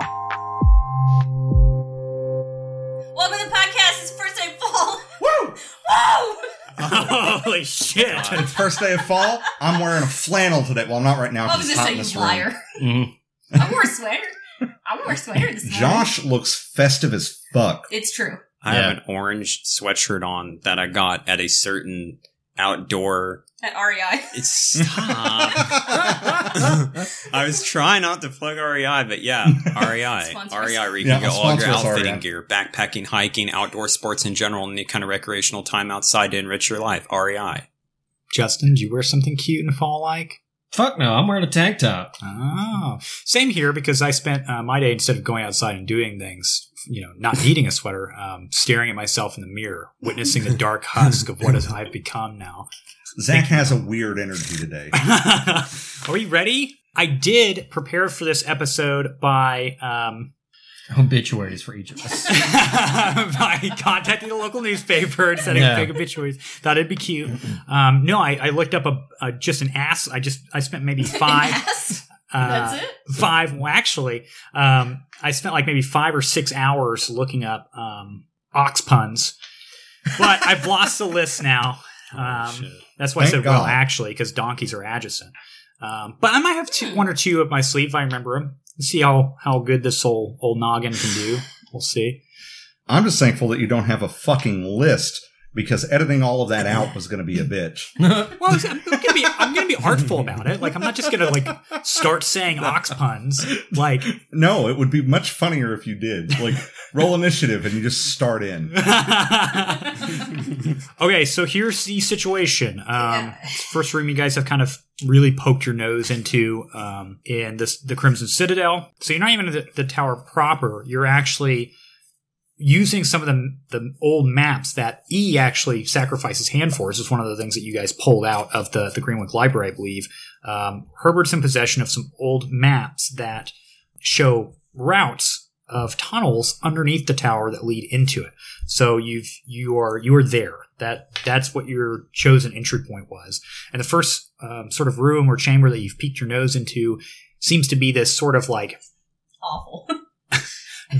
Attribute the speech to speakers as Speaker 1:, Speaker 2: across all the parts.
Speaker 1: Holy shit!
Speaker 2: It's first day of fall. I'm wearing a flannel today. Well, I'm not right now.
Speaker 3: I
Speaker 2: 'cause
Speaker 3: was
Speaker 2: it's
Speaker 3: just
Speaker 2: hot in
Speaker 3: saying,
Speaker 2: this
Speaker 3: you
Speaker 2: room.
Speaker 3: liar.
Speaker 1: Mhm.
Speaker 3: I wore a sweater. I wore a sweater this morning.
Speaker 2: Mm-hmm. Josh looks festive as fuck.
Speaker 3: It's true.
Speaker 4: I
Speaker 1: Yeah.
Speaker 4: have an orange sweatshirt on that I got at a certain outdoor.
Speaker 3: At E REI.
Speaker 4: It's stop. I was trying not to plug REI, but yeah, E REI,
Speaker 3: Sponsor us.
Speaker 4: REI, where you
Speaker 2: Yeah,
Speaker 4: can get all your
Speaker 2: sponsor us,
Speaker 4: outfitting
Speaker 2: REI.
Speaker 4: gear, backpacking, hiking, outdoor sports in general, and any kind of recreational time outside to enrich your life. E REI.
Speaker 5: Justin, do you wear something cute and fall like?
Speaker 1: Fuck no, I'm wearing a tank top.
Speaker 5: Oh, same here because I spent uh, my day instead of going outside and doing things, you know, not needing a sweater, um, staring at myself in the mirror, witnessing the dark husk of what is- I've become now.
Speaker 2: Zach has a weird energy today.
Speaker 5: Are we ready? I did prepare for this episode by um,
Speaker 1: Obituaries for each of us.
Speaker 5: by contacting the local newspaper and sending
Speaker 1: Yeah.
Speaker 5: big obituaries. Thought it'd be cute. Um, no, I, I looked up a, a just an ass. I just I spent maybe five.
Speaker 3: Yes.
Speaker 5: uh,
Speaker 3: That's it.
Speaker 5: five well actually um, i spent like maybe five or six hours looking up um, ox puns but i've lost the list now um, that's why i
Speaker 2: Oh, Thank
Speaker 5: said well
Speaker 2: God.
Speaker 5: actually because donkeys are adjacent um, but i might have two, one or two up my sleeve if i remember them see how, how good this old, old noggin can do we'll see
Speaker 2: I'm just thankful that you don't have a fucking list because editing all of that out was going to be a bitch.
Speaker 5: well it's- I'm gonna, be, I'm gonna be artful about it like i'm not just gonna like start saying ox puns like
Speaker 2: No, it would be much funnier if you did. Like, roll initiative and you just start in.
Speaker 5: okay, so here's the situation. Um,
Speaker 3: Yeah.
Speaker 5: First room you guys have kind of really poked your nose into um, in this the Crimson Citadel. So you're not even in the, the tower proper. You're actually using some of the the old maps that E actually sacrifices hand for. This is one of the things that you guys pulled out of the the Greenwick Library, I believe. Um, Herbert's in possession of some old maps that show routes of tunnels underneath the tower that lead into it. So you've you are you are there. That that's what your chosen entry point was. And the first um, sort of room or chamber that you've peeked your nose into seems to be this sort of like
Speaker 3: Awful.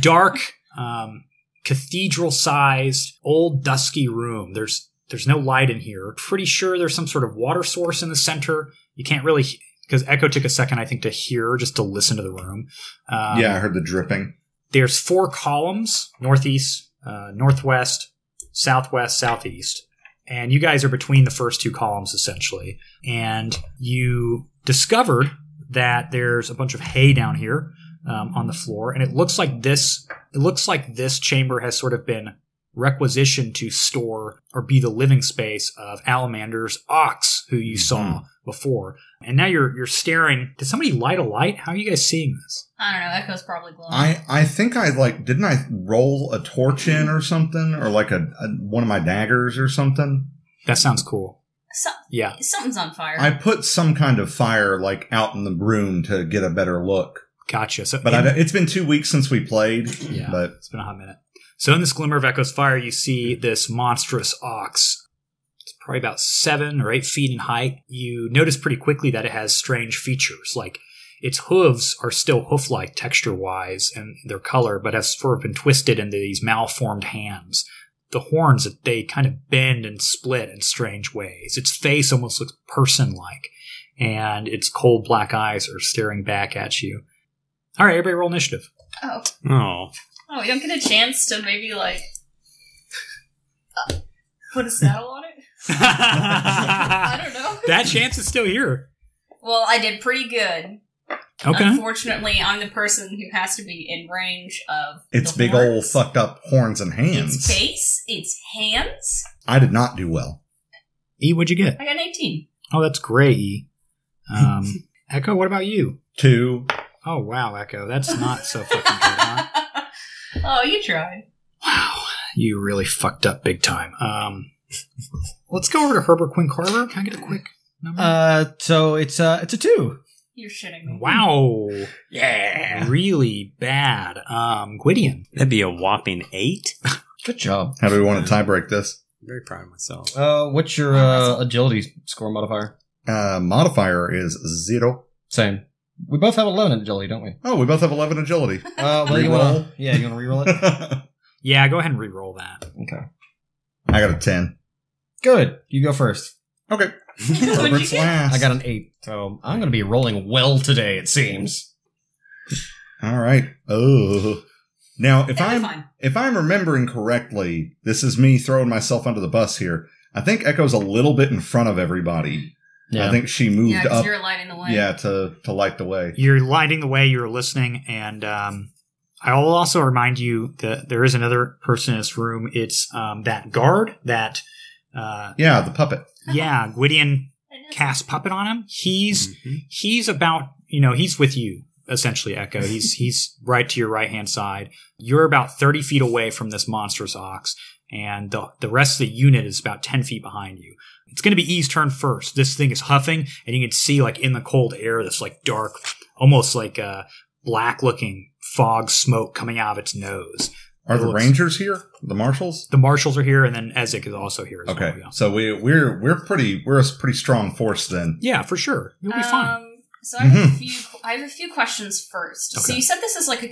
Speaker 5: dark, um, cathedral-sized, old, dusky room. There's there's no light in here. Pretty sure there's some sort of water source in the center. You can't really because Echo took a second, I think, to hear just to listen to the room. Um,
Speaker 2: yeah, I heard the dripping.
Speaker 5: there's four columns northeast uh, northwest southwest southeast and you guys are between the first two columns essentially and you discovered that there's a bunch of hay down here um, on the floor and it looks like this it looks like this chamber has sort of been requisitioned to store or be the living space of Alamander's ox who you saw before and now you're you're staring did somebody light a light how are you guys seeing this
Speaker 3: I don't know. Echo's probably glowing.
Speaker 2: I, I think I like didn't I roll a torch in or something or like a, a one of my daggers or something?
Speaker 5: that sounds cool
Speaker 3: So-
Speaker 5: yeah.
Speaker 3: Something's on fire.
Speaker 2: I put some kind of fire like out in the room to get a better look.
Speaker 5: Gotcha. So,
Speaker 2: But I, it's been two weeks since we played.
Speaker 5: Yeah.
Speaker 2: But
Speaker 5: it's been a hot minute. So, in this glimmer of Echo's fire, you see this monstrous ox. It's probably about seven or eight feet in height. You notice pretty quickly that it has strange features, like its hooves are still hoof-like texture-wise and their color, but have sort of been twisted into these malformed hands. The horns that they kind of bend and split in strange ways. Its face almost looks person-like, and its cold black eyes are staring back at you. All right, everybody, roll initiative.
Speaker 3: oh.
Speaker 4: Oh,
Speaker 3: oh, we don't get a chance to maybe, like, uh, put a saddle on it? I
Speaker 5: that
Speaker 3: don't know.
Speaker 5: chance is still here.
Speaker 3: Well, I did pretty good.
Speaker 5: Okay.
Speaker 3: Unfortunately, I'm the person who has to be in range of
Speaker 2: it's
Speaker 3: the
Speaker 2: big
Speaker 3: horns,
Speaker 2: old fucked up horns and
Speaker 3: Its
Speaker 2: hands.
Speaker 3: face, its hands.
Speaker 2: I did not do well.
Speaker 5: E, what'd you get?
Speaker 3: I got an 18.
Speaker 5: Oh, that's great, E. Um, Echo, what about you?
Speaker 2: Two.
Speaker 5: Oh, wow, Echo. That's not so fucking good, huh?
Speaker 3: oh, you tried.
Speaker 5: Wow. You really fucked up big time. Um, let's go over to Herbert Quinn Carver. Can I get a quick number?
Speaker 1: Uh, so it's uh, it's a two.
Speaker 3: You're shitting me.
Speaker 5: wow.
Speaker 1: Yeah.
Speaker 5: Really bad. Um, Gwydion.
Speaker 4: that'd be a whopping eight.
Speaker 1: Good job.
Speaker 2: How do we want to tie break this?
Speaker 4: I'm very proud of myself.
Speaker 1: Uh, what's your uh, agility score modifier?
Speaker 2: Uh, modifier is zero.
Speaker 1: Same. We both have eleven in agility, don't we?
Speaker 2: Oh, we both have 11 agility.
Speaker 1: Uh, well, you
Speaker 2: Reroll.
Speaker 1: wanna, yeah, you want to reroll it?
Speaker 2: I
Speaker 5: Yeah, go ahead and re-roll that.
Speaker 1: okay.
Speaker 2: got a 10.
Speaker 1: Good. You go first.
Speaker 2: Okay.
Speaker 3: What'd you
Speaker 2: Herbert's
Speaker 3: get?
Speaker 2: last.
Speaker 1: I got an eight, so I'm going to be rolling well today. It seems.
Speaker 2: All right. Oh. Now, if
Speaker 3: That'd be
Speaker 2: I'm
Speaker 3: fine.
Speaker 2: if I'm remembering correctly, this is me throwing myself under the bus here. I think Echo's a little bit in front of everybody. I think she moved
Speaker 3: Yeah, because
Speaker 2: up.
Speaker 3: you're lighting the way.
Speaker 2: Yeah, to to light the way.
Speaker 5: You're lighting the way. You're listening, and um, I will also remind you that there is another person in this room. It's um, that guard that, uh,
Speaker 2: Yeah, the puppet.
Speaker 5: yeah, Gwydion
Speaker 3: I know.
Speaker 5: cast puppet on him. He's
Speaker 4: Mhm.
Speaker 5: he's about you know he's with you essentially, Echo. He's he's right to your right hand side. You're about thirty feet away from this monstrous ox, and the the rest of the unit is about ten feet behind you. It's going to be E's turn first. This thing is huffing, and you can see like in the cold air this like dark, almost like uh, black looking fog smoke coming out of its nose.
Speaker 2: Are
Speaker 5: It
Speaker 2: the
Speaker 5: looks-
Speaker 2: Rangers here? The marshals?
Speaker 5: The marshals are here, and then Ezek is also here. As
Speaker 2: Okay.
Speaker 5: Well, yeah.
Speaker 2: So we we're we're pretty we're a pretty strong force then.
Speaker 5: yeah, for sure. You'll be fine.
Speaker 3: Um, so I have a
Speaker 2: Mhm.
Speaker 3: few. I have a few questions first. So
Speaker 5: Okay.
Speaker 3: you said this is like a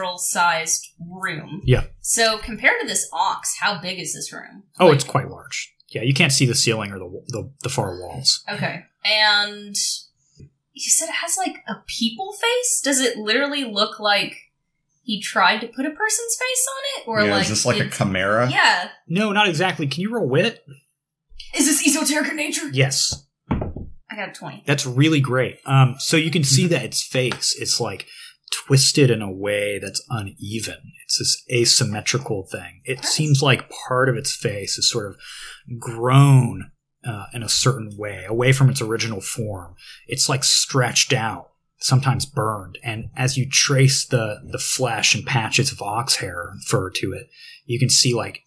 Speaker 3: cathedral-sized room.
Speaker 5: Yeah.
Speaker 3: So compared to this ox, how big is this room?
Speaker 5: Oh,
Speaker 3: Like,
Speaker 5: it's quite large. Yeah, you can't see the ceiling or the the, the far walls.
Speaker 3: okay. And you said it has like a people face. Does it literally look like he tried to put a person's face on it, or
Speaker 2: yeah,
Speaker 3: like
Speaker 2: is this like a
Speaker 3: it's-
Speaker 2: chimera?
Speaker 3: yeah?
Speaker 5: No, not exactly. Can you roll wit?
Speaker 3: Is this esoteric in nature?
Speaker 5: Yes,
Speaker 3: I got a twenty.
Speaker 5: that's really great. Um, so you can see that its face is like twisted in a way that's uneven. It's this asymmetrical thing. It seems like part of its face is sort of grown uh, in a certain way, away from its original form. It's like stretched out, sometimes burned, and as you trace the the flesh and patches of ox hair and fur to it, you can see like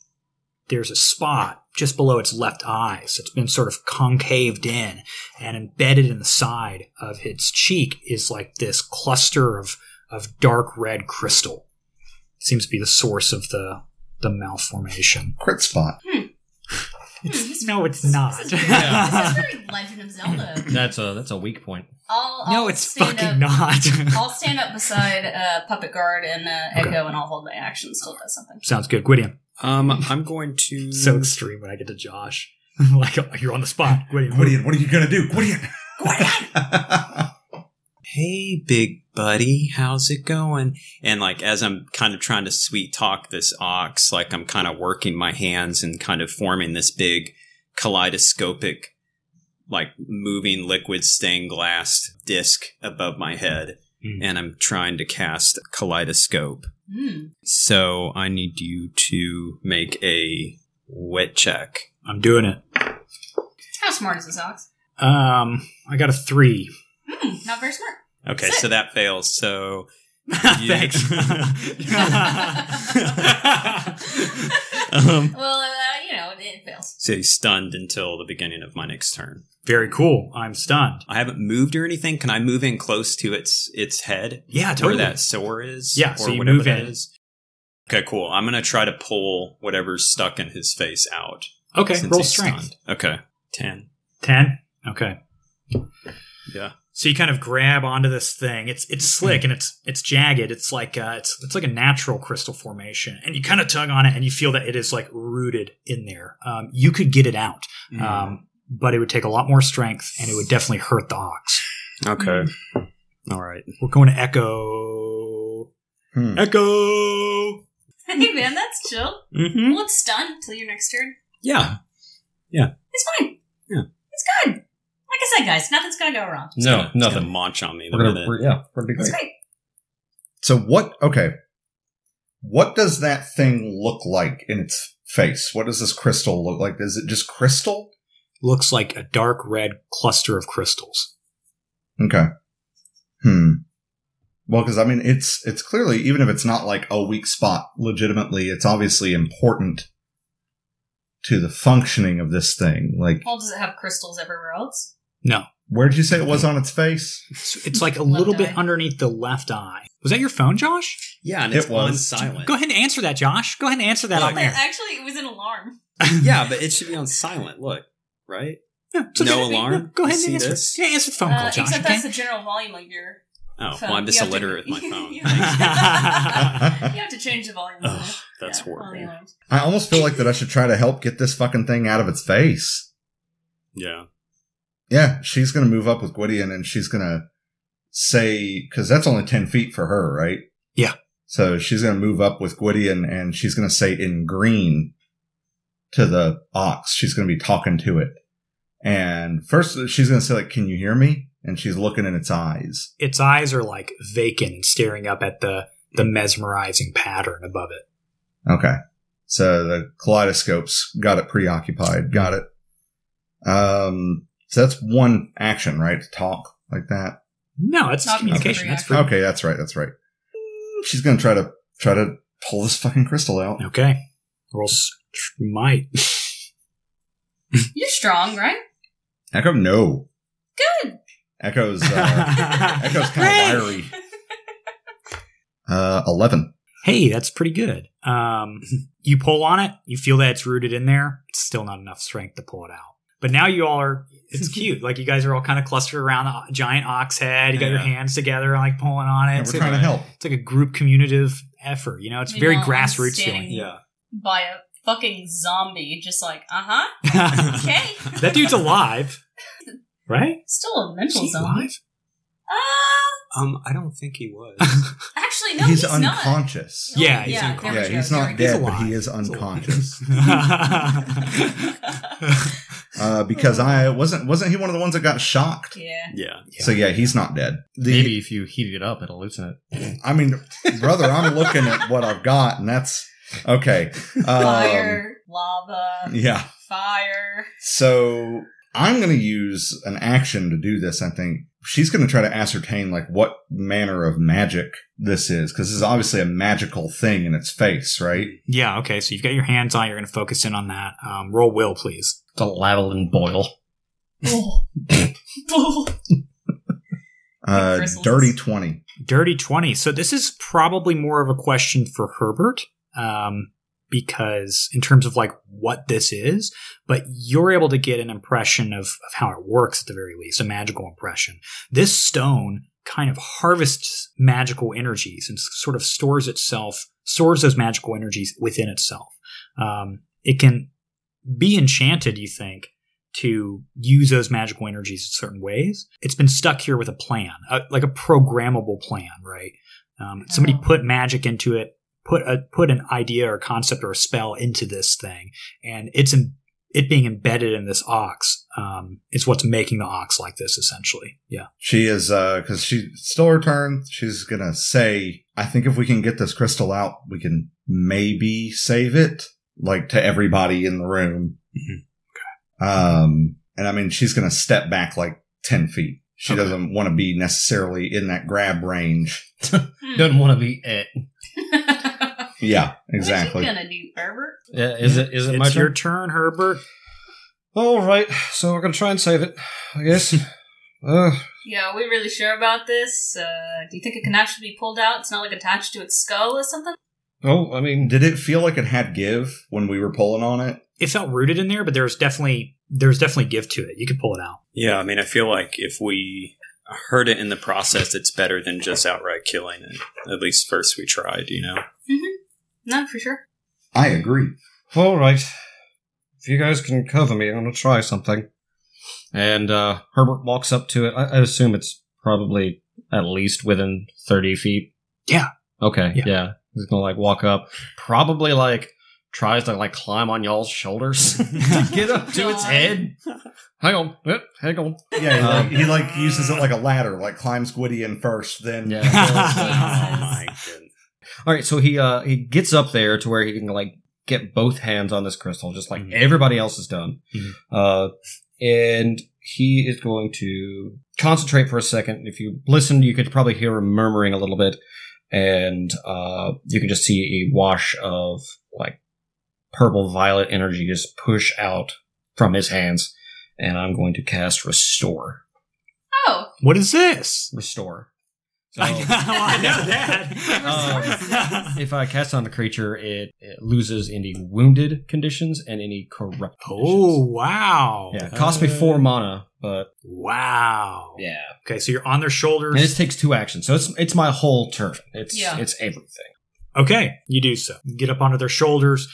Speaker 5: there's a spot just below its left eyes. It's been sort of concaved in, and embedded in the side of its cheek is like this cluster of of dark red crystal. seems to be the source of the the malformation.
Speaker 2: Crit spot.
Speaker 3: Hmm,
Speaker 5: No, it's
Speaker 3: this-
Speaker 5: not.
Speaker 3: This is, very- this is very Legend of Zelda.
Speaker 1: that's a that's a weak point.
Speaker 3: I'll, I'll
Speaker 5: no, it's
Speaker 3: stand
Speaker 5: fucking
Speaker 3: up-
Speaker 5: not.
Speaker 3: I'll stand up beside uh, Puppet Guard and uh, Echo,
Speaker 5: Okay.
Speaker 3: and I'll hold my action until it does something.
Speaker 5: Sounds good, Gwydion.
Speaker 4: Um, I'm going to.
Speaker 5: So extreme when I get to Josh. like you're on the spot, Gwydion.
Speaker 2: Gwydion, what are you gonna do? Gwydion!
Speaker 4: hey, big buddy, how's it going? And like, as I'm kind of trying to sweet talk this ox, like I'm kind of working my hands and kind of forming this big kaleidoscopic, like moving liquid stained glass disc above my head.
Speaker 5: Mm.
Speaker 4: And I'm trying to cast kaleidoscope.
Speaker 3: Hmm.
Speaker 4: So I need you to make a wet check.
Speaker 5: I'm doing it.
Speaker 3: How smart is this ox?
Speaker 5: Um, I got a three.
Speaker 3: Hmm, not very smart.
Speaker 4: Okay,
Speaker 3: Sick.
Speaker 4: so that fails. So
Speaker 5: Thanks.
Speaker 4: um,
Speaker 3: Well, uh, you know, it, it fails.
Speaker 4: so he's stunned until the beginning of my next turn.
Speaker 5: Very cool. I'm stunned.
Speaker 4: I haven't moved or anything. Can I move in close to its its head
Speaker 5: Yeah,
Speaker 4: where that sore is?
Speaker 5: Yeah,
Speaker 4: or
Speaker 5: so you
Speaker 4: whatever
Speaker 5: move
Speaker 4: that
Speaker 5: in.
Speaker 4: is? Okay, cool. I'm gonna try to pull whatever's stuck in his face out.
Speaker 5: Okay,
Speaker 4: since
Speaker 5: roll
Speaker 4: he's
Speaker 5: strength.
Speaker 4: stunned. Okay, ten.
Speaker 5: 10 okay
Speaker 4: Yeah.
Speaker 5: so you kind of grab onto this thing it's it's slick and it's it's jagged it's like uh it's it's like a natural crystal formation and you kind of tug on it and you feel that it is like rooted in there um you could get it out
Speaker 4: Hmm.
Speaker 5: um but it would take a lot more strength and it would definitely hurt the ox
Speaker 4: okay. All right.
Speaker 5: we're going to echo
Speaker 2: Hmm.
Speaker 5: echo
Speaker 3: Hey, man, that's chill.
Speaker 4: Mm-hmm.
Speaker 5: Hmm?
Speaker 3: Well, it's stunned till your next turn.
Speaker 4: Yeah.
Speaker 3: It's fine.
Speaker 4: Yeah.
Speaker 3: It's good. Like I said, guys, nothing's going to go wrong.
Speaker 4: It's
Speaker 1: No,
Speaker 4: gonna- it's gonna
Speaker 1: nothing.
Speaker 4: Munch on me. the
Speaker 1: We're gonna
Speaker 4: minute.
Speaker 1: we're- yeah, we're gonna be
Speaker 3: It's
Speaker 1: great.
Speaker 3: great.
Speaker 2: So what? Okay, what does that thing look like in its face? What does this crystal look like? Is it just crystal?
Speaker 5: looks like a dark red cluster of crystals
Speaker 2: Okay. Hmm. Well, because I mean, it's it's clearly even if it's not like a weak spot, legitimately, it's obviously important to the functioning of this thing. Like,
Speaker 3: Well, does it have crystals everywhere else?
Speaker 5: no
Speaker 2: where did you say it was on its face?
Speaker 5: it's, it's like a
Speaker 3: Left
Speaker 5: little
Speaker 3: eye.
Speaker 5: bit underneath the left eye was that your phone josh
Speaker 4: Yeah, and
Speaker 2: It
Speaker 4: it's on
Speaker 2: was.
Speaker 4: silent.
Speaker 5: Go ahead and answer that, Josh. Go ahead and answer that
Speaker 4: Look,
Speaker 5: on
Speaker 3: But
Speaker 5: there.
Speaker 3: actually, it was an alarm.
Speaker 4: yeah, but it should be on silent. Look, right?
Speaker 5: Yeah, it's okay.
Speaker 4: no
Speaker 5: Yeah,
Speaker 4: alarm?
Speaker 5: Go
Speaker 4: You
Speaker 5: ahead and
Speaker 4: see
Speaker 5: answer.
Speaker 4: this?
Speaker 5: Yeah, answer the phone call,
Speaker 3: Uh,
Speaker 5: Josh.
Speaker 3: except
Speaker 5: okay?
Speaker 3: that's the general volume of your
Speaker 4: Oh,
Speaker 3: phone.
Speaker 4: well, I'm just
Speaker 3: You have to-
Speaker 4: illiterate with my phone.
Speaker 3: you
Speaker 4: Thanks.
Speaker 3: You have to change the volume. of
Speaker 4: Ugh,
Speaker 3: it.
Speaker 4: that's
Speaker 3: Yeah, on the
Speaker 4: horrible.
Speaker 3: alarms.
Speaker 2: I almost feel like that I should try to help get this fucking thing out of its face.
Speaker 4: Yeah.
Speaker 2: Yeah, she's going to move up with Gwydion and she's going to say, because that's only 10 feet for her, right?
Speaker 5: Yeah.
Speaker 2: So she's going to move up with Gwydion and she's going to say in green to the ox. She's going to be talking to it. And first, she's going to say, like, can you hear me? And she's looking in its eyes.
Speaker 5: Its eyes are like vacant and staring up at the the mesmerizing pattern above it.
Speaker 2: Okay. So the kaleidoscope's got it preoccupied. Got it. Um, so that's one action, right? To talk like that.
Speaker 5: No, it's
Speaker 3: Not
Speaker 5: communication. That's free.
Speaker 3: Free-
Speaker 2: Okay, that's right. That's right. She's gonna try to try to pull this fucking crystal out.
Speaker 5: Okay. Roll s- tr- might.
Speaker 3: You're strong, right?
Speaker 2: Echo, no.
Speaker 3: Good.
Speaker 2: Echo's uh, Echo's kind of wiry. Uh, eleven.
Speaker 5: hey, that's pretty good. Um, you pull on it, you feel that it's rooted in there. It's still not enough strength to pull it out. But now you all are. It's cute. Like you guys are all kind of clustered around the o- giant ox head. You got your
Speaker 4: Yeah.
Speaker 5: hands together, like pulling on it.
Speaker 2: Yeah,
Speaker 5: It's,
Speaker 2: we're trying to help.
Speaker 5: it's like a group communitive effort. You know, it's very
Speaker 3: Meanwhile, I'm
Speaker 5: grassroots
Speaker 3: standing
Speaker 5: feeling.
Speaker 3: By a fucking zombie, just like, uh huh. Okay.
Speaker 5: that dude's alive, right?
Speaker 3: Still a mental
Speaker 5: He's
Speaker 3: zombie.
Speaker 5: alive.
Speaker 3: Uh,
Speaker 4: Um, I don't think he was.
Speaker 3: actually, no,
Speaker 2: he's,
Speaker 3: he's, not.
Speaker 2: unconscious.
Speaker 3: No,
Speaker 5: Yeah, he's
Speaker 3: there we
Speaker 2: Yeah,
Speaker 5: unconscious.
Speaker 3: go,
Speaker 2: he's
Speaker 3: there
Speaker 2: not
Speaker 3: we go.
Speaker 2: dead,
Speaker 5: alive.
Speaker 2: but he is
Speaker 5: He's alive.
Speaker 2: unconscious. uh, because I wasn't wasn't he one of the ones that got shocked?
Speaker 3: Yeah.
Speaker 4: yeah.
Speaker 2: So yeah, he's not dead. The,
Speaker 1: Maybe if you heat it up, it'll loosen it.
Speaker 2: I mean, brother, I'm looking at what I've got, and that's okay. Um,
Speaker 3: Fire, lava,
Speaker 2: Yeah.
Speaker 3: fire.
Speaker 2: So I'm going to use an action to do this. I think she's going to try to ascertain like what manner of magic this is because this is obviously a magical thing in its face, right?
Speaker 5: yeah. Okay. So you've got your hands on. it, You're going to focus in on that. Um, roll will, please.
Speaker 1: To ladle and boil.
Speaker 3: Oh. Oh.
Speaker 2: Uh,
Speaker 3: Crystals.
Speaker 2: dirty twenty.
Speaker 5: Dirty 20. So this is probably more of a question for Herbert, um, because in terms of like what this is, but you're able to get an impression of, of how it works at the very least, a magical impression. This stone kind of harvests magical energies and s- sort of stores itself, stores those magical energies within itself. Um, it can be enchanted, you think, to use those magical energies in certain ways. It's been stuck here with a plan, a, like a programmable plan, right? Um, Somebody
Speaker 3: Oh.
Speaker 5: put magic into it, put a put an idea or concept or a spell into this thing, and it's in, it being embedded in this ox um, is what's making the ox like this, essentially. Yeah.
Speaker 2: She is because she still her turn. She's going to say, "I think if we can get this crystal out, we can maybe save it." Like to everybody in the room.
Speaker 3: Mm-hmm.
Speaker 5: Mhm.
Speaker 2: Um, and I mean, she's going to step back like ten feet. She
Speaker 5: Okay.
Speaker 2: doesn't want to be necessarily in that grab range.
Speaker 3: Hmm.
Speaker 1: Doesn't want to be it.
Speaker 2: Yeah,
Speaker 3: What
Speaker 2: exactly.
Speaker 3: you gonna do, Herbert?
Speaker 1: Yeah, Uh, is it? Is it
Speaker 5: it's
Speaker 1: my
Speaker 5: your
Speaker 1: turn?
Speaker 5: turn, Herbert.
Speaker 6: All right, so we're gonna try and save it, I guess. uh,
Speaker 3: Yeah, are we really sure about this? Uh, do you think it can actually be pulled out? It's not like attached to its skull or something?
Speaker 6: oh, I mean,
Speaker 2: Did it feel like it had give when we were pulling on it?
Speaker 5: It felt rooted in there, but there's definitely there's definitely give to it. You could pull it out.
Speaker 4: Yeah, I mean, I feel like if we hurt it in the process, it's better than just outright killing it. At least first we tried, you know?
Speaker 3: Mm-hmm. No, for sure.
Speaker 2: I agree.
Speaker 6: all right. If you guys can cover me, I'm gonna try something. And uh, Herbert walks up to it. I, I assume it's probably at least within thirty feet.
Speaker 5: Yeah.
Speaker 6: Okay.
Speaker 5: Yeah.
Speaker 6: Yeah. He's gonna like walk up.
Speaker 1: Probably like tries to like climb on y'all's shoulders to get up to its head. Hang on, eh, hang on.
Speaker 2: Yeah, he,
Speaker 1: Um,
Speaker 2: like, he like uses it like a ladder, like climbs Gwydion first, then
Speaker 3: Oh
Speaker 4: my
Speaker 6: All right. So he uh he gets up there to where he can like get both hands on this crystal, just like
Speaker 5: Mhm.
Speaker 6: everybody else has done.
Speaker 5: Mhm.
Speaker 6: Uh, and he is going to concentrate for a second. If you listen, you could probably hear him murmuring a little bit, and uh, you can just see a wash of like purple violet energy just push out from his hands. And I'm going to cast restore.
Speaker 3: Oh,
Speaker 5: What is this?
Speaker 6: Restore.
Speaker 5: I know, I know that.
Speaker 3: Um,
Speaker 6: If I cast on the creature, it, it loses any wounded conditions and any corrupt.
Speaker 5: oh
Speaker 6: Conditions.
Speaker 5: wow!
Speaker 6: yeah, it cost me
Speaker 3: Uh.
Speaker 6: four mana, but
Speaker 5: Wow.
Speaker 6: yeah,
Speaker 5: Okay, so you're on
Speaker 6: and
Speaker 5: their
Speaker 6: this
Speaker 5: shoulders.
Speaker 6: takes two actions, so it's it's my whole turn. It's
Speaker 3: Yeah.
Speaker 6: it's everything.
Speaker 5: Okay, you do so. You get up onto their shoulders,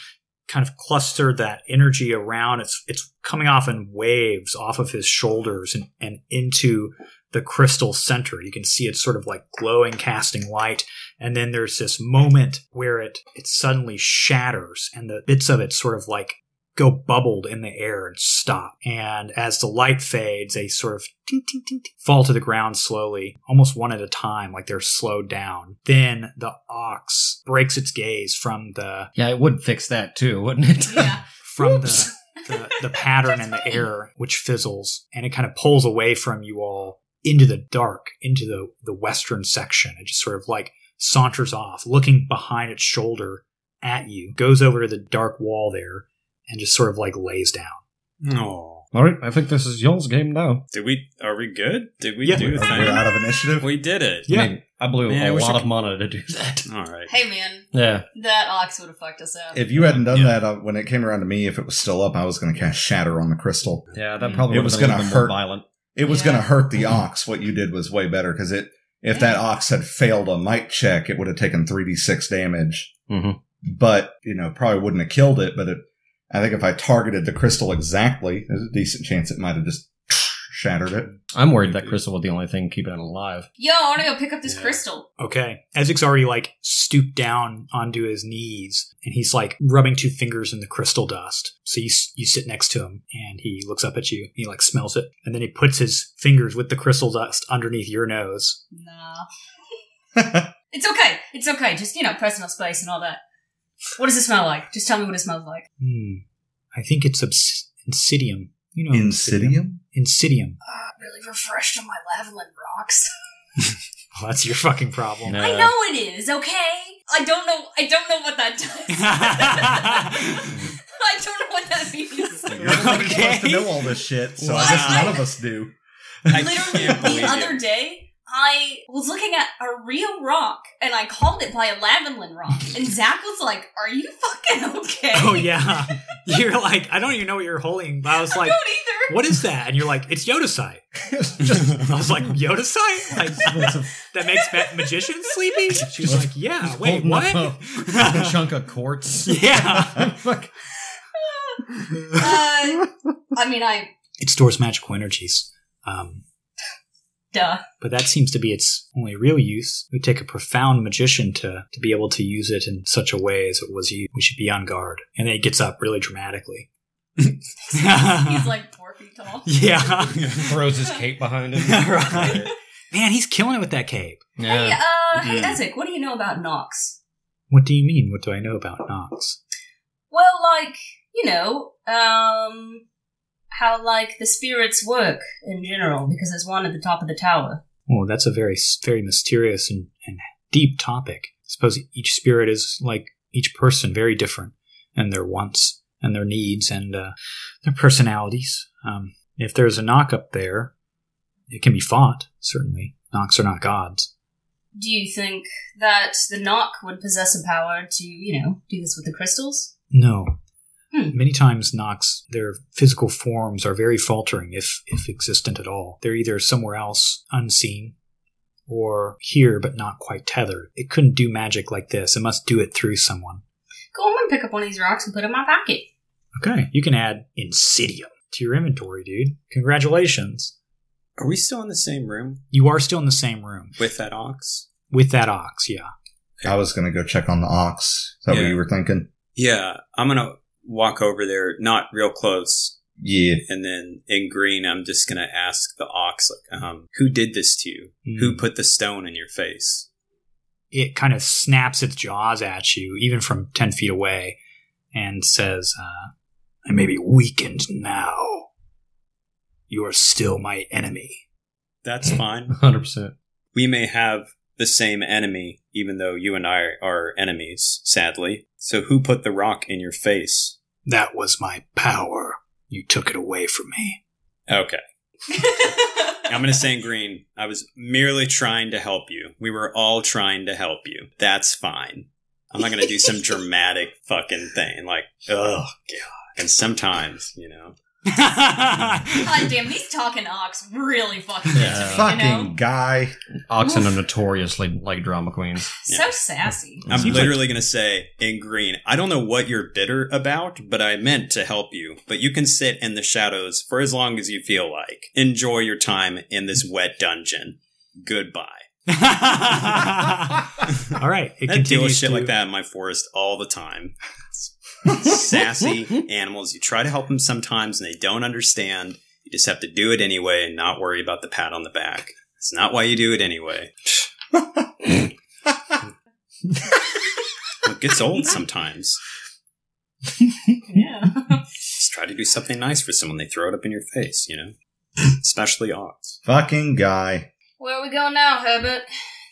Speaker 5: kind of cluster that energy around. It's it's coming off in waves off of his shoulders and, and into the crystal center. You can see it's sort of like glowing, casting light. And then there's this moment where it it suddenly shatters and the bits of it sort of like go bubbled in the air and stop. And as the light fades, they sort of ting, ting, ting, ting, fall to the ground slowly, almost one at a time, like they're slowed down. Then the ox breaks its gaze from the
Speaker 1: Yeah, it would fix that too, wouldn't it?
Speaker 3: Yeah.
Speaker 5: from
Speaker 1: Whoops.
Speaker 5: the, the the pattern in the air, which fizzles, and it kind of pulls away from you all into the dark, into the the western section. It just sort of like saunters off, looking behind its shoulder at you, goes over to the dark wall there, and just sort of like lays down.
Speaker 4: Oh,
Speaker 6: All right, I think this is y'all's game now.
Speaker 4: did we? Are we good? Did we
Speaker 5: Yeah.
Speaker 4: do a
Speaker 2: We're out
Speaker 4: thing?
Speaker 2: of initiative.
Speaker 4: We did it.
Speaker 5: Yeah.
Speaker 6: I, mean, I blew
Speaker 4: Man, I
Speaker 6: a
Speaker 4: wish
Speaker 6: lot
Speaker 4: I
Speaker 6: of mana to do that.
Speaker 4: All right.
Speaker 3: Hey man,
Speaker 6: Yeah.
Speaker 3: that ox would have fucked us up.
Speaker 2: If you hadn't done
Speaker 4: Yeah.
Speaker 2: that uh, when it came around to me, if it was still up, I was going to cast Shatter on the crystal.
Speaker 6: Yeah, that
Speaker 3: Mm.
Speaker 6: probably
Speaker 2: It
Speaker 6: would've
Speaker 2: was
Speaker 6: been a
Speaker 2: gonna
Speaker 6: little bit more
Speaker 2: hurt.
Speaker 6: violent.
Speaker 2: It was
Speaker 3: Yeah.
Speaker 2: going to hurt the ox. What you did was way better because it. If that ox had failed a might check, it would have taken three d six damage.
Speaker 6: Mhm.
Speaker 2: But you know, probably wouldn't have killed it. But it, I think if I targeted the crystal exactly, there's a decent chance it might have just shattered it.
Speaker 6: I'm worried that crystal was the only thing keeping it alive.
Speaker 3: Yo, I want to go pick up this
Speaker 4: Yeah.
Speaker 3: crystal.
Speaker 5: Okay. Ezek's already like stooped down onto his knees and he's like rubbing two fingers in the crystal dust. So you, s- you sit next to him and he looks up at you. He like smells it and then he puts his fingers with the crystal dust underneath your nose.
Speaker 3: Nah. It's okay. It's okay. Just you know, personal space and all that. What does it smell like? Just tell me what it smells like.
Speaker 5: Hmm. I think it's obs- Insidium. You know,
Speaker 2: Insidium.
Speaker 5: Insidium.
Speaker 3: Ah, really refreshed on my lavalin rocks.
Speaker 5: Well, Oh, that's your fucking problem.
Speaker 6: No.
Speaker 3: I know it is. Okay. I don't know. I don't know what that does. I don't know what that means.
Speaker 2: You're the one who's supposed to
Speaker 5: Okay.
Speaker 2: know all this shit, so I
Speaker 3: Wow.
Speaker 2: guess none of us do.
Speaker 4: I
Speaker 3: Literally
Speaker 4: can't believe
Speaker 3: the other
Speaker 4: it.
Speaker 3: day, I was looking at a real rock and I called it by a lavalin rock, and Zach was like, "Are you fucking okay?"
Speaker 5: oh, yeah. You're like, I don't even know what you're holding, but I was
Speaker 3: I
Speaker 5: like,
Speaker 3: don't either.
Speaker 5: what is that? And you're like, it's Yodasite. I was like, Yodasite? Like, that makes ma- magicians sleepy? She was like, yeah, wait,
Speaker 6: holding
Speaker 5: what?
Speaker 6: up a chunk of quartz.
Speaker 5: yeah.
Speaker 6: Fuck.
Speaker 3: Uh, I mean, I
Speaker 5: It stores magical energies. Um,
Speaker 3: duh.
Speaker 5: but that seems to be its only real use. It would take a profound magician to, to be able to use it in such a way as it was used. We should be on guard. And then it gets up really dramatically.
Speaker 3: He's like four feet tall.
Speaker 5: yeah.
Speaker 6: Throws his cape behind him.
Speaker 5: right. Man, he's killing it with that cape.
Speaker 3: Hey,
Speaker 6: Yeah.
Speaker 3: uh, hey,
Speaker 4: Mm.
Speaker 3: Ezek, what do you know about Nox?
Speaker 5: What do you mean? What do I know about Knox?
Speaker 3: Well, like, you know, um, how, like, the spirits work in general, because there's one at the top of the tower.
Speaker 5: Well, that's a very, very mysterious and, and deep topic. I suppose each spirit is like each person, very different, and their wants and their needs and uh, their personalities. Um, if there's a knock up there, it can be fought. Certainly, knocks are not gods.
Speaker 3: Do you think that the Nock would possess a power to, you know, do this with the crystals?
Speaker 5: No.
Speaker 3: Hmm.
Speaker 5: Many times, Nox, their physical forms are very faltering, if if existent at all. They're either somewhere else, unseen, or here but not quite tethered. It couldn't do magic like this. It must do it through someone.
Speaker 3: Go home and pick up one of these rocks and put it in my pocket.
Speaker 5: Okay, you can add Insidium to your inventory, dude. Congratulations.
Speaker 4: Are we still in the same room
Speaker 5: You are still in the same room
Speaker 4: with that ox?
Speaker 5: with that ox, yeah.
Speaker 2: I was going to go check on the ox. Is that what
Speaker 4: Yeah.
Speaker 2: you were thinking?
Speaker 4: Yeah, I'm gonna walk over there, not real close,
Speaker 2: Yeah.
Speaker 4: and then in green, I'm just gonna ask the ox, like, um, who did this to you? Who
Speaker 5: Mm.
Speaker 4: put the stone in your face?
Speaker 5: it kind of snaps its jaws at you, even from 10 feet away, and says, uh, I may be weakened now. You are still my enemy.
Speaker 4: That's fine.
Speaker 6: 100%.
Speaker 4: we may have the same enemy, even though you and I are enemies, sadly. So who put the rock in your face?
Speaker 5: That was my power. You took it away from me.
Speaker 4: Okay. I'm gonna say in green. I was merely trying to help you. We were all trying to help you. That's fine. I'm not gonna do some dramatic fucking thing like, oh god. And sometimes, you know,
Speaker 3: God damn, these talking ox really fucking get to me,
Speaker 2: Fucking
Speaker 3: you know?
Speaker 2: guy.
Speaker 1: Oxen are notoriously like drama queens.
Speaker 3: So sassy.
Speaker 4: I'm
Speaker 5: Seems like-
Speaker 4: literally going to say in green, I don't know what you're bitter about, but I meant to help you. But you can sit in the shadows for as long as you feel like. Enjoy your time in this wet dungeon. Goodbye.
Speaker 5: All right.
Speaker 4: I deal with
Speaker 5: It continues
Speaker 4: shit
Speaker 5: to-
Speaker 4: like that in my forest all the time. Sassy animals. You try to help them sometimes and they don't understand. You just have to do it anyway and not worry about the pat on the back. It's not why you do it anyway. it gets old sometimes.
Speaker 3: Yeah.
Speaker 4: Just try to do something nice for someone. They throw it up in your face, you know? Especially ox.
Speaker 2: Fucking guy.
Speaker 3: Where are we going now, Herbert?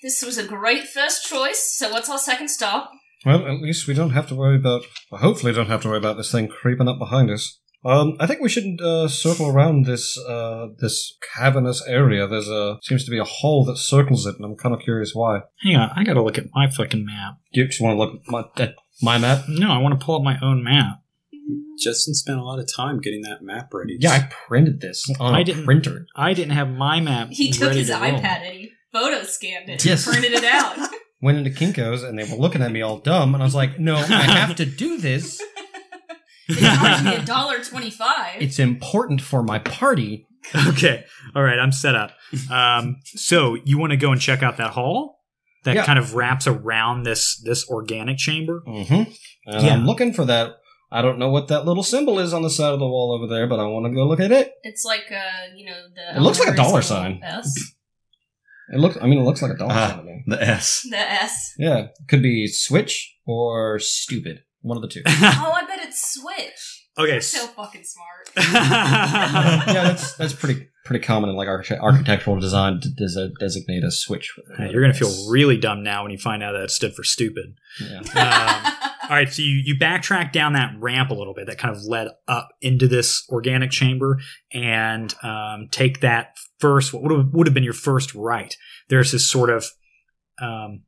Speaker 3: This was a great first choice, so what's our second stop?
Speaker 6: Well, at least we don't have to worry about. Well, hopefully, don't have to worry about this thing creeping up behind us. Um, I think we should uh, circle around this uh, this cavernous area. There's a seems to be a hole that circles it, and I'm kind of curious why.
Speaker 5: Hang on. I got to look at my fucking map.
Speaker 6: Do you just want to look at my, at my map?
Speaker 5: No, I want to pull up my own map.
Speaker 4: Justin spent a lot of time getting that map ready.
Speaker 6: Yeah, I printed this on
Speaker 5: I
Speaker 6: a
Speaker 5: didn't-
Speaker 6: printer.
Speaker 5: I didn't have my map.
Speaker 3: He took
Speaker 5: ready
Speaker 3: his
Speaker 5: to roll.
Speaker 3: iPad and he photo scanned it
Speaker 6: Yes.
Speaker 3: and printed it out.
Speaker 6: Went into Kinkos, and they were looking at me all dumb, and I was like, "No, I have to do this.
Speaker 3: It cost me a dollar twenty-five.
Speaker 6: It's important for my party."
Speaker 5: Okay. All right. I'm set up. Um, so you want to go and check out that hall that
Speaker 6: Yeah.
Speaker 5: kind of wraps around this this organic chamber?
Speaker 6: Mm-hmm. And
Speaker 5: Yeah.
Speaker 6: I'm looking for that. I don't know what that little symbol is on the side of the wall over there, but I want to go look at it.
Speaker 3: It's like uh, you know, the
Speaker 6: It looks like a dollar
Speaker 3: elementary school
Speaker 6: sign.
Speaker 3: S.
Speaker 6: It looks. I mean, it looks like a dollar
Speaker 2: Ah.
Speaker 6: sign to me.
Speaker 2: The S.
Speaker 3: The S.
Speaker 6: Yeah, could be switch or stupid. One of the two.
Speaker 3: Oh, I bet it's Switch.
Speaker 5: okay.
Speaker 3: You're so
Speaker 5: s-
Speaker 3: fucking smart.
Speaker 6: yeah,
Speaker 5: yeah,
Speaker 6: that's that's pretty pretty common in like arch- architectural design to des- designate a switch. For
Speaker 5: You're gonna feel really dumb now when you find out that it stood for stupid.
Speaker 6: Yeah.
Speaker 5: Um, All right, so you, you backtrack down that ramp a little bit that kind of led up into this organic chamber and um, take that first, what would have, would have been your first right. There's this sort of um,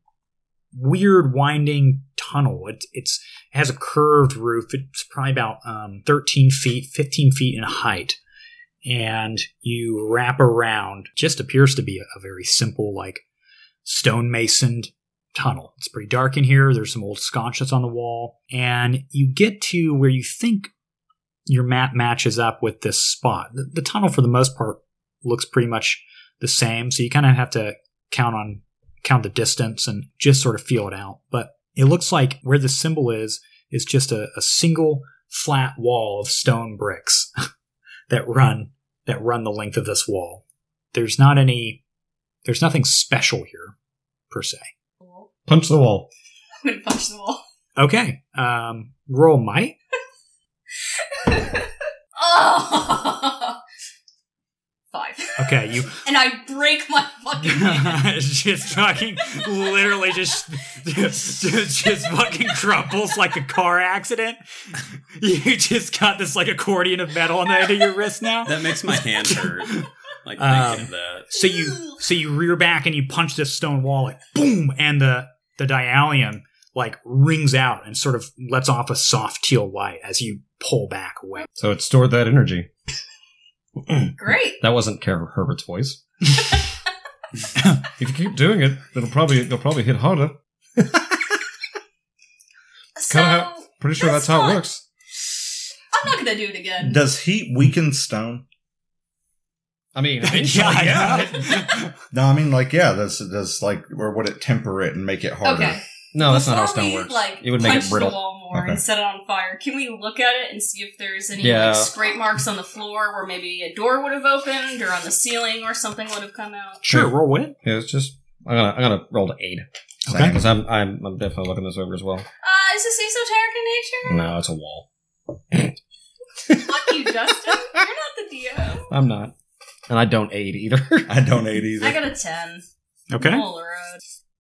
Speaker 5: weird winding tunnel. It, it's, it has a curved roof. It's probably about um, 13 feet, 15 feet in height. And you wrap around, just appears to be a, a very simple, like stonemasoned tunnel. It's pretty dark in here. There's some old scotch that's on the wall. And you get to where you think your map matches up with this spot. The, the tunnel, for the most part, looks pretty much the same. So you kind of have to count on count the distance and just sort of feel it out. But it looks like where the symbol is is just a, a single flat wall of stone bricks that run that run the length of this wall. There's not any there's nothing special here per se.
Speaker 3: Cool.
Speaker 6: punch the wall.
Speaker 3: I'm gonna punch the wall.
Speaker 5: Okay. Um, roll might.
Speaker 3: Oh, five.
Speaker 5: Okay, you
Speaker 3: And I break my fucking hand.
Speaker 5: just fucking literally just, just just fucking crumples like a car accident. You just got this like accordion of metal on the end of your wrist now.
Speaker 4: That makes my hand hurt. Like thinking
Speaker 5: Um,
Speaker 4: of that.
Speaker 5: So you so you rear back and you punch this stone wall like boom and the the diallium like rings out and sort of lets off a soft teal light as you pull back away.
Speaker 6: So it stored that energy.
Speaker 3: Great.
Speaker 6: That wasn't Ker- Herbert's voice. if you keep doing it, it'll probably it'll probably hit harder.
Speaker 3: So
Speaker 6: Kinda how- Pretty sure
Speaker 3: That's
Speaker 6: that's how
Speaker 3: not-
Speaker 6: it works.
Speaker 3: I'm not gonna do it again.
Speaker 2: Does heat weaken stone?
Speaker 6: I mean,
Speaker 5: yeah,
Speaker 2: No, I mean like yeah, does does like or would it temper it and make it harder?
Speaker 3: Okay.
Speaker 6: no, that's not how
Speaker 3: Before
Speaker 6: stone
Speaker 3: we,
Speaker 6: works.
Speaker 3: Like,
Speaker 6: it would make
Speaker 3: punch
Speaker 6: it
Speaker 3: The
Speaker 6: brittle.
Speaker 3: wall more and
Speaker 2: Okay.
Speaker 3: set it on fire. Can we look at it and see if there's any
Speaker 6: Yeah.
Speaker 3: like, scrape marks on the floor where maybe a door would have opened or on the ceiling or something would have come out?
Speaker 5: Sure, roll win.
Speaker 6: Yeah, it's just I'm gonna I'm gonna roll to eight
Speaker 2: Same.
Speaker 6: because I'm, I'm I'm definitely looking this over as well.
Speaker 3: Uh, is this esoteric in nature?
Speaker 6: No, it's a wall. Mm.
Speaker 3: Fuck you, Justin. You're not the DM.
Speaker 6: I'm not, and I don't aid either.
Speaker 2: I don't hate either.
Speaker 3: I got a ten.
Speaker 5: Okay.
Speaker 3: Middle of the road.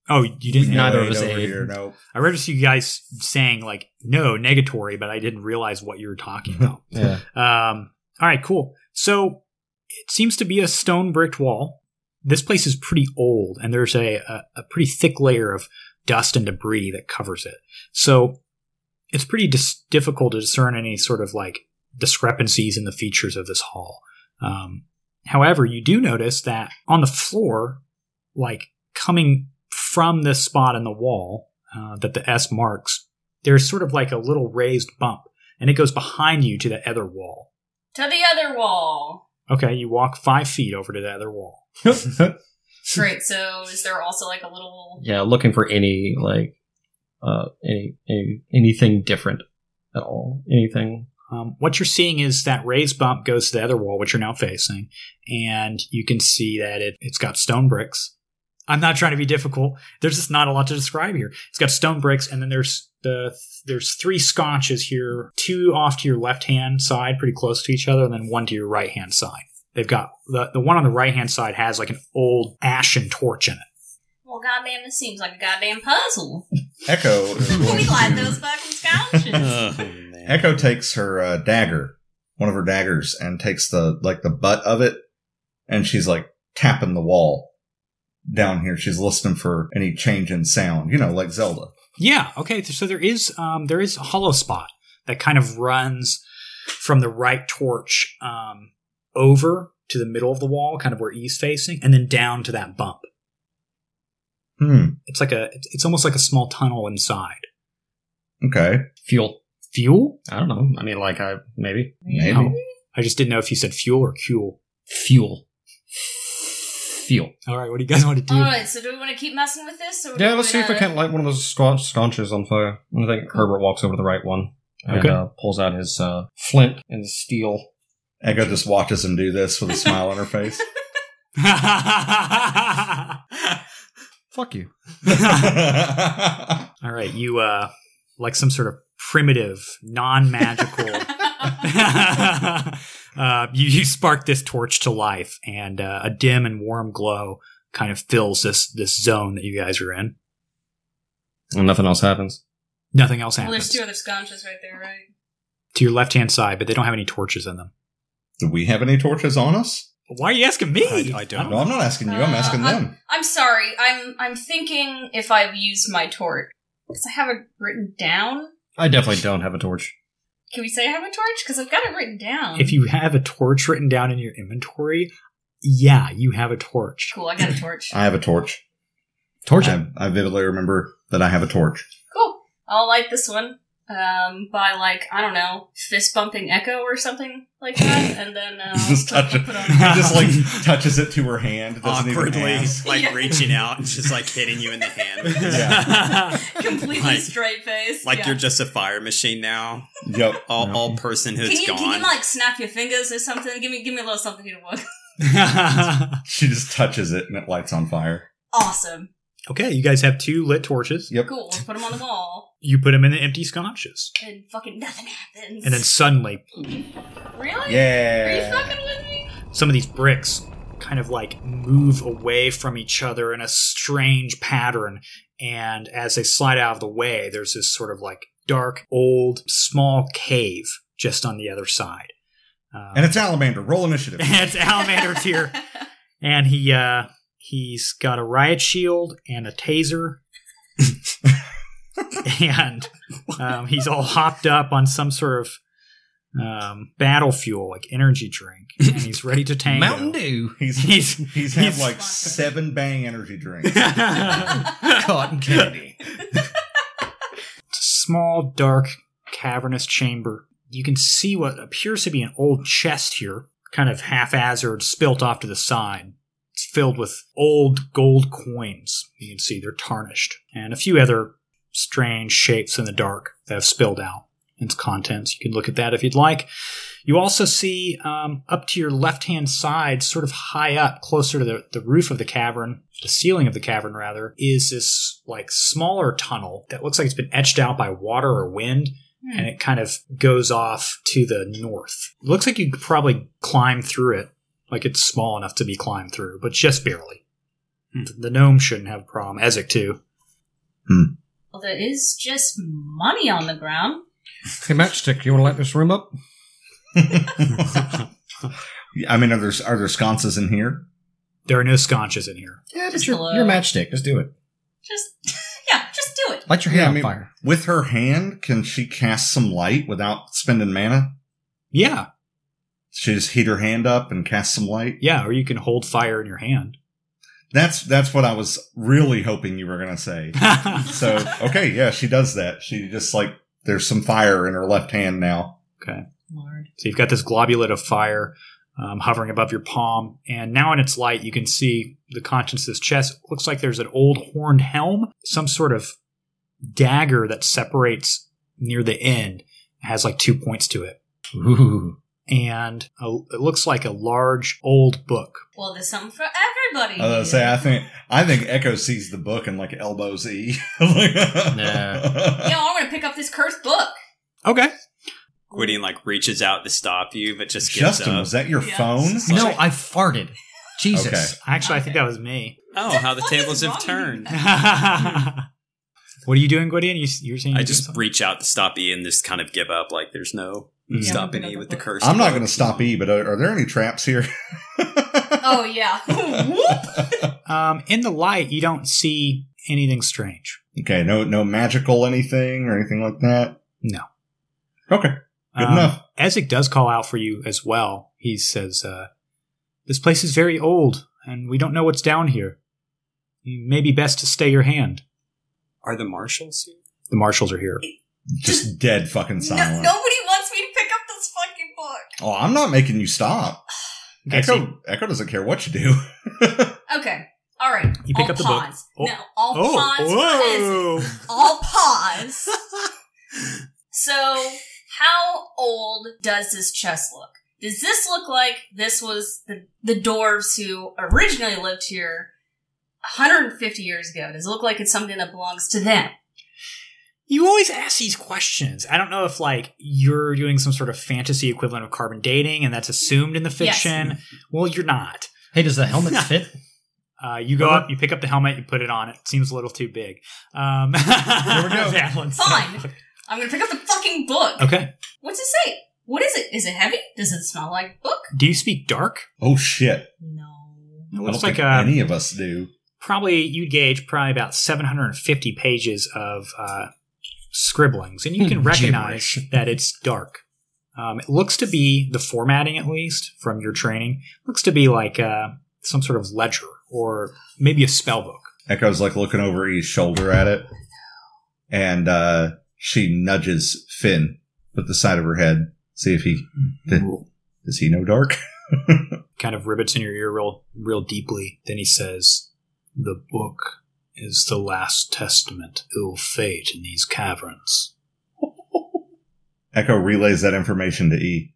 Speaker 5: Oh, you
Speaker 2: We
Speaker 5: didn't
Speaker 2: no
Speaker 6: neither of
Speaker 2: aid
Speaker 6: us
Speaker 2: over
Speaker 6: aid.
Speaker 2: here, no.
Speaker 5: I read you guys saying like no negatory, but I didn't realize what you were talking about.
Speaker 6: yeah.
Speaker 5: um, all right, cool. So it seems to be a stone bricked wall. This place is pretty old, and there's a, a, a pretty thick layer of dust and debris that covers it. So it's pretty dis- difficult to discern any sort of like discrepancies in the features of this hall. Um, however, you do notice that on the floor, like coming from this spot in the wall uh, that the S marks, there's sort of like a little raised bump, and it goes behind you to the other wall.
Speaker 3: To the other wall.
Speaker 5: Okay, you walk five feet over to the other wall.
Speaker 3: Great. So is there also like a little?
Speaker 6: Yeah, looking for any like uh any, any anything different at all. Anything.
Speaker 5: Um, what you're seeing is that raised bump goes to the other wall, which you're now facing, and you can see that it, it's got stone bricks. I'm not trying to be difficult. There's just not a lot to describe here. It's got stone bricks, and then there's the there's three scotches here, two off to your left hand side, pretty close to each other, and then one to your right hand side. They've got the the one on the right hand side has like an old ashen torch in it.
Speaker 3: Well, goddamn, this seems like a goddamn puzzle.
Speaker 2: Echo. Is
Speaker 3: we like
Speaker 2: going
Speaker 3: those
Speaker 2: to,
Speaker 3: fucking scotches.
Speaker 4: Oh, man.
Speaker 2: Echo takes her uh, dagger, one of her daggers, and takes the like the butt of it, and she's like tapping the wall down here. She's listening for any change in sound, you know, like Zelda.
Speaker 5: Yeah. Okay. So there is um, there is a hollow spot that kind of runs from the right torch um, over to the middle of the wall, kind of where E's facing, and then down to that bump.
Speaker 2: Hmm.
Speaker 5: It's like a it's it's almost like a small tunnel inside.
Speaker 2: Okay.
Speaker 6: Fuel.
Speaker 5: Fuel?
Speaker 6: I don't know. I mean like I maybe.
Speaker 2: Maybe.
Speaker 5: No. I just didn't know if you said fuel or fuel.
Speaker 6: Fuel. Fuel.
Speaker 5: All right. What do you guys want to do?
Speaker 3: All right. So do we want to keep messing with this? Or do
Speaker 6: Yeah,
Speaker 3: we
Speaker 6: let's see if I
Speaker 3: wanna-
Speaker 6: can't light one of those scotch sconches on fire. I think Herbert walks over to the right one and
Speaker 5: Okay.
Speaker 6: uh, pulls out his uh, flint and steel.
Speaker 2: Echo just watches him do this with a smile on her face.
Speaker 6: Fuck you.
Speaker 5: All right. You uh, like some sort of primitive, non-magical. uh, you, you spark this torch to life, and uh, a dim and warm glow kind of fills this this zone that you guys are in.
Speaker 6: And nothing else happens.
Speaker 5: Nothing else
Speaker 3: well, there's
Speaker 5: happens
Speaker 3: two other scotches right there, right?
Speaker 5: to your left hand side, but they don't have any torches in them.
Speaker 2: Do we have any torches on us?
Speaker 5: Why are you asking me?
Speaker 4: I- I don't
Speaker 2: No, I'm not asking you. I'm
Speaker 3: Uh,
Speaker 2: asking
Speaker 3: I-
Speaker 2: them.
Speaker 3: I'm sorry. I'm I'm thinking if I've used my torch because I have it written down.
Speaker 6: I definitely don't have a torch.
Speaker 3: Can we say I have a torch? Because I've got it written down.
Speaker 5: If you have a torch written down in your inventory, yeah, you have a torch.
Speaker 3: cool, I got a torch.
Speaker 2: I have a torch.
Speaker 6: Torch
Speaker 2: I, I vividly remember that I have a torch.
Speaker 3: cool. I'll light this one um, by like I don't know, fist bumping Echo or something like that, and then uh,
Speaker 2: Just
Speaker 3: put-
Speaker 2: touch it.
Speaker 3: put
Speaker 2: He
Speaker 3: on.
Speaker 2: just like touches it to her hand. Doesn't
Speaker 4: awkwardly
Speaker 2: Even ask.
Speaker 4: like
Speaker 3: Yeah.
Speaker 4: reaching out and just like hitting you in the hand.
Speaker 3: Completely
Speaker 4: Like-
Speaker 3: straight face.
Speaker 4: Like
Speaker 3: yeah.
Speaker 4: you're just a fire machine now.
Speaker 2: Yep.
Speaker 4: All,
Speaker 6: No.
Speaker 4: all personhood's
Speaker 3: Can you,
Speaker 4: gone.
Speaker 3: can you like snap your fingers or something? Give me give me a little something to work.
Speaker 2: She just touches it and it lights on fire.
Speaker 3: Awesome.
Speaker 5: okay, you guys have two lit torches.
Speaker 2: Yep.
Speaker 3: Cool. Put them on the wall,
Speaker 5: You put them in the empty scotches,
Speaker 3: and fucking nothing happens.
Speaker 5: and then suddenly
Speaker 3: really, are you
Speaker 2: Yeah.
Speaker 3: fucking with me?
Speaker 5: some of these bricks kind of like move away from each other in a strange pattern and as they slide out of the way there's this sort of like dark old small cave just on the other side um,
Speaker 2: and it's Alamander. Roll initiative.
Speaker 5: it's Alamander's here and he uh he's got a riot shield and a taser and um, he's all hopped up on some sort of um, battle fuel like energy drink and he's ready to tango
Speaker 6: Mountain Dew.
Speaker 2: He's
Speaker 5: He's-
Speaker 2: he's had
Speaker 5: he's-
Speaker 2: like seven bang energy drinks.
Speaker 6: Cotton candy.
Speaker 5: It's a small, dark, cavernous chamber. You can see what appears to be an old chest here, kind of haphazard, spilt off to the side. It's filled with old gold coins. You can see they're tarnished, and a few other strange shapes in the dark that have spilled out its contents. You can look at that if you'd like. You also see um, up to your left hand side, sort of high up, closer to the, the roof of the cavern, the ceiling of the cavern, rather, is this like smaller tunnel that looks like it's been etched out by water or wind. And it kind of goes off to the north. Looks like you could probably climb through it. Like it's small enough to be climbed through, but just barely.
Speaker 4: Hmm.
Speaker 5: The gnome shouldn't have a problem. Ezek, too.
Speaker 3: Well, there is just money on the ground.
Speaker 6: Hey, Matchstick, you want to light this room up?
Speaker 2: I mean, are there are there sconces in here?
Speaker 5: There are no sconches in here.
Speaker 6: Yeah,
Speaker 3: Just
Speaker 6: just your,
Speaker 3: hello.
Speaker 6: your matchstick. Just do it.
Speaker 3: Just yeah, just do it.
Speaker 6: Light your
Speaker 2: Yeah,
Speaker 6: hand
Speaker 2: I
Speaker 6: on
Speaker 2: mean-
Speaker 6: fire.
Speaker 2: With her hand, can she cast some light without spending mana?
Speaker 5: Yeah,
Speaker 2: She just heat her hand up and cast some light.
Speaker 5: yeah. Or you can hold fire in your hand.
Speaker 2: That's that's what I was really hoping you were gonna say. So okay, yeah, she does that. She just like there's some fire in her left hand now.
Speaker 3: Lord.
Speaker 5: So you've got this globulet of fire um, hovering above your palm, and now in its light, you can see the conscience's chest. Looks like there's an old horned helm, some sort of dagger that separates near the end, has like two points to it,
Speaker 6: Ooh.
Speaker 5: and a, it looks like a large old book.
Speaker 3: Well, there's something for everybody.
Speaker 2: I was gonna
Speaker 3: here.
Speaker 2: say I think I think Echo sees the book and like elbows E.
Speaker 3: Yo, I'm gonna pick up this cursed book.
Speaker 5: Okay.
Speaker 4: Gwydion like reaches out to stop you, but just gives
Speaker 2: Justin,
Speaker 4: up.
Speaker 2: was that your
Speaker 3: Yeah.
Speaker 2: phone?
Speaker 3: It's
Speaker 1: No, I farted. Jesus.
Speaker 5: Actually, I think that was me.
Speaker 4: Oh,
Speaker 3: What the
Speaker 4: how the
Speaker 3: fuck is
Speaker 4: tables
Speaker 3: wrong
Speaker 4: have
Speaker 3: with
Speaker 4: turned.
Speaker 3: you?
Speaker 5: what are you doing, Gwydion? You, you're saying
Speaker 4: I
Speaker 5: you're
Speaker 4: just
Speaker 5: doing
Speaker 4: reach out to stop E and just kind of give up. Like there's no
Speaker 3: Yeah.
Speaker 5: something?
Speaker 4: stopping
Speaker 3: another
Speaker 4: E with the
Speaker 3: book.
Speaker 4: curse.
Speaker 2: Mm-hmm. I'm not gonna stop E, but are, are there any traps here?
Speaker 3: Oh yeah. Whoop.
Speaker 5: Um, in the light, you don't see anything strange.
Speaker 2: Okay, no no magical anything or anything like that?
Speaker 5: No.
Speaker 2: Okay. Good enough.
Speaker 5: Ezek Um, does call out for you as well. He says, uh, This place is very old, and we don't know what's down here. You may be best to stay your hand.
Speaker 4: Are the marshals here?
Speaker 5: The marshals are here.
Speaker 2: Just dead fucking
Speaker 3: No-
Speaker 2: silent.
Speaker 3: nobody wants me to pick up this fucking book.
Speaker 2: Oh, I'm not making you stop.
Speaker 5: Okay,
Speaker 2: Echo
Speaker 5: so you-
Speaker 2: Echo doesn't care what you do.
Speaker 3: Okay. All right.
Speaker 5: You pick
Speaker 3: I'll
Speaker 5: up the book.
Speaker 3: pause.
Speaker 5: Oh.
Speaker 3: No, I'll pause. for Ezek.
Speaker 5: oh,
Speaker 3: I'll pause. so, how old does this chest look? Does this look like this was the the dwarves who originally lived here 150 years ago? Does it look like it's something that belongs to them?
Speaker 5: You always ask these questions. I don't know if like you're doing some sort of fantasy equivalent of carbon dating, and that's assumed in the
Speaker 3: Yes.
Speaker 5: fiction. Well, you're not.
Speaker 1: Hey, does the helmet fit?
Speaker 5: Uh, you go up, you pick up the helmet, you put it on. It seems a little too big. Um,
Speaker 1: we go.
Speaker 5: that one's-
Speaker 3: Fine. I'm gonna pick up the fucking book.
Speaker 5: Okay.
Speaker 3: What's it say? What is it? Is it heavy? Does it smell like book?
Speaker 5: Do you speak dark?
Speaker 2: oh shit.
Speaker 3: No.
Speaker 5: It
Speaker 2: I
Speaker 5: looks
Speaker 2: don't
Speaker 5: like
Speaker 2: think
Speaker 5: uh,
Speaker 2: any of us do.
Speaker 5: probably you gauge probably about 750 pages of uh, scribblings, and you can recognize
Speaker 1: Gibberish.
Speaker 5: that it's dark. Um, it looks to be the formatting, at least from your training, looks to be like uh, some sort of ledger or maybe a spell book.
Speaker 2: Echo's like looking over E's shoulder at it. And uh she nudges Finn with the side of her head. See if he
Speaker 5: Hmm.
Speaker 2: does he know dark?
Speaker 5: Kind of rivets in your ear real, real deeply. Then he says, "The book is the last testament. Ill fate in these caverns."
Speaker 2: Echo relays that information to E.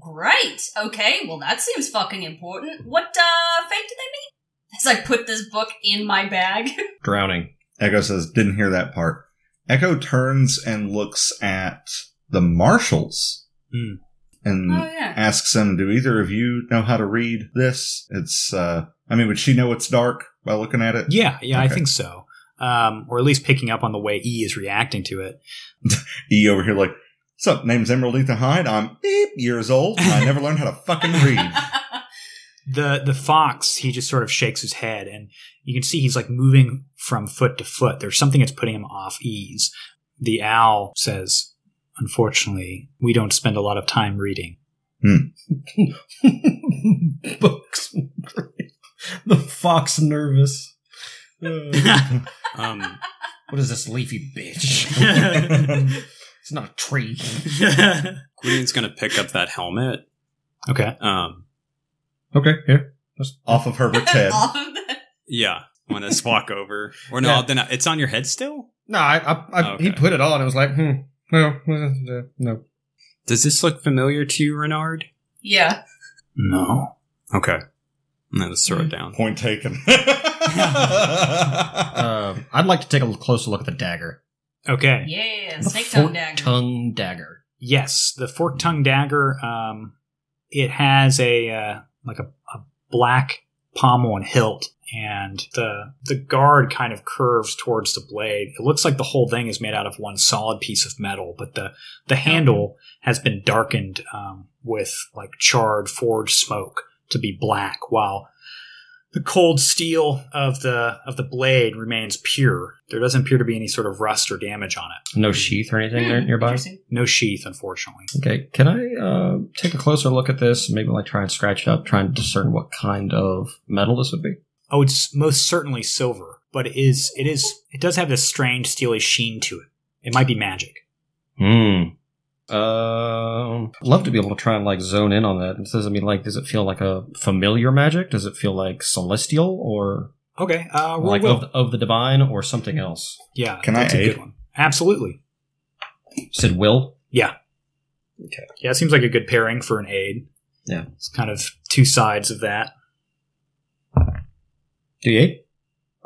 Speaker 3: Great. Okay. Well, that seems fucking important. What uh, fate do they mean? As I put this book in my bag.
Speaker 1: Drowning.
Speaker 2: Echo says, didn't hear that part. Echo turns and looks at the marshals
Speaker 5: Hmm.
Speaker 2: and
Speaker 3: Oh yeah.
Speaker 2: asks them, do either of you know how to read this? It's, uh, I mean, would she know it's dark by looking at it?
Speaker 5: Yeah, yeah, I
Speaker 2: Okay.
Speaker 5: think so. Um, or at least picking up on the way E is reacting to it.
Speaker 2: E over here, like, what's up? Name's Emerald Ethan Hyde. I'm beep years old. And I never learned how to fucking read.
Speaker 5: The the fox, he just sort of shakes his head and you can see he's like moving from foot to foot. There's something that's putting him off ease. The owl says, Unfortunately, we don't spend a lot of time reading.
Speaker 6: Books. the fox nervous. Uh,
Speaker 4: Um,
Speaker 6: what is this leafy bitch? it's not a tree.
Speaker 4: Gwydion's gonna pick up that helmet.
Speaker 5: okay.
Speaker 4: Um,
Speaker 6: Okay, here.
Speaker 2: Off of Herbert's head.
Speaker 3: Off of the-
Speaker 4: yeah, want to walk over or no?
Speaker 6: Yeah.
Speaker 4: Then I, it's on your head still.
Speaker 6: No, I, I, I he
Speaker 4: Okay.
Speaker 6: put it on. It was like, hmm, no, uh, no.
Speaker 4: Does this look familiar to you, Renard?
Speaker 3: yeah.
Speaker 5: No.
Speaker 4: Okay, no, let's throw it down.
Speaker 2: Point taken. Uh,
Speaker 6: Uh,
Speaker 1: Um, I'd like to take a closer look at the dagger.
Speaker 5: Okay.
Speaker 3: Yeah.
Speaker 1: The
Speaker 3: Snake tongue dagger.
Speaker 1: fork-tongue dagger.
Speaker 5: Yes, the fork tongue dagger. Um, it has a uh, like a, a black pommel and hilt, and the the guard kind of curves towards the blade. It looks like the whole thing is made out of one solid piece of metal, but the the handle has been darkened um, with like charred forged smoke to be black, while The cold steel of the of the blade remains pure. There doesn't appear to be any sort of rust or damage on it.
Speaker 6: No sheath or anything there
Speaker 3: Hmm,
Speaker 6: nearby.
Speaker 3: interesting.
Speaker 5: No sheath, unfortunately.
Speaker 6: Okay, can I uh, take a closer look at this? Maybe like try and scratch it up, try and discern what kind of metal this would be.
Speaker 5: Oh, it's most certainly silver, but it is it is it does have this strange steely sheen to it. It might be magic.
Speaker 6: Hmm. Um, love to be able to try and like zone in on that. It says, I mean, like, does it feel like a familiar magic? Does it feel like celestial or
Speaker 5: Okay, uh, roll
Speaker 6: like
Speaker 5: will.
Speaker 6: of the, of the divine or something else?
Speaker 5: yeah,
Speaker 2: Can I
Speaker 5: that's a
Speaker 2: aid?
Speaker 5: good one. Absolutely.
Speaker 6: Said will.
Speaker 5: Yeah, it seems like a good pairing for an aid.
Speaker 6: Yeah.
Speaker 5: it's kind of two sides of that.
Speaker 6: Do you? aid?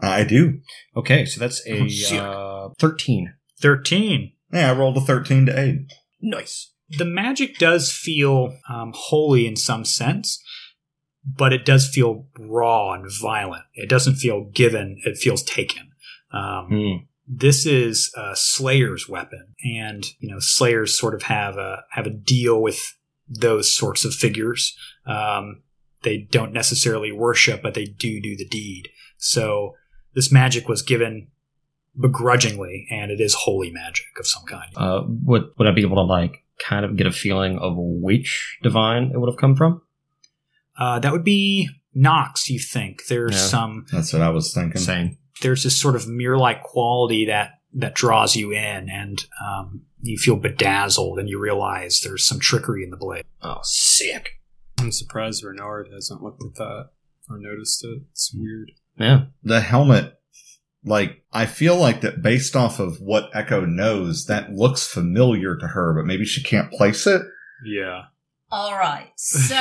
Speaker 2: I do.
Speaker 6: Okay, so that's
Speaker 5: Oh,
Speaker 6: a
Speaker 5: shit.
Speaker 6: uh, thirteen.
Speaker 5: Thirteen.
Speaker 2: Yeah, I rolled a 13 to 8.
Speaker 6: Nice.
Speaker 5: the magic does feel um, holy in some sense, but it does feel raw and violent. It doesn't feel given; it feels taken. Um,
Speaker 6: Hmm.
Speaker 5: This is a Slayer's weapon, and you know Slayers sort of have a have a deal with those sorts of figures. Um, they don't necessarily worship, but they do do the deed. So this magic was given begrudgingly, and it is holy magic of some kind.
Speaker 6: Uh, would would I be able to like kind of get a feeling of which divine it would have come from?
Speaker 5: Uh, that would be Nox, you think. There's
Speaker 6: Yeah.
Speaker 5: some
Speaker 2: That's what I was thinking.
Speaker 6: Same.
Speaker 5: there's this sort of mirror like quality that that draws you in and um, you feel bedazzled and you realize there's some trickery in the blade.
Speaker 6: Oh, sick.
Speaker 7: I'm surprised Renard hasn't looked at that or noticed it. It's weird.
Speaker 6: Yeah.
Speaker 2: The helmet, like, I feel like that based off of what Echo knows, that looks familiar to her, but maybe she can't place it.
Speaker 7: Yeah.
Speaker 3: All right, so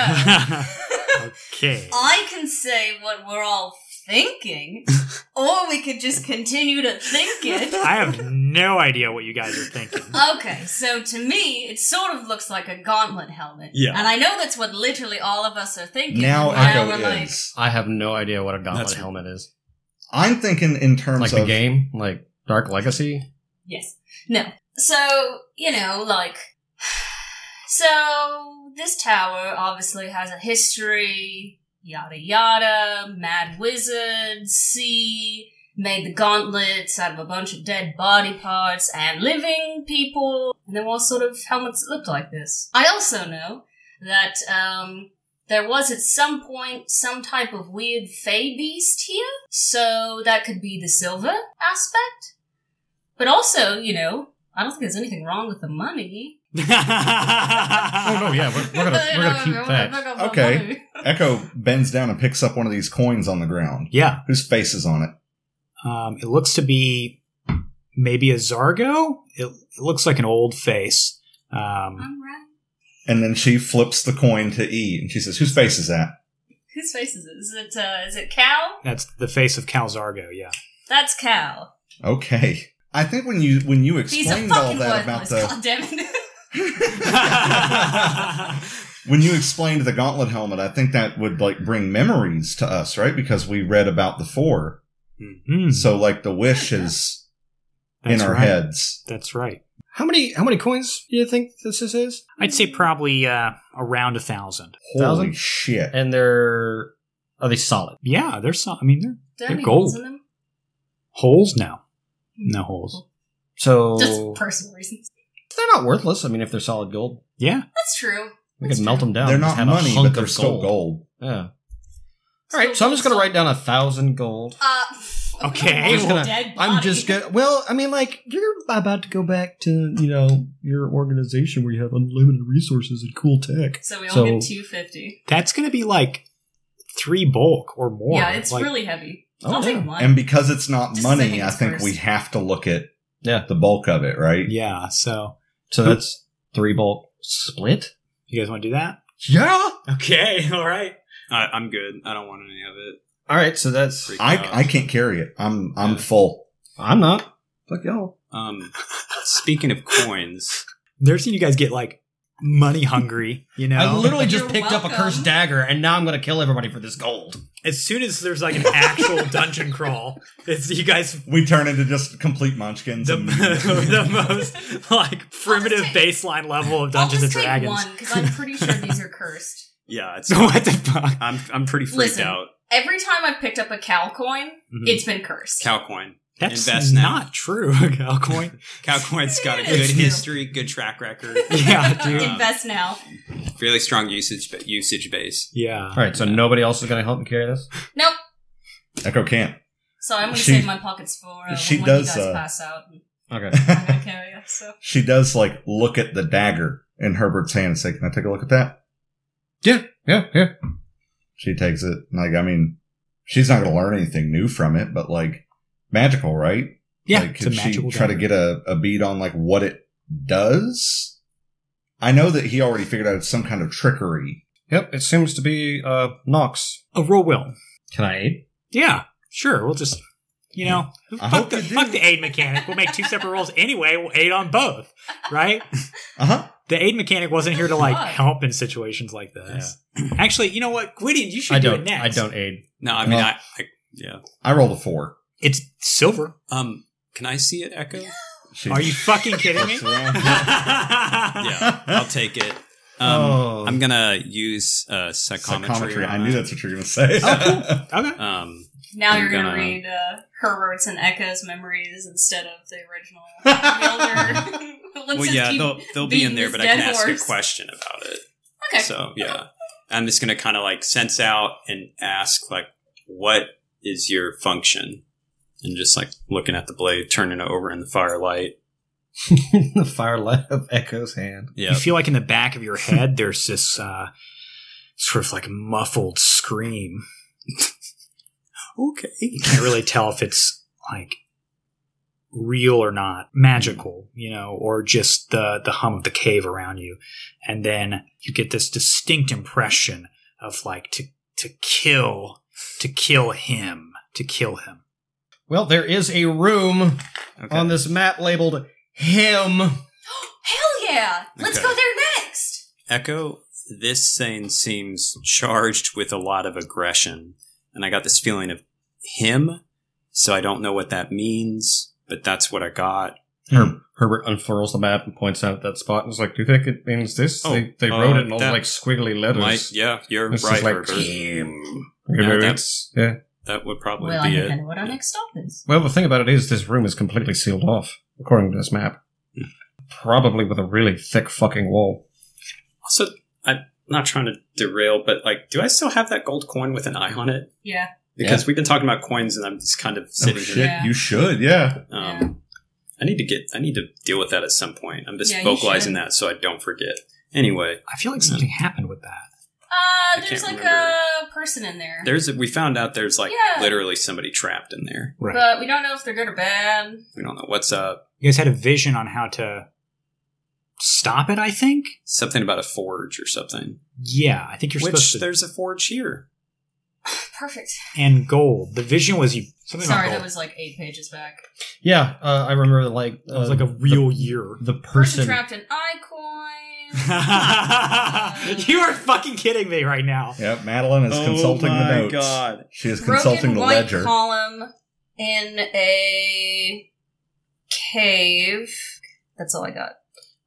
Speaker 5: Okay.
Speaker 3: I can say what we're all thinking, or we could just continue to think it.
Speaker 5: I have no idea what you guys are thinking.
Speaker 3: Okay, so to me, it sort of looks like a gauntlet helmet.
Speaker 7: Yeah.
Speaker 3: And I know that's what literally all of us are thinking.
Speaker 2: Now
Speaker 3: and
Speaker 2: Echo
Speaker 3: we're like,
Speaker 2: is.
Speaker 1: I have no idea what a gauntlet
Speaker 7: That's-
Speaker 1: helmet is.
Speaker 2: I'm thinking in terms
Speaker 1: Like
Speaker 2: of
Speaker 1: the game, like Dark Legacy.
Speaker 3: Yes. No. So, you know, like. So, this tower obviously has a history, yada yada, mad wizard, sea, made the gauntlets out of a bunch of dead body parts and living people, and there were all sort of helmets that looked like this. I also know that, um, there was at some point some type of weird fey beast here, so that could be the silver aspect. But also, you know, I don't think there's anything wrong with the money.
Speaker 1: Oh no, yeah, we're, we're gonna we're gonna keep that.
Speaker 2: Okay. Echo bends down and picks up one of these coins on the ground.
Speaker 5: yeah.
Speaker 2: Whose face is on it?
Speaker 5: Um, it looks to be maybe a Zargo. It, it looks like an old face. Um,
Speaker 3: I'm right.
Speaker 2: And then she flips the coin to E and she says, Whose face is that?
Speaker 3: Whose face is it? Is it uh, is it Cal?
Speaker 5: that's the face of Cal Zargo, yeah.
Speaker 3: That's Cal.
Speaker 2: Okay. I think when you when you
Speaker 3: He's a
Speaker 2: explained all
Speaker 3: fucking
Speaker 2: that about
Speaker 3: worthless.
Speaker 2: the
Speaker 3: God damn it.
Speaker 2: when you explained the gauntlet helmet, I think that would like bring memories to us, right? Because we read about the four.
Speaker 6: Hmm.
Speaker 5: Mhm.
Speaker 2: So like the wish is
Speaker 5: That's
Speaker 2: in our
Speaker 5: right.
Speaker 2: heads.
Speaker 5: That's right.
Speaker 6: How many how many coins do you think this is? is?
Speaker 5: I'd say probably uh, around a thousand.
Speaker 2: Holy
Speaker 6: Thousand?
Speaker 2: shit.
Speaker 6: And they're are they solid?
Speaker 5: Yeah, there's some. I mean, there are
Speaker 3: Don't
Speaker 5: They're
Speaker 3: need
Speaker 5: gold.
Speaker 3: holes in them.
Speaker 5: holes now. No holes.
Speaker 6: So
Speaker 3: Just for personal reasons.
Speaker 6: they're not worthless. I mean, if they're solid gold,
Speaker 5: Yeah.
Speaker 3: That's true.
Speaker 6: we
Speaker 3: That's
Speaker 6: could melt
Speaker 3: true.
Speaker 6: them down.
Speaker 2: they're
Speaker 6: and just
Speaker 2: not
Speaker 6: have a
Speaker 2: money,
Speaker 6: hunk
Speaker 2: but they're
Speaker 6: of
Speaker 2: still gold.
Speaker 6: Yeah. All right. So I'm just gonna write down a thousand gold.
Speaker 3: Uh,
Speaker 5: Okay.
Speaker 3: I'm
Speaker 5: I'm just
Speaker 6: gonna-
Speaker 3: dead
Speaker 6: I'm
Speaker 3: body.
Speaker 6: just gonna. Well, I mean, like you're about to go back to you know your organization where you have unlimited resources and cool tech.
Speaker 3: So we all
Speaker 6: So-
Speaker 3: get two fifty.
Speaker 5: That's going to be like three bulk or more.
Speaker 3: Yeah, it's
Speaker 5: Like,
Speaker 3: really heavy.
Speaker 6: Oh,
Speaker 3: I'll
Speaker 6: yeah.
Speaker 3: take one.
Speaker 2: And because it's not
Speaker 3: Just
Speaker 2: money,
Speaker 3: second
Speaker 2: I think
Speaker 3: first.
Speaker 2: we have to look at
Speaker 6: Yeah.
Speaker 2: the bulk of it, right?
Speaker 5: Yeah. So
Speaker 6: So that's three bulk split.
Speaker 5: you guys want to do that?
Speaker 6: Yeah.
Speaker 7: Okay, all right. I, I'm good. I don't want any of it.
Speaker 6: All right. So that's.
Speaker 7: Freak out.
Speaker 2: I, I can't carry it. I'm I'm
Speaker 7: Yeah.
Speaker 2: full.
Speaker 6: I'm not. Fuck y'all.
Speaker 7: Um, speaking of coins,
Speaker 5: There's seen you guys get like money hungry. You know,
Speaker 6: I literally just
Speaker 3: You're
Speaker 6: picked up a
Speaker 3: welcome.
Speaker 6: cursed dagger, and now I'm gonna kill everybody for this gold.
Speaker 5: as soon as there's like an actual dungeon crawl, it's you guys.
Speaker 2: We turn into just complete munchkins.
Speaker 5: The,
Speaker 2: and-
Speaker 5: the most like primitive
Speaker 3: take-
Speaker 5: baseline level of
Speaker 3: I'll
Speaker 5: Dungeons
Speaker 3: just take
Speaker 5: and Dragons.
Speaker 3: one because I'm pretty sure these are cursed.
Speaker 7: yeah, it's
Speaker 5: So what the fuck?
Speaker 7: I'm I'm pretty freaked
Speaker 3: Listen.
Speaker 7: out.
Speaker 3: every time I've picked up a cow coin,
Speaker 5: Mhm.
Speaker 3: it's been cursed.
Speaker 4: Cowcoin.
Speaker 5: That's
Speaker 4: Invest now.
Speaker 5: not true, Galcoin.
Speaker 4: Cowcoin's got a
Speaker 3: It is
Speaker 4: good
Speaker 3: true.
Speaker 4: history, good track record.
Speaker 5: Yeah, dude.
Speaker 4: Um,
Speaker 3: Invest now.
Speaker 4: really strong usage usage base.
Speaker 5: yeah.
Speaker 6: All right, so nobody else is going to help me carry this.
Speaker 3: Nope.
Speaker 2: Echo can't.
Speaker 3: So I'm going to
Speaker 2: She-
Speaker 3: save my pockets for uh,
Speaker 2: she
Speaker 3: when
Speaker 2: does,
Speaker 3: you guys
Speaker 2: uh,
Speaker 3: pass out. And
Speaker 6: Okay.
Speaker 3: I'm gonna carry it, so.
Speaker 2: she does like look at the dagger in Herbert's hand and say, "Can I take a look at that?"
Speaker 6: Yeah, yeah.
Speaker 2: She takes it. and, Like, I mean, she's not going to learn anything new from it, but like magical, right?
Speaker 5: Yeah,
Speaker 2: Like,
Speaker 5: it's a
Speaker 2: could she
Speaker 5: magical
Speaker 2: try to
Speaker 5: dagger.
Speaker 2: get a, a bead on like what it does? I know that he already figured out it's some kind of trickery.
Speaker 6: Yep, it seems to be uh Nox.
Speaker 5: a roll will.
Speaker 6: Can I aid?
Speaker 5: Yeah, sure. We'll just, you know,
Speaker 2: I
Speaker 5: fuck
Speaker 2: hope
Speaker 5: the,
Speaker 2: you do.
Speaker 5: fuck the aid mechanic. We'll make two separate rolls anyway. We'll aid on both, right?
Speaker 2: Uh huh.
Speaker 5: The aid mechanic wasn't here to like
Speaker 3: Fuck.
Speaker 5: help in situations like this. Actually, you know what, Gwydion, you should
Speaker 1: I
Speaker 5: do
Speaker 1: don't.
Speaker 5: it next.
Speaker 1: I don't aid.
Speaker 4: No, I mean,
Speaker 2: Well-
Speaker 4: I, I yeah.
Speaker 2: I rolled a four.
Speaker 5: It's silver.
Speaker 4: Um, can I see it, Echo?
Speaker 2: She,
Speaker 5: Are you fucking kidding me?
Speaker 2: It's around.
Speaker 5: yeah.
Speaker 4: yeah, I'll take it. Um,
Speaker 6: oh.
Speaker 4: I'm gonna use uh, psychometry.
Speaker 2: psychometry?
Speaker 4: on
Speaker 2: I knew
Speaker 4: that.
Speaker 2: that's what you were going to say.
Speaker 5: Oh, cool. Okay.
Speaker 4: Um,
Speaker 3: Now
Speaker 4: I'm
Speaker 3: you're going to
Speaker 4: gonna-
Speaker 3: read uh, Herbert's and Echo's memories instead of the original. Wilder. Let's
Speaker 4: well,
Speaker 3: just
Speaker 4: yeah,
Speaker 3: keep-
Speaker 4: they'll they'll be
Speaker 3: beating
Speaker 4: in there,
Speaker 3: this
Speaker 4: but I can
Speaker 3: dead
Speaker 4: ask a
Speaker 3: horse.
Speaker 4: question about it.
Speaker 3: Okay.
Speaker 4: So yeah, I'm just gonna kind of like sense out and ask like, what is your function? And just like looking at the blade, turning it over in the firelight.
Speaker 6: the firelight of Echo's hand.
Speaker 4: Yeah,
Speaker 5: You feel like in the back of your head, there's this uh, sort of like muffled scream. okay. You can't really tell if it's like real or not, magical, you know, or just the, the hum of the cave around you. And then you get this distinct impression of like to, to kill, to kill him, to kill him.
Speaker 6: Well, there is a room
Speaker 4: okay.
Speaker 1: Um,
Speaker 6: on this map labeled him.
Speaker 3: Hell yeah! Let's
Speaker 4: Okay.
Speaker 3: go there next!
Speaker 4: Echo, this thing seems charged with a lot of aggression. And I got this feeling of him, so I don't know what that means, but that's what I got.
Speaker 2: Hmm.
Speaker 1: Herbert unfurls the map and points out that spot and is like, "Do you think it means this?"
Speaker 4: Oh,
Speaker 1: they they
Speaker 4: uh,
Speaker 1: wrote it in all
Speaker 4: that-
Speaker 1: like squiggly letters.
Speaker 4: Might- yeah, you're
Speaker 1: This is
Speaker 4: right,
Speaker 1: like-
Speaker 4: Herbert.
Speaker 1: Maybe
Speaker 4: Yeah,
Speaker 1: it's- yeah.
Speaker 4: That would probably
Speaker 3: well, I
Speaker 4: be
Speaker 3: think I
Speaker 4: it.
Speaker 3: know what our next stop is.
Speaker 1: Well, the thing about it is, this room is completely sealed off according to this map. Probably with a really thick fucking wall.
Speaker 4: Also, I'm not trying to derail, but like, do I still have that gold coin with an eye on it?
Speaker 3: Yeah.
Speaker 4: Because we've been talking about coins, and I'm just kind of
Speaker 2: Oh,
Speaker 4: sitting
Speaker 2: shit.
Speaker 4: here.
Speaker 3: Yeah.
Speaker 2: You should, yeah.
Speaker 4: Um,
Speaker 3: Yeah.
Speaker 4: I need to get, I need to deal with that at some point. I'm just
Speaker 3: Yeah, you
Speaker 4: vocalizing
Speaker 3: should.
Speaker 4: that so I don't forget. Anyway,
Speaker 5: I feel like something happened with that.
Speaker 3: Uh,
Speaker 4: I
Speaker 3: there's
Speaker 4: can't
Speaker 3: like
Speaker 4: remember.
Speaker 3: a person in there.
Speaker 4: There's we found out there's like
Speaker 3: Yeah.
Speaker 4: literally somebody trapped in there.
Speaker 5: Right.
Speaker 3: But we don't know if they're good or bad.
Speaker 4: We don't know what's up.
Speaker 5: you guys had a vision on how to stop it, I think.
Speaker 4: Something about a forge or something.
Speaker 5: Yeah, I think you're
Speaker 4: Which
Speaker 5: supposed to.
Speaker 4: there's a forge here.
Speaker 3: Perfect.
Speaker 5: And gold. The vision was you. Something
Speaker 3: Sorry,
Speaker 5: about
Speaker 3: that
Speaker 5: gold.
Speaker 3: was like eight pages back.
Speaker 6: Yeah, uh, I remember like
Speaker 5: That was
Speaker 6: uh,
Speaker 5: like a real year.
Speaker 6: the, the
Speaker 3: Person,
Speaker 6: person.
Speaker 3: trapped in Icoin.
Speaker 5: you are fucking kidding me right now.
Speaker 2: Yep. Madeline is
Speaker 4: Oh
Speaker 2: consulting the notes. She is
Speaker 3: broken
Speaker 2: consulting the
Speaker 3: white
Speaker 2: ledger.
Speaker 3: column in a cave. That's all I got.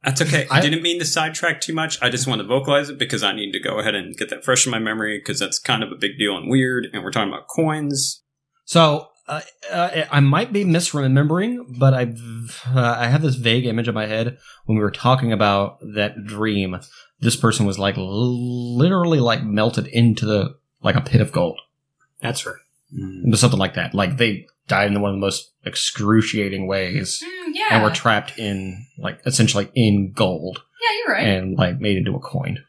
Speaker 4: That's okay. I
Speaker 6: I-
Speaker 4: didn't mean to sidetrack too much. I just want to vocalize it because I need to go ahead and get that fresh in my memory because that's kind of a big deal and weird. And we're talking about coins.
Speaker 6: So uh, uh, I might be misremembering, but I uh, I have this vague image in my head when we were talking about that dream. This person was like l- literally like melted into the like a pit of gold,
Speaker 5: That's right.
Speaker 4: Mm.
Speaker 6: It was something like that. Like they died in one of the most excruciating ways,
Speaker 3: Mm, yeah.
Speaker 6: and were trapped in like essentially in gold
Speaker 3: yeah, you're right.
Speaker 6: and like made into a coin.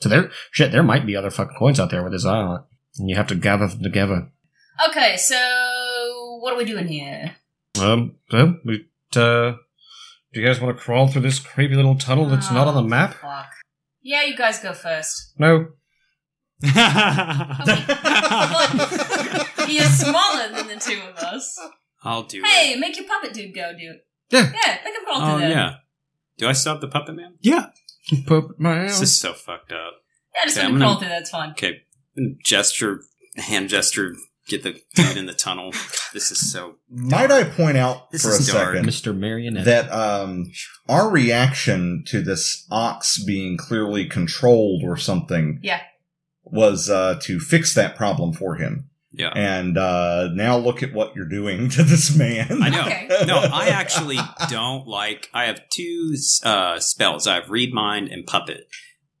Speaker 6: So there, shit, there might be other fucking coins out there with his eye on it, and you have to gather them together.
Speaker 3: Okay, so what are we doing here?
Speaker 6: Um, so we, uh, do you guys want to crawl through this creepy little tunnel that's not on the map?
Speaker 3: Oh, Fuck. Yeah, you guys go first.
Speaker 6: No.
Speaker 3: Look, he is smaller than the two of us.
Speaker 4: I'll do it.
Speaker 3: Hey, make your puppet dude go, dude.
Speaker 6: Yeah.
Speaker 3: Yeah, make him crawl
Speaker 4: Oh
Speaker 3: through there.
Speaker 4: yeah. Do I still have the puppet man?
Speaker 6: Put my
Speaker 4: This is so fucked up.
Speaker 3: Yeah, just
Speaker 4: Okay,
Speaker 3: let
Speaker 4: I'm
Speaker 3: him
Speaker 4: gonna-
Speaker 3: crawl through, that's fine.
Speaker 4: Okay. Gesture, hand gesture, get the dude in the tunnel. This is so
Speaker 2: Might I point out
Speaker 4: This
Speaker 2: for a
Speaker 4: is dark.
Speaker 2: second
Speaker 6: Mr. Marionette.
Speaker 2: that um, our reaction to this ox being clearly controlled or something
Speaker 3: Yeah.
Speaker 2: was uh, to fix that problem for him.
Speaker 4: Yeah.
Speaker 2: And uh, now look at what you're doing to this man.
Speaker 4: I know.
Speaker 3: Okay.
Speaker 4: No, I actually don't like. I have two uh, spells. I have Read Mind and Puppet.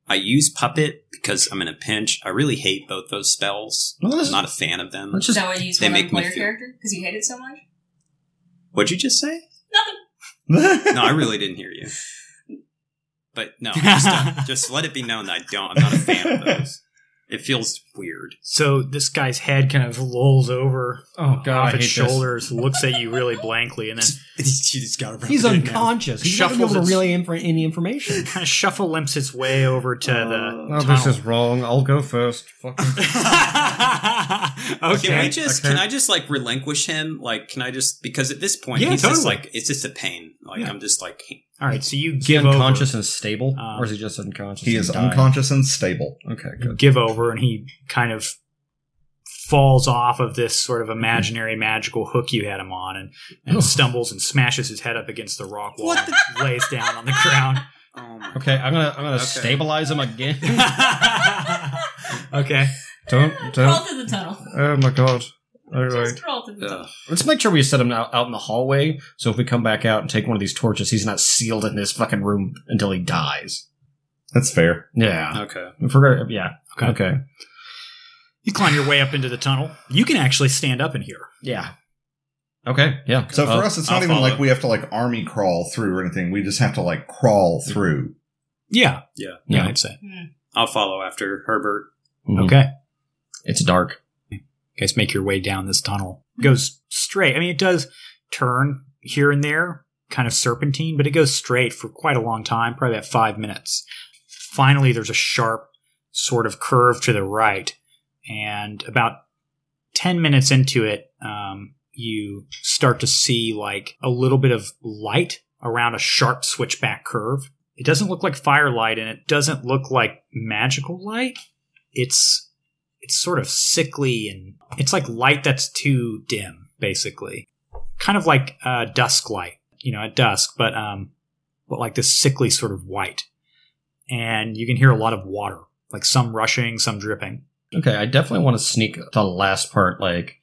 Speaker 4: I use Puppet because I'm in a pinch. I really hate both those spells.
Speaker 6: Well,
Speaker 4: I'm
Speaker 6: that's-
Speaker 4: not a fan of them.
Speaker 6: Let's
Speaker 3: Is
Speaker 6: just
Speaker 3: that why you used
Speaker 4: They
Speaker 3: one on
Speaker 4: make me
Speaker 3: player
Speaker 4: feel-
Speaker 3: character? Because you hate it so much?
Speaker 4: What'd you just say?
Speaker 3: Nothing.
Speaker 4: No, I really didn't hear you. But no, just, don't- just let it be known that I don't. I'm not a fan of those. It feels weird.
Speaker 5: So this guy's head kind of lolls over
Speaker 1: Oh god,
Speaker 5: off its shoulders, looks at you really blankly, and then
Speaker 6: He's unconscious. He's not
Speaker 5: Shuffles
Speaker 6: able to
Speaker 5: its-
Speaker 6: relay inf- any information. Uh,
Speaker 5: kind of shuffle limps its way over to the.
Speaker 1: Oh,
Speaker 5: tunnel.
Speaker 1: this is wrong. I'll go first. Fucking
Speaker 5: okay.
Speaker 4: Can I just
Speaker 1: okay.
Speaker 4: can I just like relinquish him? Like, can I just because at this point
Speaker 5: Yeah,
Speaker 4: he's just
Speaker 5: totally.
Speaker 4: like it's just a pain. Like
Speaker 5: Yeah.
Speaker 4: I'm just like
Speaker 5: All right. So you
Speaker 6: Is he
Speaker 5: give over.
Speaker 6: unconscious and stable,
Speaker 5: Um,
Speaker 6: or is he just unconscious?
Speaker 2: he
Speaker 6: and
Speaker 2: is
Speaker 6: dying?
Speaker 2: unconscious and stable.
Speaker 6: Okay,
Speaker 5: you
Speaker 6: good.
Speaker 5: give over and he kind of falls off of this sort of imaginary magical hook you had him on and, and stumbles and smashes his head up against the rock wall
Speaker 4: What
Speaker 5: and lays down on the ground
Speaker 4: oh my
Speaker 6: Okay, I'm gonna I'm gonna
Speaker 4: Okay.
Speaker 6: stabilize him again.
Speaker 5: okay
Speaker 1: don't
Speaker 3: Crawl
Speaker 1: don't.
Speaker 3: through the tunnel.
Speaker 1: Oh my god. All right.
Speaker 3: Just crawl through the tunnel.
Speaker 4: Ugh.
Speaker 6: Let's make sure we set him out, out in the hallway. So if we come back out and take one of these torches, he's not sealed in this fucking room until he dies.
Speaker 2: That's fair.
Speaker 6: Yeah.
Speaker 4: Okay.
Speaker 6: If we're- yeah.
Speaker 5: Okay.
Speaker 6: okay.
Speaker 5: you climb your way up into the tunnel you can actually stand up in here
Speaker 6: Yeah. Okay. Yeah.
Speaker 2: So for
Speaker 6: Uh,
Speaker 2: us, it's
Speaker 4: I'll
Speaker 2: not even like
Speaker 4: follow.
Speaker 2: we have to like army crawl through or anything. We just have to like crawl
Speaker 4: Mm-hmm.
Speaker 2: through.
Speaker 5: yeah
Speaker 4: Yeah.
Speaker 5: yeah
Speaker 6: Yeah.
Speaker 5: i'd say
Speaker 4: I'll follow after Herbert.
Speaker 6: mhm.
Speaker 5: okay
Speaker 6: It's dark.
Speaker 5: you guys make your way down this tunnel It goes straight i mean it does turn here and there kind of serpentine but it goes straight for quite a long time probably about five minutes finally there's a sharp sort of curve to the right and about 10 minutes into it um, you start to see like a little bit of light around a sharp switchback curve it doesn't look like firelight and it doesn't look like magical light it's it's sort of sickly and it's like light that's too dim basically kind of like uh, dusk light you know at dusk but um but like this sickly sort of white and you can hear a lot of water like some rushing some dripping
Speaker 6: Okay. I definitely want to sneak the last part, like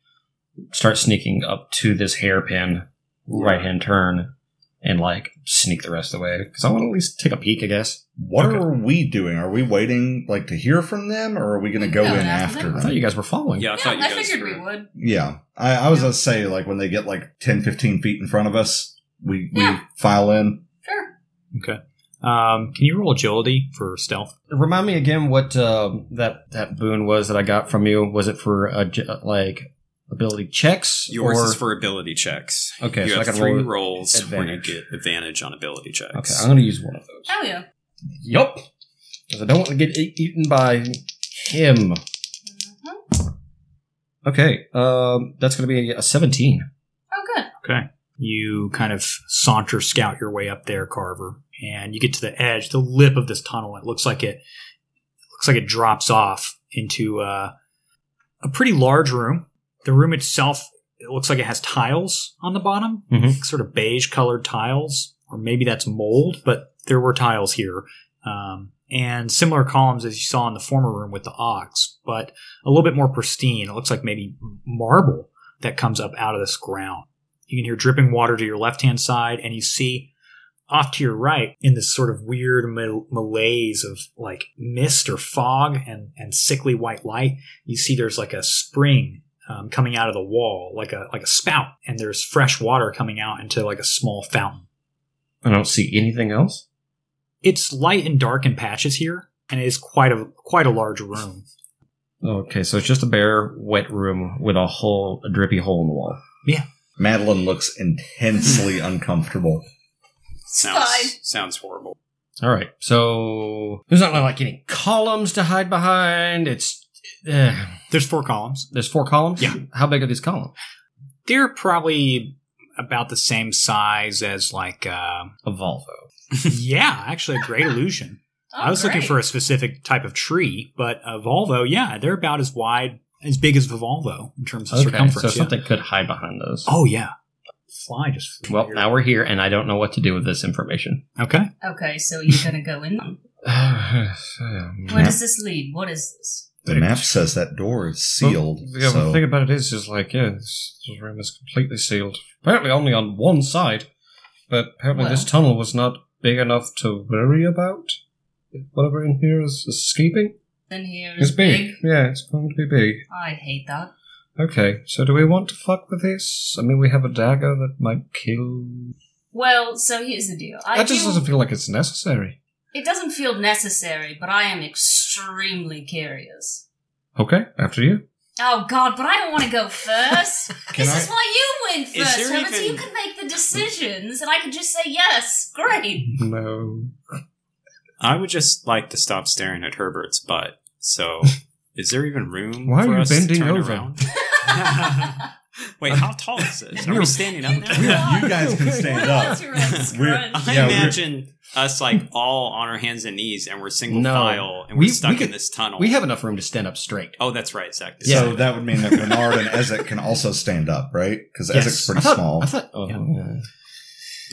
Speaker 6: start sneaking up to this hairpin right hand turn and like sneak the rest of the way because I want to at least take a peek, I guess.
Speaker 2: What
Speaker 6: Okay.
Speaker 2: are we doing? Are we waiting like to hear from them, or are we going to go
Speaker 3: No,
Speaker 2: in
Speaker 3: after
Speaker 2: after
Speaker 3: them.
Speaker 6: I thought
Speaker 2: them?
Speaker 6: you guys were following.
Speaker 4: Yeah, I
Speaker 3: Yeah,
Speaker 4: thought you
Speaker 3: I
Speaker 4: guys
Speaker 3: figured we
Speaker 4: were-
Speaker 3: would.
Speaker 2: Yeah, I, I was
Speaker 3: Yeah.
Speaker 2: gonna say like when they get like 10, 15 feet in front of us, we we
Speaker 3: Yeah.
Speaker 2: file in.
Speaker 3: Sure.
Speaker 5: okay um can you roll agility for stealth
Speaker 6: Remind me again what uh, that that boon was that I got from you. Was it for uh, j- like ability checks?
Speaker 4: Yours
Speaker 6: or-
Speaker 4: is for ability checks.
Speaker 6: okay.
Speaker 4: you
Speaker 6: so I
Speaker 4: have
Speaker 6: can
Speaker 4: three
Speaker 6: roll.
Speaker 4: rolls where you
Speaker 6: advantage.
Speaker 4: get advantage on ability
Speaker 6: Okay,
Speaker 4: checks.
Speaker 6: I'm gonna use one of those.
Speaker 3: Hell yeah.
Speaker 6: Yup, because I don't want to get e- eaten by him.
Speaker 3: Mhm.
Speaker 6: Okay, um, that's gonna be a 17.
Speaker 3: Oh, good.
Speaker 5: you kind of saunter scout your way up there carver and you get to the edge the lip of this tunnel it looks like it looks like it drops off into uh, a pretty large room the room itself it looks like it has tiles on the bottom
Speaker 6: Mhm.
Speaker 5: sort of beige colored tiles or maybe that's mold but there were tiles here um, and similar columns as you saw in the former room with the ox but a little bit more pristine it looks like maybe marble that comes up out of this ground you can hear dripping water to your left hand side, and you see off to your right in this sort of weird mal- malaise of like mist or fog and, and sickly white light. You see there's like a spring um, coming out of the wall, like a like a spout, and there's fresh water coming out into like a small fountain.
Speaker 6: I don't see anything else.
Speaker 5: It's light and dark in patches here, and it is quite a quite a large room.
Speaker 6: Okay, so it's just a bare, wet room with a hole, a drippy hole in the wall.
Speaker 2: Madeline looks intensely uncomfortable.
Speaker 4: sounds
Speaker 3: Fine.
Speaker 4: sounds horrible.
Speaker 6: All right, so there's not like any columns to hide behind. It's eh,
Speaker 5: There's four columns.
Speaker 6: there's four columns.
Speaker 5: Yeah.
Speaker 6: how big are these columns?
Speaker 5: They're probably about the same size as like uh,
Speaker 6: A Volvo.
Speaker 5: yeah, actually a great illusion.
Speaker 3: Oh,
Speaker 5: I was looking
Speaker 3: great.
Speaker 5: for a specific type of tree, but a Volvo, yeah, they're about as wide, as big as a Volvo in terms of
Speaker 6: Okay,
Speaker 5: circumference.
Speaker 6: so
Speaker 5: yeah.
Speaker 6: something could hide behind those.
Speaker 5: Oh yeah, fly just. flew
Speaker 6: Well,
Speaker 5: here.
Speaker 6: now we're here, and I don't know what to do with this information.
Speaker 5: okay.
Speaker 3: Okay, so you're gonna go in. Where
Speaker 6: Where
Speaker 3: does this lead? What is this?
Speaker 2: The map says that door is sealed.
Speaker 6: Well, yeah,
Speaker 2: so
Speaker 6: the thing about it is, is like, yeah, this, this room is completely sealed. Apparently, only on one side, but apparently this
Speaker 3: Well.
Speaker 6: tunnel was not big enough to worry about. Whatever in here is escaping.
Speaker 3: Then he
Speaker 6: It's
Speaker 3: was
Speaker 6: big.
Speaker 3: big.
Speaker 6: Yeah, it's going to be big.
Speaker 3: I hate that.
Speaker 6: Okay, so do we want to fuck with this? I mean, we have a dagger that might kill.
Speaker 3: Well, so here's the deal. I
Speaker 6: that just
Speaker 3: do-
Speaker 6: doesn't feel like it's necessary.
Speaker 3: It doesn't feel necessary, but I am extremely curious.
Speaker 6: Okay, after you.
Speaker 3: Oh god, but I don't want to go first. this
Speaker 2: I-
Speaker 3: is why you win
Speaker 7: Is
Speaker 3: first,
Speaker 7: there
Speaker 3: Robert, so you
Speaker 7: even-
Speaker 3: can make the decisions, and I can just say yes. Great.
Speaker 6: No.
Speaker 4: I would just like to stop staring at Herbert's butt. So, is there even room?
Speaker 6: Why are
Speaker 4: for
Speaker 6: you
Speaker 4: us to
Speaker 6: bending
Speaker 4: turn
Speaker 6: over?
Speaker 4: around? Wait, how tall is this? Are we standing up now?
Speaker 3: We're-
Speaker 2: you guys can stand up.
Speaker 3: Your legs
Speaker 2: We're-
Speaker 3: crunch.
Speaker 4: I
Speaker 2: Yeah, we're-
Speaker 4: imagine us like all on our hands and knees, and we're single
Speaker 1: No.
Speaker 4: file, and we're
Speaker 1: We-
Speaker 4: stuck
Speaker 1: we
Speaker 4: in
Speaker 1: could-
Speaker 4: this tunnel.
Speaker 1: We have enough room to stand up straight.
Speaker 4: Oh, that's right, Zach. did
Speaker 2: So
Speaker 4: say
Speaker 2: that would mean that Bernard and Ezek can also stand up, right? Because
Speaker 5: Yes.
Speaker 2: Ezek's
Speaker 1: I
Speaker 2: pretty
Speaker 1: thought,
Speaker 2: small.
Speaker 1: I thought. Oh, yeah.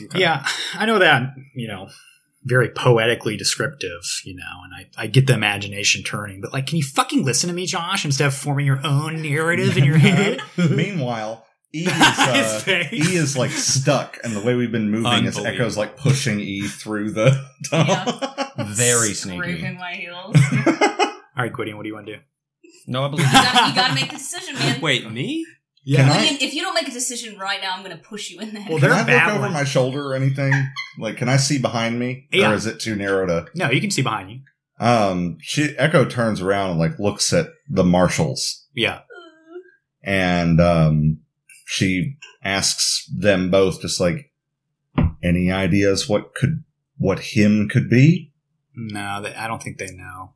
Speaker 4: Okay.
Speaker 5: Yeah, I know that, you know, very poetically descriptive, you know, and I, I get the imagination turning, but like, can you fucking listen to me, Josh, instead of forming your own narrative in your head?
Speaker 2: Meanwhile, E is, uh,
Speaker 5: His face.
Speaker 2: E is like stuck, and the way we've been moving is
Speaker 4: Unbelievable.
Speaker 2: Echo's like pushing E through the tunnel.
Speaker 1: Very
Speaker 3: Scraping
Speaker 1: sneaky.
Speaker 3: my heels. you,
Speaker 5: All right, Gwydion, what do you want to do?
Speaker 6: No, I believe
Speaker 3: gotta, you gotta make the decision, man.
Speaker 4: Wait, me?
Speaker 2: Can I-
Speaker 3: William, if you don't make a decision right now, I'm gonna push you in there.
Speaker 5: Well,
Speaker 2: Can
Speaker 5: they're
Speaker 2: I look
Speaker 5: battling.
Speaker 2: over my shoulder or anything? Like, can I see behind me,
Speaker 5: Yeah.
Speaker 2: or is it too narrow to?
Speaker 5: No, you can see behind you.
Speaker 2: Um, she Echo turns around and like looks at the marshals,
Speaker 5: Yeah.
Speaker 2: and um, she asks them both just like, any ideas what could what him could be?
Speaker 5: No, they, I don't think they know.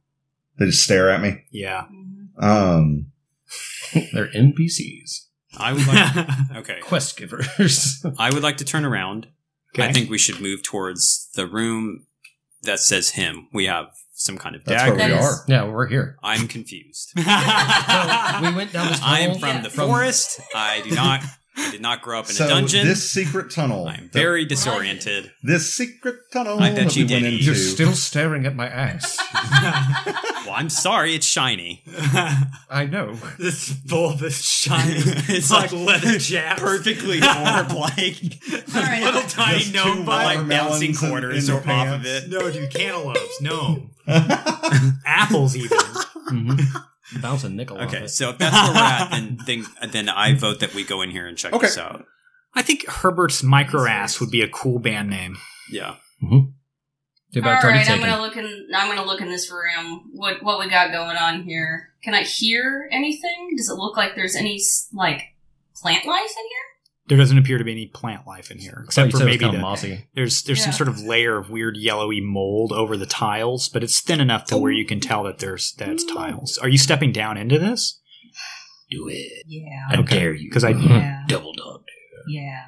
Speaker 2: They just stare at me.
Speaker 5: Yeah.
Speaker 3: Mhm.
Speaker 2: Um,
Speaker 1: They're NPCs.
Speaker 4: I would like. Okay,
Speaker 1: Quest givers.
Speaker 4: I would like to turn around.
Speaker 5: Okay.
Speaker 4: I think we should move towards the room that says him. We have some kind of
Speaker 2: That's
Speaker 4: dagger.
Speaker 2: where we
Speaker 3: That is-
Speaker 2: are.
Speaker 1: yeah, we're here.
Speaker 4: I'm confused.
Speaker 1: We went down this tunnel.
Speaker 4: I am from
Speaker 3: Yeah.
Speaker 4: the forest. I do not. I did not grow up in
Speaker 2: So
Speaker 4: a dungeon.
Speaker 2: this secret tunnel,
Speaker 4: I'm
Speaker 2: the-
Speaker 4: very disoriented.
Speaker 2: this secret tunnel
Speaker 4: I bet
Speaker 2: that
Speaker 4: you
Speaker 2: we went
Speaker 4: didn't.
Speaker 2: into.
Speaker 1: You're
Speaker 4: You're
Speaker 1: still staring at my ass.
Speaker 4: Well, I'm sorry. It's shiny.
Speaker 1: I know.
Speaker 5: this bulbous, shiny,
Speaker 4: It's
Speaker 5: like
Speaker 4: like
Speaker 5: leather jabs.
Speaker 4: Perfectly formed, like
Speaker 3: right.
Speaker 4: little tiny
Speaker 2: Just two
Speaker 4: gnome, but like
Speaker 2: watermelons
Speaker 4: bouncing
Speaker 2: in-
Speaker 4: quarters
Speaker 2: in
Speaker 4: or
Speaker 2: the
Speaker 4: off of
Speaker 2: pants.
Speaker 4: it.
Speaker 5: No, dude, cantaloupes. No. Apples, even.
Speaker 1: Mhm. Bounce a nickel.
Speaker 4: Okay,
Speaker 1: Off it.
Speaker 4: so if that's where we're at, then, then then I vote that we go in here and check
Speaker 2: Okay.
Speaker 4: this out.
Speaker 5: I think Herbert's Micro Ass would be a cool band name.
Speaker 4: Yeah,
Speaker 1: Dude,
Speaker 3: All
Speaker 1: but it's already
Speaker 3: right, I'm
Speaker 1: taken.
Speaker 3: gonna look in. I'm gonna look in this room. What what we got going on here? Can I hear anything? Does it look like there's any s- like plant life in here?
Speaker 5: There doesn't appear to be any plant life in here, except
Speaker 1: Oh, you
Speaker 5: for
Speaker 1: said it was
Speaker 5: maybe
Speaker 1: kinda
Speaker 5: the,
Speaker 1: mossy.
Speaker 5: there's there's some
Speaker 3: Yeah.
Speaker 5: sort of layer of weird yellowy mold over the tiles, but it's thin enough to where you can tell that there's that it's tiles. Are you stepping down into this?
Speaker 1: Do it.
Speaker 3: Yeah,
Speaker 1: I
Speaker 5: Okay,
Speaker 1: dare you.
Speaker 5: 'cause I-
Speaker 6: Hmm.
Speaker 3: yeah,
Speaker 1: double dog.
Speaker 3: yeah.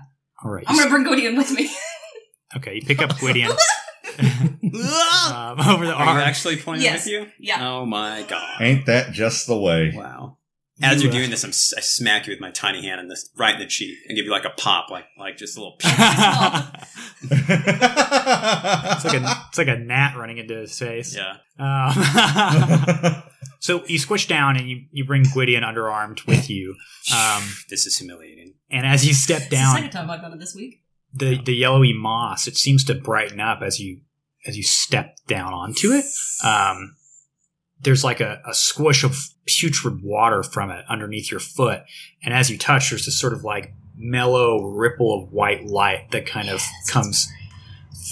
Speaker 5: All right.
Speaker 3: I'm gonna bring Gwydion with me.
Speaker 5: okay, you pick up Gwydion um, over the
Speaker 4: are you
Speaker 5: arm.
Speaker 4: actually pointing
Speaker 3: Yes.
Speaker 4: with you?
Speaker 3: yeah.
Speaker 4: Oh my god!
Speaker 2: Ain't that just the way?
Speaker 4: Wow. As you're
Speaker 5: You, uh,
Speaker 4: doing this, I'm, si smack you with my tiny hand in this right in the cheek and give you like a pop, like like just a little.
Speaker 5: It's like a it's like a gnat running into his face.
Speaker 4: yeah.
Speaker 5: Um, so you squish down and you you bring Gwydion underarmed with you, um,
Speaker 4: This is humiliating.
Speaker 5: and as you step
Speaker 3: It's the
Speaker 5: down,
Speaker 3: second time I've done it this week.
Speaker 5: the the yellowy moss it seems to brighten up as you as you step down onto it um there's like a, a squish of putrid water from it underneath your foot and as you touch there's this sort of like mellow ripple of white light that kind of comes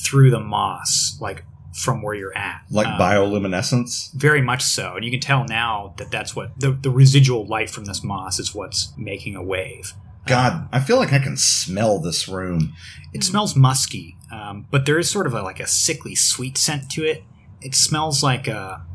Speaker 5: through the moss like from where you're at
Speaker 2: like
Speaker 5: Um,
Speaker 2: bioluminescence.
Speaker 5: very much so and you can tell now that that's what the, the residual light from this moss is what's making a wave
Speaker 2: God, I feel like I can smell this room.
Speaker 5: It smells musky, um, but there is sort of a, like a sickly sweet scent to it. It smells like a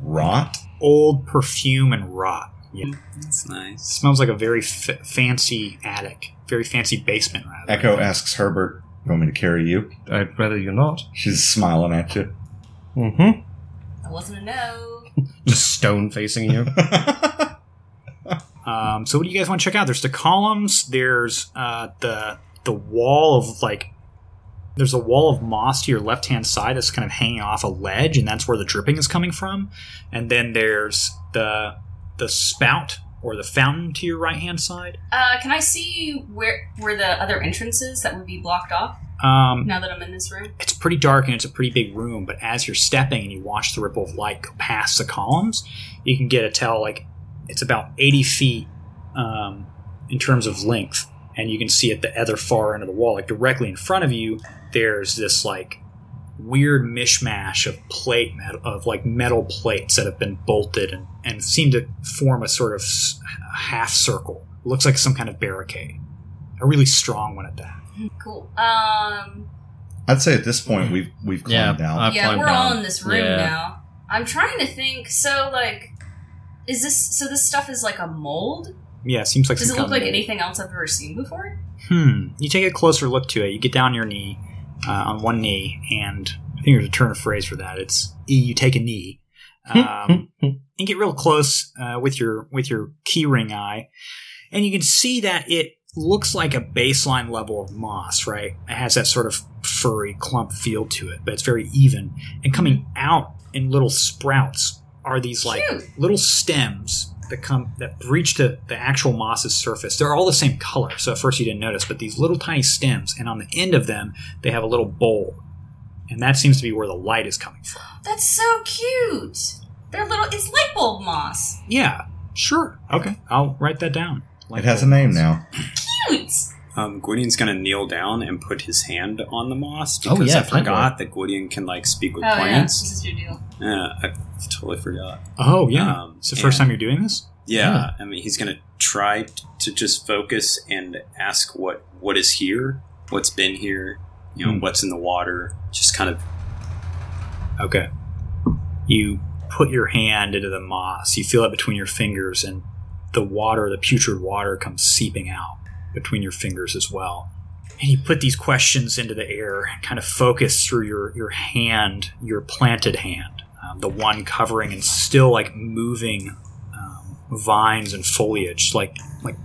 Speaker 2: Rot.
Speaker 5: old perfume and rot. Yeah. It
Speaker 4: That's nice.
Speaker 5: smells like a very f- fancy attic, very fancy basement rather.
Speaker 2: Echo asks Herbert, "You want me to carry you?"
Speaker 6: I'd rather you not.
Speaker 2: She's smiling at you.
Speaker 6: Mm-hmm.
Speaker 3: That wasn't a no.
Speaker 1: Just stone facing you.
Speaker 5: Um, so what do you guys want to check out? There's the columns. There's uh, the the wall of like there's a wall of moss to your left hand side that's kind of hanging off a ledge, and that's where the dripping is coming from. And then there's the the spout or the fountain to your right hand side.
Speaker 3: Uh, can I see where where the other entrance is that would be blocked off
Speaker 5: Um,
Speaker 3: now that I'm in this room?
Speaker 5: it's pretty dark and it's a pretty big room, but as you're stepping and you watch the ripple of light go past the columns, you can get a tell like it's about 80 feet um, in terms of length. And you can see at the other far end of the wall, like directly in front of you, there's this like weird mishmash of plate metal, of like metal plates that have been bolted and, and seem to form a sort of s- half circle. looks like some kind of barricade. A really strong one at that.
Speaker 3: Cool. Um,
Speaker 2: I'd say at this point we've we've
Speaker 1: Yeah,
Speaker 2: climbed down.
Speaker 1: I've
Speaker 3: yeah,
Speaker 1: climbed
Speaker 3: we're
Speaker 1: down.
Speaker 3: all in this room
Speaker 1: Yeah.
Speaker 3: now. I'm trying to think. So, like, is this so? This stuff is like a mold.
Speaker 5: Yeah, seems like
Speaker 3: Does
Speaker 5: some
Speaker 3: it look
Speaker 5: kind
Speaker 3: like
Speaker 5: of-
Speaker 3: anything else I've ever seen before?
Speaker 5: Hmm. You take a closer look to it. You get down on your knee, uh, on one knee, and I think there's a turn of phrase for that. It's E, you take a knee.
Speaker 6: Hmm,
Speaker 5: Um, and get real close uh, with your with your keyring eye, and you can see that it looks like a baseline level of moss. Right, it has that sort of furry clump feel to it, but it's very even. And coming out in little sprouts are these like
Speaker 3: Cute.
Speaker 5: little stems that come that breach the, the actual moss's surface. They're all the same color, so at first you didn't notice, but these little tiny stems, and on the end of them, they have a little bowl. And that seems to be where the light is coming from.
Speaker 3: That's so cute. They're little. It's light bulb moss.
Speaker 5: Yeah, sure. Okay. I'll write that down.
Speaker 2: it has a name now.
Speaker 3: Cute.
Speaker 4: Um, Gwydion's gonna kneel down and put his hand on the moss
Speaker 1: Oh,
Speaker 4: because
Speaker 1: yeah,
Speaker 4: I
Speaker 1: plant
Speaker 4: forgot that Gwydion can like speak
Speaker 3: Oh
Speaker 4: with
Speaker 3: yeah, this
Speaker 4: plants.
Speaker 3: is your deal.
Speaker 4: Yeah, I totally forgot.
Speaker 5: Oh yeah.
Speaker 4: Um,
Speaker 5: it's the first
Speaker 4: and-
Speaker 5: time you're doing this?
Speaker 4: Yeah, I mean, he's gonna try t- to just focus and ask what what is here, what's been here, you know,
Speaker 5: Hmm.
Speaker 4: what's in the water. Just kind of
Speaker 5: Okay. You put your hand into the moss, you feel it between your fingers, and the water, the putrid water, comes seeping out between your fingers as well. And you put these questions into the air, kind of focus through your, your hand, your planted hand, um, the one covering and still like moving um, vines and foliage, like like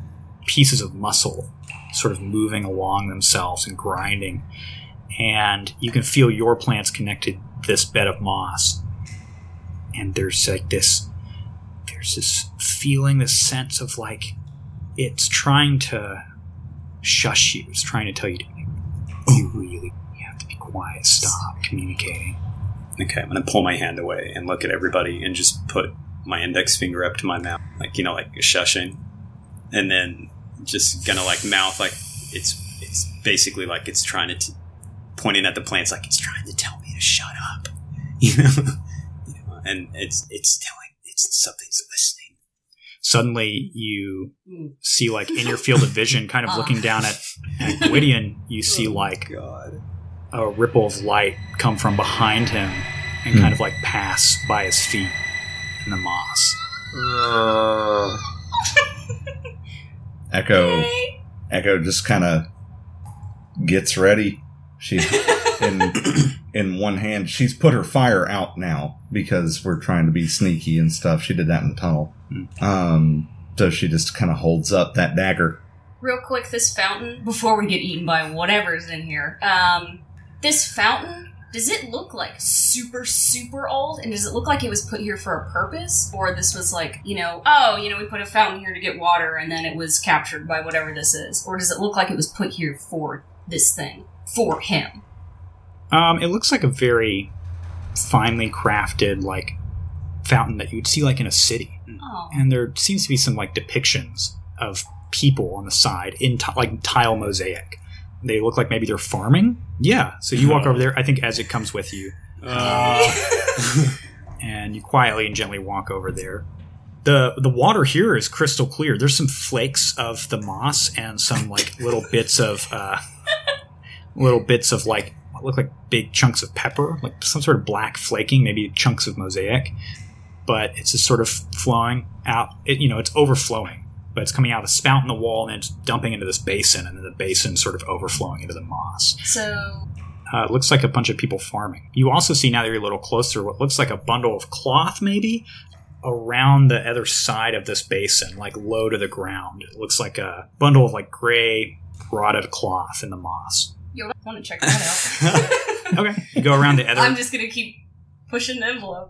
Speaker 5: pieces of muscle, sort of moving along themselves and grinding and you can feel your plants connected to this bed of moss. And there's like this there's this feeling, this sense of like it's trying to shush you. It's trying to tell you to you really you have to be quiet, stop communicating.
Speaker 4: okay. I'm gonna pull my hand away and look at everybody and just put my index finger up to my mouth, like you know, like shushing, and then just gonna like mouth like it's it's basically like it's trying to t- pointing at the plants like it's trying to tell me to shut up, you know, You know, and it's it's telling it's something's listening.
Speaker 5: Suddenly you
Speaker 3: Mm.
Speaker 5: see like in your field of vision, kind of
Speaker 3: Ah.
Speaker 5: looking down at, at Gwydion, you see like
Speaker 4: God.
Speaker 5: a ripple of light come from behind him and
Speaker 2: Hmm.
Speaker 5: kind of like pass by his feet in the moss.
Speaker 2: Echo
Speaker 3: Hey.
Speaker 2: Echo just kind of gets ready. She's in in one hand. She's put her fire out now because we're trying to be sneaky and stuff. She did that in the tunnel.
Speaker 6: Hmm.
Speaker 2: Um, so she just kind of holds up that dagger.
Speaker 3: Real quick, this fountain before we get eaten by whatever's in here. Um, this fountain does it look like super super old, and does it look like it was put here for a purpose, or this was like you know oh you know we put a fountain here to get water, and then it was captured by whatever this is, or does it look like it was put here for this thing for him?
Speaker 5: Um, it looks like a very finely crafted like fountain that you would see like in a city,
Speaker 3: Oh,
Speaker 5: and there seems to be some like depictions of people on the side in ti like tile mosaic. They look like maybe they're farming. Yeah. So you walk over there. I think as it comes with you,
Speaker 3: Uh,
Speaker 5: Uh. and you quietly and gently walk over there. The, the water here is crystal clear. There's some flakes of the moss and some like little bits of uh, little bits of like what look like big chunks of pepper, like some sort of black flaking, maybe chunks of mosaic. But it's just sort of flowing out. It, you know, it's overflowing, but it's coming out of a spout in the wall and it's dumping into this basin, and then the basin sort of overflowing into the moss.
Speaker 3: so
Speaker 5: Uh, it looks like a bunch of people farming. You also see now that you're a little closer what looks like a bundle of cloth, maybe around the other side of this basin, like low to the ground. It looks like a bundle of like gray rotted cloth in the moss.
Speaker 3: you'll want to check that out.
Speaker 5: Okay, you go around the other.
Speaker 3: I'm just gonna keep pushing the envelope.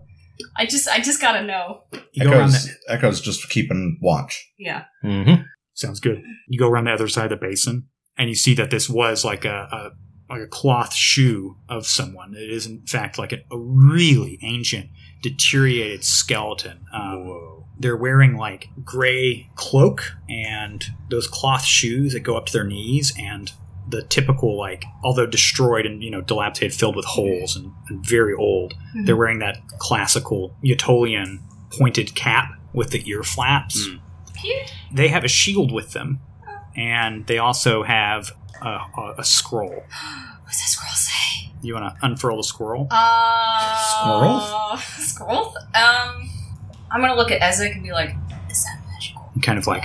Speaker 3: I just I just gotta know.
Speaker 5: You go around
Speaker 2: Echo's,
Speaker 5: that.
Speaker 2: Echo's just keeping watch.
Speaker 3: Yeah.
Speaker 6: Mm-hmm.
Speaker 5: Sounds good. You go around the other side of the basin, and you see that this was like a, a like a cloth shoe of someone. It is in fact like a, a really ancient, deteriorated skeleton. Um, They're wearing like gray cloak and those cloth shoes that go up to their knees, and the typical like, although destroyed and you know dilapidated, filled with holes and, and very old. They're wearing that classical Utolian pointed cap with the ear flaps
Speaker 3: Cute.
Speaker 5: they have a shield with them, and they also have a, a, a scroll.
Speaker 3: What's that squirrel say?
Speaker 5: You want to unfurl the scroll?
Speaker 3: Uh, squirrel. Squirrel. Um, I'm gonna look at Ezek and be like, "Is that magical?"
Speaker 5: He kind of like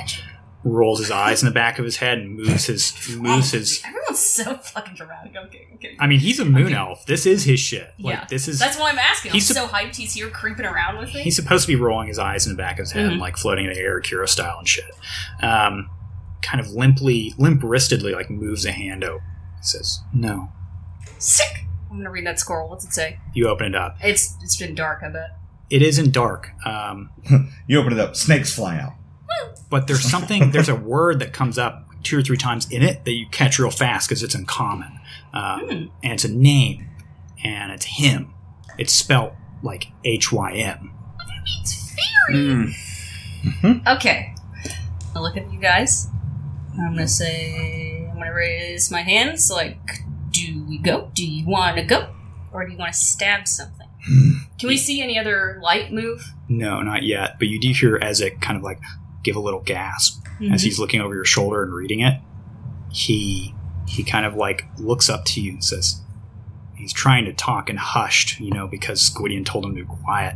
Speaker 5: rolls his eyes in the back of his head and moves his moves his.
Speaker 3: Everyone's so fucking dramatic. I'm kidding. I'm kidding.
Speaker 5: I mean, he's a moon elf. This is his shit. Like
Speaker 3: Yeah.
Speaker 5: this is.
Speaker 3: That's why I'm asking. I'm
Speaker 5: He's sup-
Speaker 3: so hyped. He's here creeping around with me.
Speaker 5: He's supposed to be rolling his eyes in the back of his head,
Speaker 3: Mhm.
Speaker 5: like floating in the air, Kira style and shit. Um, kind of limply, limp wristedly, like moves a hand over. He says, "No."
Speaker 3: Sick. I'm gonna read that squirrel. What's it say?
Speaker 5: You open it up.
Speaker 3: It's it's been dark. I bet.
Speaker 5: It isn't dark. Um,
Speaker 2: You open it up, snakes fly out.
Speaker 5: but there's something there's a word that comes up two or three times in it that you catch real fast because it's uncommon um,
Speaker 3: Hmm.
Speaker 5: and it's a name and it's him it's spelt like h-y-m
Speaker 3: It's
Speaker 7: Mm.
Speaker 6: Mm-hmm.
Speaker 3: Okay. I look at you guys. I'm gonna say I'm gonna raise my hands. Like, do we go? Do you want to go, or do you want to stab something?
Speaker 2: Hmm.
Speaker 3: Can we see any other light move?
Speaker 5: no not yet but you do hear ezek kind of like give a little gasp
Speaker 3: Mm-hmm.
Speaker 5: as he's looking over your shoulder and reading it he he kind of like looks up to you and says he's trying to talk and hushed you know because squidian told him to be quiet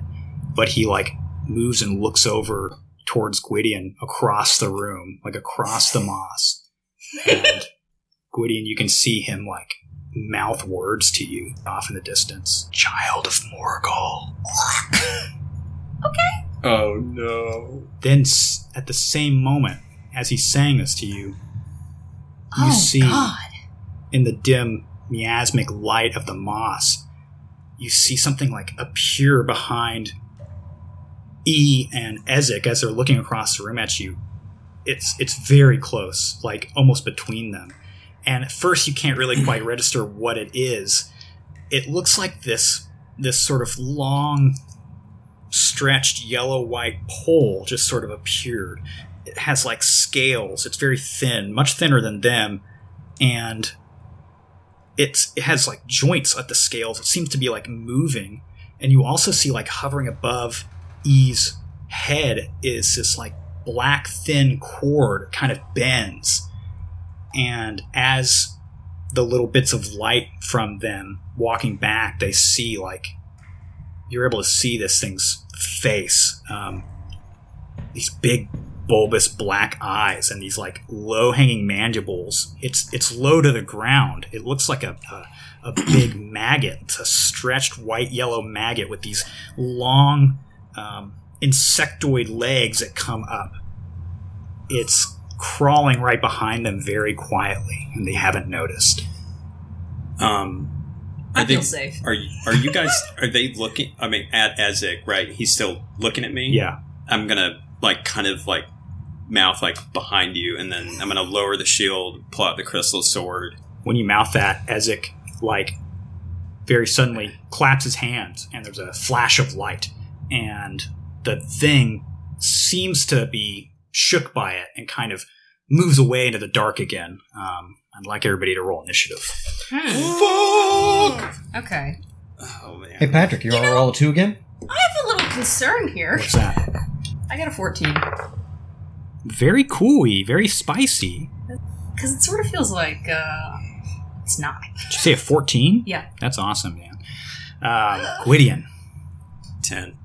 Speaker 5: but he like moves and looks over towards Gwydion across the room, like across the moss. And Gwydion, you can see him like mouth words to you off in the distance. Child of Morgul.
Speaker 7: Oh no.
Speaker 5: Then s- at the same moment as he's saying this to you,
Speaker 3: oh
Speaker 5: you see-
Speaker 3: God!
Speaker 5: in the dim miasmic light of the moss, you see something like appear behind E and Ezek as they're looking across the room at you. It's it's very close, like almost between them. And at first you can't really quite register what it is. It looks like this this sort of long stretched yellow white pole just sort of appeared. It has like scales. It's very thin, much thinner than them, and it's it has like joints at the scales. It seems to be like moving, and you also see like hovering above E's head is this like black thin cord that kind of bends, and as the little bits of light from them walking back, they see like you're able to see this thing's face. Um, these big bulbous black eyes and these like low hanging mandibles. It's it's low to the ground. It looks like a, a, a big maggot. It's a stretched white yellow maggot with these long um, insectoid legs that come up. It's crawling right behind them very quietly, and they haven't noticed.
Speaker 4: Um,
Speaker 3: I,
Speaker 4: I
Speaker 3: feel
Speaker 4: think-
Speaker 3: safe.
Speaker 4: are you, are you guys are they looking? I mean, at Ezek, right? He's still looking at me.
Speaker 5: Yeah.
Speaker 4: I'm gonna like kind of like mouth like behind you, and then I'm gonna lower the shield, pull out the crystal sword.
Speaker 5: when you mouth that, Ezek like very suddenly claps his hands, and there's a flash of light, and the thing seems to be shook by it and kind of moves away into the dark again. Um, I'd like everybody to roll initiative.
Speaker 3: Hmm. Okay.
Speaker 4: Oh man!
Speaker 6: Hey, Patrick, you, want to roll a two again?
Speaker 3: I have a little concern here.
Speaker 5: What's that?
Speaker 3: I got a 14
Speaker 5: Very cooey, very spicy.
Speaker 3: because it sort of feels like uh, it's not.
Speaker 5: Did you say a fourteen?
Speaker 3: Yeah.
Speaker 5: that's awesome, man. Um, Gwydion,
Speaker 4: Ten.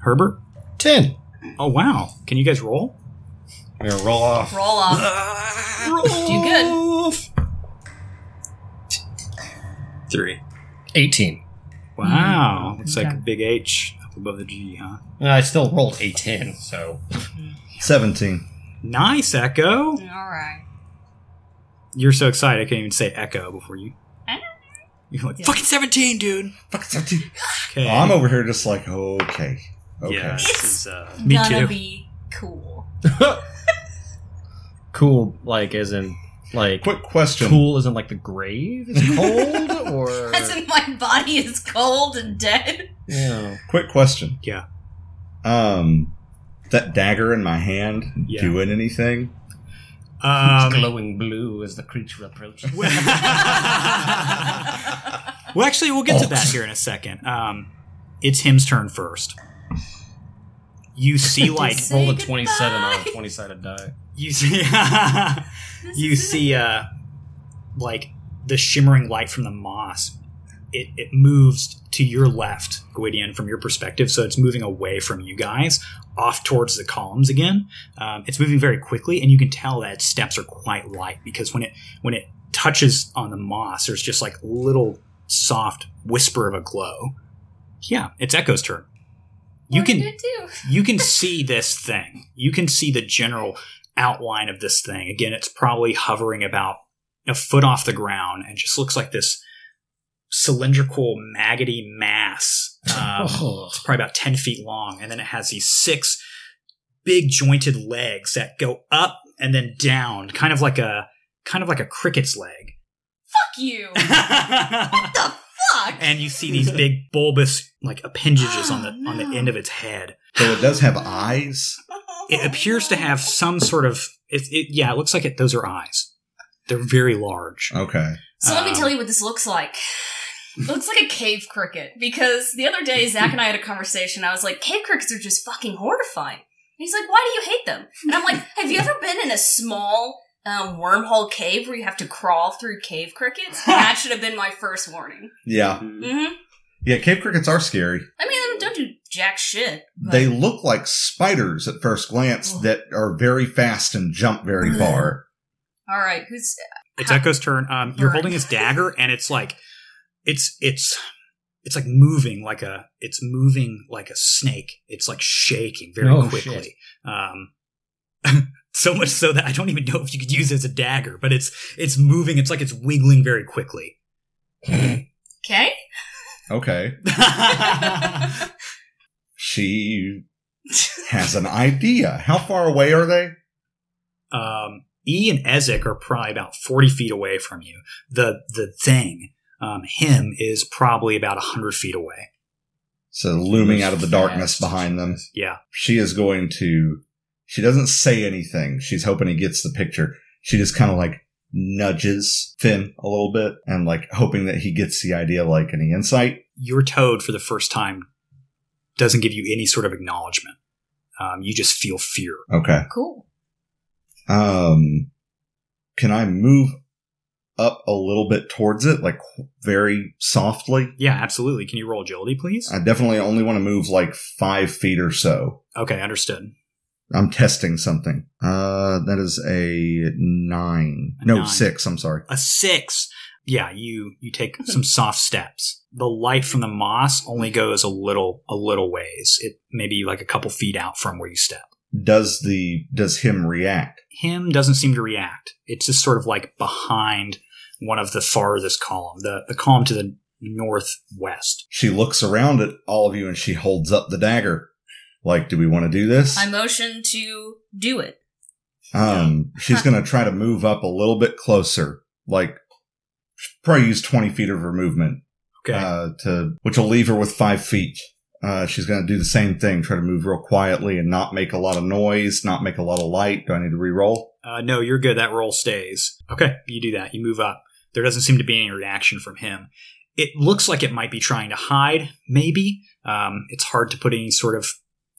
Speaker 5: Herbert.
Speaker 6: Ten.
Speaker 5: Oh wow! Can you guys roll?
Speaker 6: We're gonna roll off.
Speaker 3: Roll off. Do good.
Speaker 4: Three.
Speaker 6: Eighteen.
Speaker 5: Wow, looks like
Speaker 3: Okay.
Speaker 5: a big H up above the G, huh?
Speaker 6: I still rolled a ten, so
Speaker 2: 17.
Speaker 5: Nice, Echo.
Speaker 3: All right.
Speaker 5: You're so excited, I can't even say Echo before you. You're like
Speaker 3: Yeah.
Speaker 5: fucking seventeen, dude.
Speaker 2: Fuck, it's up to-
Speaker 5: Okay,
Speaker 2: I'm over here just like, okay. Okay.
Speaker 7: Yeah, this is, uh,
Speaker 5: Me
Speaker 3: gonna
Speaker 5: too.
Speaker 3: be cool.
Speaker 1: Cool, like as in like
Speaker 2: Quick question.
Speaker 1: cool isn't like the grave is cold or
Speaker 3: As in my body is cold and dead.
Speaker 1: yeah.
Speaker 2: Quick question.
Speaker 5: Yeah.
Speaker 2: Um, that dagger in my hand
Speaker 5: Yeah.
Speaker 2: doing anything?
Speaker 1: It's
Speaker 5: Um,
Speaker 1: glowing blue as the creature approaches.
Speaker 5: well, actually, we'll get to that here in a second. Um, it's him's turn first. You see, like
Speaker 3: Say
Speaker 1: Roll a
Speaker 3: goodbye.
Speaker 1: twenty-seven on a twenty-sided die.
Speaker 5: you see,
Speaker 3: This
Speaker 5: you
Speaker 3: is it.
Speaker 5: see, uh, like the shimmering light from the moss. It, it moves to your left, Gwydion, from your perspective. So it's moving away from you guys, off towards the columns again. Um, it's moving very quickly, and you can tell that its steps are quite light because when it when it touches on the moss, there's just like little soft whisper of a glow. Yeah, it's Echo's turn. You
Speaker 3: What
Speaker 5: can
Speaker 3: did it do?
Speaker 5: you can see this thing. You can see the general outline of this thing. Again, it's probably hovering about a foot off the ground and just looks like this cylindrical, maggoty mass. Um,
Speaker 1: Oh.
Speaker 5: It's probably about 10 feet long. And then it has these six big jointed legs that go up and then down, kind of like a kind of like a cricket's leg.
Speaker 3: Fuck you. the fuck?
Speaker 5: and you see these big bulbous like appendages on the on the end of its head.
Speaker 2: So it does have eyes.
Speaker 5: it appears to have some sort of it, it yeah it looks like it those are eyes they're very large
Speaker 1: Uh,
Speaker 2: Okay.
Speaker 3: So let me
Speaker 5: Um,
Speaker 3: tell you what this looks like. It looks like a cave cricket because the other day Zach and I had a conversation. I was like, cave crickets are just fucking horrifying. And he's like, why do you hate them? And I'm like, have you ever been in a small um, wormhole cave where you have to crawl through cave crickets? that should have been my first warning.
Speaker 2: Yeah.
Speaker 3: hmm
Speaker 2: Yeah, cave crickets are scary.
Speaker 3: I mean, they don't do jack shit. but-
Speaker 2: They look like spiders at first glance
Speaker 3: Oh.
Speaker 2: that are very fast and jump very far.
Speaker 3: All right, who's
Speaker 5: it's echo's turn um you're
Speaker 3: Burn.
Speaker 5: holding his dagger and it's like it's it's it's like moving like a it's moving like a snake it's like shaking very
Speaker 1: Oh, shit.
Speaker 5: quickly um so much so that i don't even know if you could use it as a dagger but it's it's moving it's like it's wiggling very quickly
Speaker 3: okay?
Speaker 2: Okay.
Speaker 5: uh
Speaker 2: She has an idea. How far away are they?
Speaker 5: um, E and Ezek are probably about 40 feet away from you. The the thing, um, him, is probably about 100 feet away.
Speaker 2: So looming out of the darkness
Speaker 1: Fast.
Speaker 2: behind them.
Speaker 5: Yeah.
Speaker 2: She is going to she doesn't say anything. She's hoping he gets the picture. She just kind of like nudges Finn a little bit and like hoping that he gets the idea like any insight.
Speaker 5: Your toad, for the first time, doesn't give you any sort of acknowledgement. Um, you just feel fear.
Speaker 2: Okay.
Speaker 3: Cool.
Speaker 2: Um, can I move up a little bit towards it, like very softly?
Speaker 5: Yeah, absolutely. Can you roll agility, please?
Speaker 2: I definitely only want to move like five feet or so.
Speaker 5: Okay, understood.
Speaker 2: I'm testing something. Uh, that is a nine.
Speaker 5: A
Speaker 2: no,
Speaker 5: nine.
Speaker 2: six. I'm sorry.
Speaker 5: A six. Yeah, you you take some soft steps. The light from the moss only goes a little a little ways. It maybe like a couple feet out from where you step.
Speaker 2: Does the does him react?
Speaker 5: him doesn't seem to react. It's just sort of like behind one of the farthest column, the, the column to the northwest.
Speaker 2: She looks around at all of you and she holds up the dagger. Like, do we want to do this?
Speaker 3: I motion to do it.
Speaker 2: Um, she's gonna try to move up a little bit closer. Like, probably use twenty feet of her movement.
Speaker 5: Okay.
Speaker 2: uh, to which will leave her with five feet. Uh, she's going to do the same thing, try to move real quietly and not make a lot of noise, not make a lot of light. Do I need to re-roll?
Speaker 5: Uh, no, you're good. That roll stays. Okay, you do that. You move up. There doesn't seem to be any reaction from him. It looks like it might be trying to hide, maybe. Um, it's hard to put any sort of.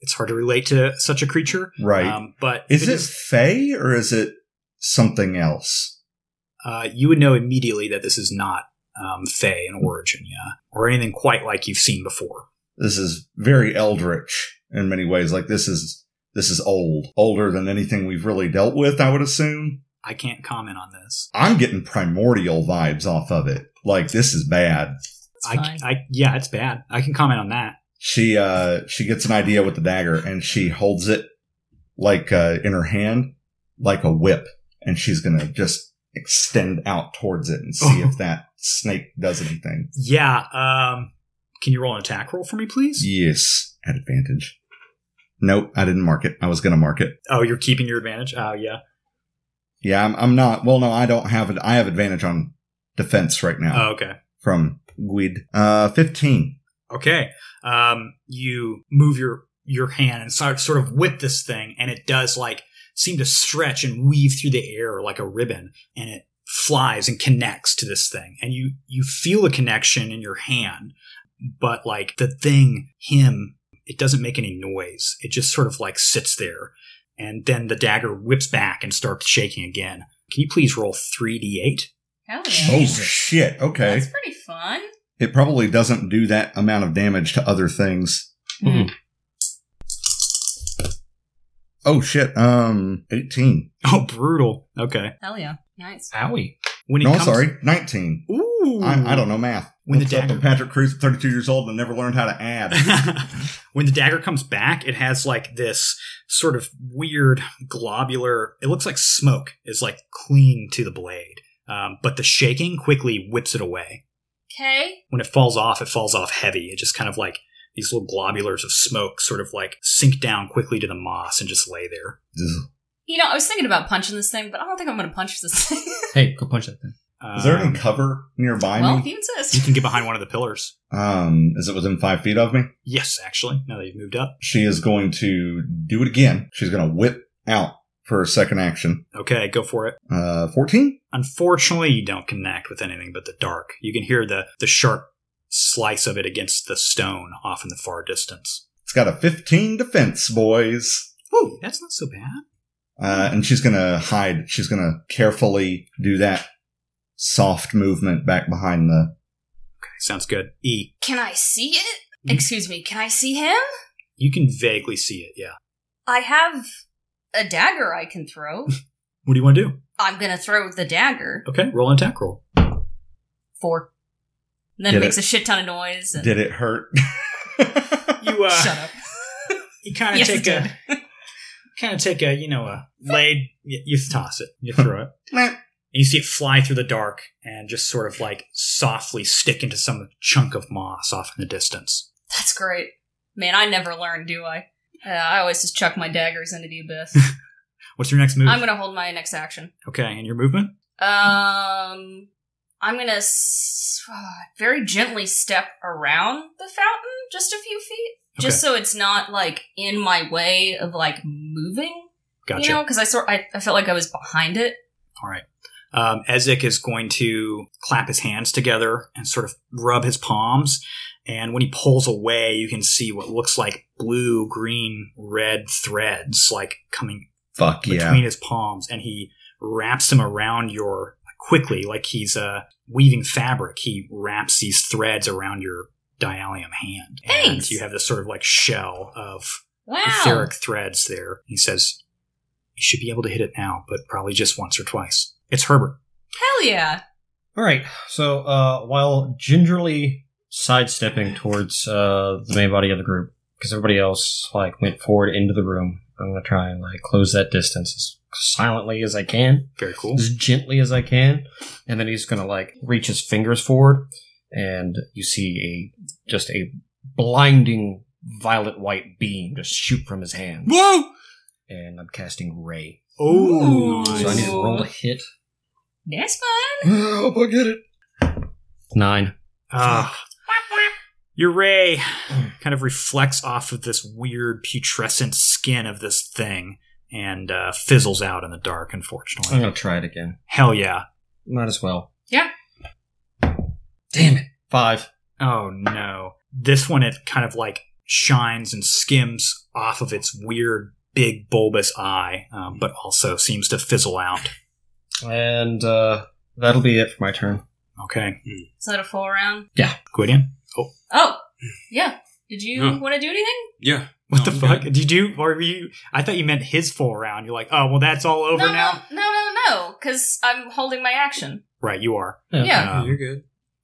Speaker 5: It's hard to relate to such a creature.
Speaker 2: Right.
Speaker 5: Um, but
Speaker 2: is
Speaker 5: if
Speaker 2: it, Fey or is it something else?
Speaker 5: uh, you would know immediately that this is not um, Fey in origin, yeah, or anything quite like you've seen before.
Speaker 2: This is very eldritch in many ways. Like this is this is old, older than anything we've really dealt with. I would assume.
Speaker 5: I can't comment on this.
Speaker 2: I'm getting primordial vibes off of it. Like this is bad.
Speaker 3: It's
Speaker 5: I,
Speaker 3: fine.
Speaker 5: I, yeah, it's bad. I can comment on that.
Speaker 2: She uh she gets an idea with the dagger and she holds it like uh in her hand like a whip and she's going to just extend out towards it and see if that snake does anything.
Speaker 5: Yeah. Um, can you roll an attack roll for me, please?
Speaker 2: Yes, at advantage. Nope, I didn't mark it. I was going to mark it.
Speaker 5: Oh, you're keeping your advantage. Oh, yeah.
Speaker 2: Yeah, I'm, I'm not. Well, no, I don't have it. I have advantage on defense right now
Speaker 5: Oh, okay.
Speaker 2: from Guid. Uh, 15.
Speaker 5: Okay. Um, you move your your hand and sort sort of whip this thing, and it does like seem to stretch and weave through the air like a ribbon, and it flies and connects to this thing, and you you feel a connection in your hand, but like the thing, him, it doesn't make any noise. It just sort of like sits there, and then the dagger whips back and starts shaking again. Can you please roll three d eight?
Speaker 3: Hell yeah.
Speaker 2: Oh, shit. Okay.
Speaker 3: That's pretty fun.
Speaker 2: It probably doesn't do that amount of damage to other things.
Speaker 3: Mm.
Speaker 2: Oh, shit. Um, 18.
Speaker 5: Oh, brutal. Okay.
Speaker 3: Hell yeah. Nice.
Speaker 6: Um, Owie.
Speaker 5: When it
Speaker 2: No, I'm
Speaker 5: comes,
Speaker 2: sorry. 19.
Speaker 5: Ooh,
Speaker 2: I, I don't know math.
Speaker 5: When the
Speaker 2: Looked up
Speaker 5: dagger- Ah.
Speaker 2: at Patrick Cruz at 32 years old and never learned how to add.
Speaker 5: when the dagger comes back, it has like this sort of weird globular. It looks like smoke is like clinging to the blade, um, but the shaking quickly whips it away.
Speaker 3: Okay.
Speaker 5: When it falls off, it falls off heavy. It just kind of like these little globulars of smoke sort of like sink down quickly to the moss and just lay there.
Speaker 2: Is
Speaker 3: You know, I was thinking about punching this thing, but I don't think I'm going to punch this thing.
Speaker 6: Hey, go punch that thing.
Speaker 5: Um,
Speaker 2: there any cover nearby
Speaker 3: well, if
Speaker 2: me?
Speaker 3: you
Speaker 5: you
Speaker 3: insist.
Speaker 5: can get behind one of the pillars.
Speaker 2: Um, is it within five feet of me?
Speaker 5: Yes, actually. Now that you've moved up.
Speaker 2: She is going to do it again. She's going to whip out for her second action.
Speaker 5: Okay, go for it.
Speaker 2: Uh, 14?
Speaker 5: Unfortunately, you don't connect with anything but the dark. You can hear the, the sharp slice of it against the stone off in the far distance.
Speaker 2: It's got a 15 defense, boys.
Speaker 5: Ooh, that's not so bad.
Speaker 2: Uh, and she's going to hide. She's going to carefully do that soft movement back behind the.
Speaker 5: Okay, sounds good. E,
Speaker 3: Can I see it?
Speaker 5: Mm.
Speaker 3: Excuse me. Can I see him?
Speaker 5: you can vaguely see it, yeah.
Speaker 3: I have a dagger I can throw.
Speaker 5: What do you want to do?
Speaker 3: I'm going to throw the dagger.
Speaker 5: Okay, roll an attack roll.
Speaker 3: Four. And then
Speaker 2: Did
Speaker 3: it makes
Speaker 2: it.
Speaker 3: a shit ton of noise. And
Speaker 2: Did it hurt?
Speaker 5: You uh,
Speaker 3: Shut up.
Speaker 5: you kind of
Speaker 3: Yes, it
Speaker 5: take
Speaker 3: did.
Speaker 5: a kind of take a you know a laid. You, you toss it, you throw it,
Speaker 2: Meh.
Speaker 5: and you see it fly through the dark and just sort of like softly stick into some chunk of moss off in the distance.
Speaker 3: That's great. Man, I never learn, do I? Uh, I always just chuck my daggers into the abyss.
Speaker 5: What's your next move?
Speaker 3: I'm going to hold my next action.
Speaker 5: okay, and your movement.
Speaker 3: Um, I'm gonna s- very gently step around the fountain just a few feet, just so it's not like in my way of like moving.
Speaker 5: Gotcha.
Speaker 3: You know, because I sort I, I felt like I was behind it.
Speaker 5: All right. Um, Ezek is going to clap his hands together and sort of rub his palms. And when he pulls away, you can see what looks like blue, green, red threads like coming
Speaker 2: Fuck yeah.
Speaker 5: between his palms. And he wraps them around your quickly, like he's uh, weaving fabric. He wraps these threads around your dialium hand. And
Speaker 3: Thanks.
Speaker 5: you have this sort of like shell of
Speaker 3: Wow.
Speaker 5: etheric threads there. He says, You should be able to hit it now, but probably just once or twice. It's Herbert.
Speaker 3: Hell yeah.
Speaker 6: All right. So uh, while gingerly sidestepping towards uh, the main body of the group, because everybody else like went forward into the room, I'm gonna try and like close that distance as silently as I can,
Speaker 5: Very cool.
Speaker 6: as gently as I can, and then he's gonna like reach his fingers forward, and you see a just a blinding violet white beam just shoot from his hand.
Speaker 5: Whoa!
Speaker 6: And I'm casting ray,
Speaker 5: Oh,
Speaker 3: Ooh.
Speaker 6: so I need
Speaker 5: nice.
Speaker 6: to roll a hit.
Speaker 3: That's fun.
Speaker 2: I hope I get it.
Speaker 6: Nine.
Speaker 5: Ah. your ray kind of reflects off of this weird putrescent skin of this thing and uh, fizzles out in the dark, unfortunately.
Speaker 6: I'm gonna try it again.
Speaker 5: Hell yeah.
Speaker 6: Might as well.
Speaker 3: Yeah.
Speaker 6: Damn it. Five.
Speaker 5: Oh no. This one, it kind of like shines and skims off of its weird, big, bulbous eye, um, but also seems to fizzle out.
Speaker 6: And uh, that'll be it for my turn.
Speaker 5: Okay.
Speaker 3: Is that a full round?
Speaker 5: Gwydion?
Speaker 3: Oh, yeah. Did you
Speaker 7: Yeah.
Speaker 3: want to do anything?
Speaker 7: Yeah.
Speaker 5: What
Speaker 7: No,
Speaker 5: the
Speaker 7: I'm
Speaker 5: fuck?
Speaker 7: good.
Speaker 5: Did you, or were you, I thought you meant his full round. You're like, oh, well, that's all over
Speaker 3: no,
Speaker 5: now?
Speaker 3: no, no, no, no, because I'm holding my action.
Speaker 5: Right, you are.
Speaker 3: Yeah.
Speaker 5: Um,
Speaker 7: You're good.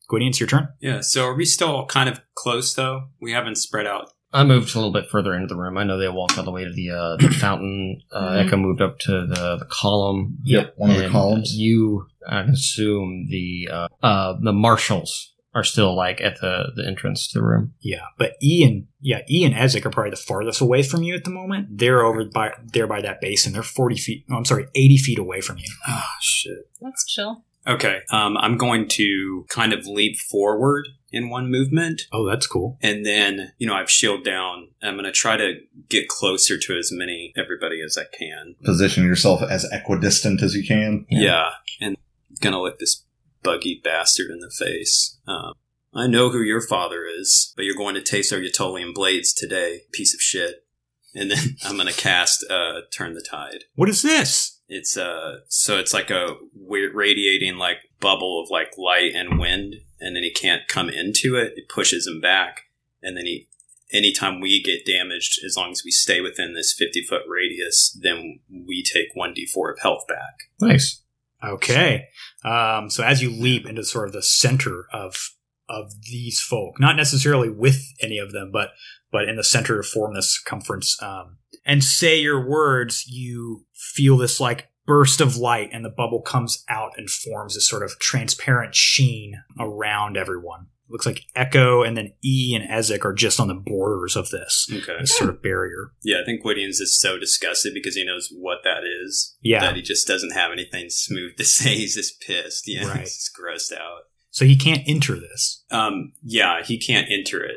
Speaker 5: Gwydion, it's your turn.
Speaker 7: Yeah. So are we still kind of close though? We haven't spread out
Speaker 1: I moved a little bit further into the room. I know they walked all the way to the, uh, the fountain. Uh,
Speaker 3: Mhm.
Speaker 1: Echo moved up to the, the column.
Speaker 2: Mm-hmm. Yep, one of the
Speaker 1: And
Speaker 2: columns.
Speaker 1: You, I assume the uh, uh, the marshals are still like at the, the entrance to the room.
Speaker 5: Yeah, but Ian, yeah, Ian and Ezek are probably the farthest away from you at the moment. They're over by there by that basin. They're forty feet. Oh, I'm sorry, eighty feet away from you.
Speaker 4: Oh, shit.
Speaker 3: That's chill.
Speaker 4: Okay. Um, I'm going to kind of leap forward in one movement.
Speaker 5: Oh, that's cool.
Speaker 4: And then, you know, I've shield down. I'm going to try to get closer to as many everybody as I can.
Speaker 2: Position yourself as equidistant as you can.
Speaker 4: Yeah. And going to look this buggy bastard in the face. Um, I know who your father is, but you're going to taste our Utolian blades today, piece of shit. And then I'm going to cast uh, Turn the Tide.
Speaker 5: What is this?
Speaker 4: It's uh so it's like a weird radiating like bubble of like light and wind, and then he can't come into it. It pushes him back, and then he anytime we get damaged, as long as we stay within this fifty foot radius, then we take one d four of health back.
Speaker 1: Nice.
Speaker 5: Okay. Um, so as you leap into sort of the center of of these folk, not necessarily with any of them, but but in the center to form the circumference, um, and say your words, you feel this like burst of light, and the bubble comes out and forms this sort of transparent sheen around everyone. Looks like Echo and then E and Ezek are just on the borders of this,
Speaker 4: Okay.
Speaker 5: this sort of barrier.
Speaker 4: Yeah, I think Whittian's is so disgusted because he knows what that is
Speaker 5: Yeah.
Speaker 4: that he just doesn't have anything smooth to say. He's just pissed. Yeah,
Speaker 5: Right.
Speaker 4: he's just grossed out.
Speaker 5: So he can't enter this.
Speaker 4: Um, yeah, he can't enter it.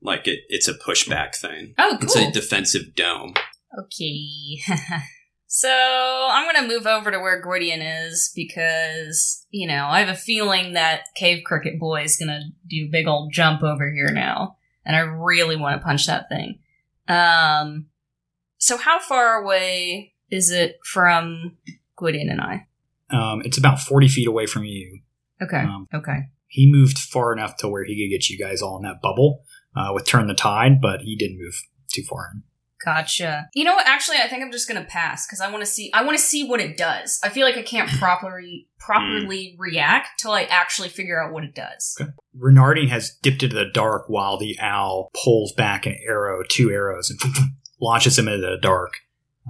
Speaker 4: Like it, it's a pushback thing.
Speaker 3: Oh, cool.
Speaker 4: It's a defensive dome.
Speaker 3: Okay. so I'm gonna move over to where Gordian is because you know I have a feeling that Cave Cricket Boy is gonna do a big old jump over here now, and I really want to punch that thing. Um, so how far away is it from Gordian and I?
Speaker 5: Um, it's about 40 feet away from you.
Speaker 3: Okay.
Speaker 5: Um,
Speaker 3: okay.
Speaker 5: he moved far enough to where he could get you guys all in that bubble uh, with turn the tide, but he didn't move too far in.
Speaker 3: Gotcha. You know what? Actually, I think I'm just gonna pass because I want to see. I want to see what it does. I feel like I can't properly properly react till I actually figure out what it does.
Speaker 5: Renardine has dipped into the dark while the owl pulls back an arrow, two arrows, and launches him into the dark.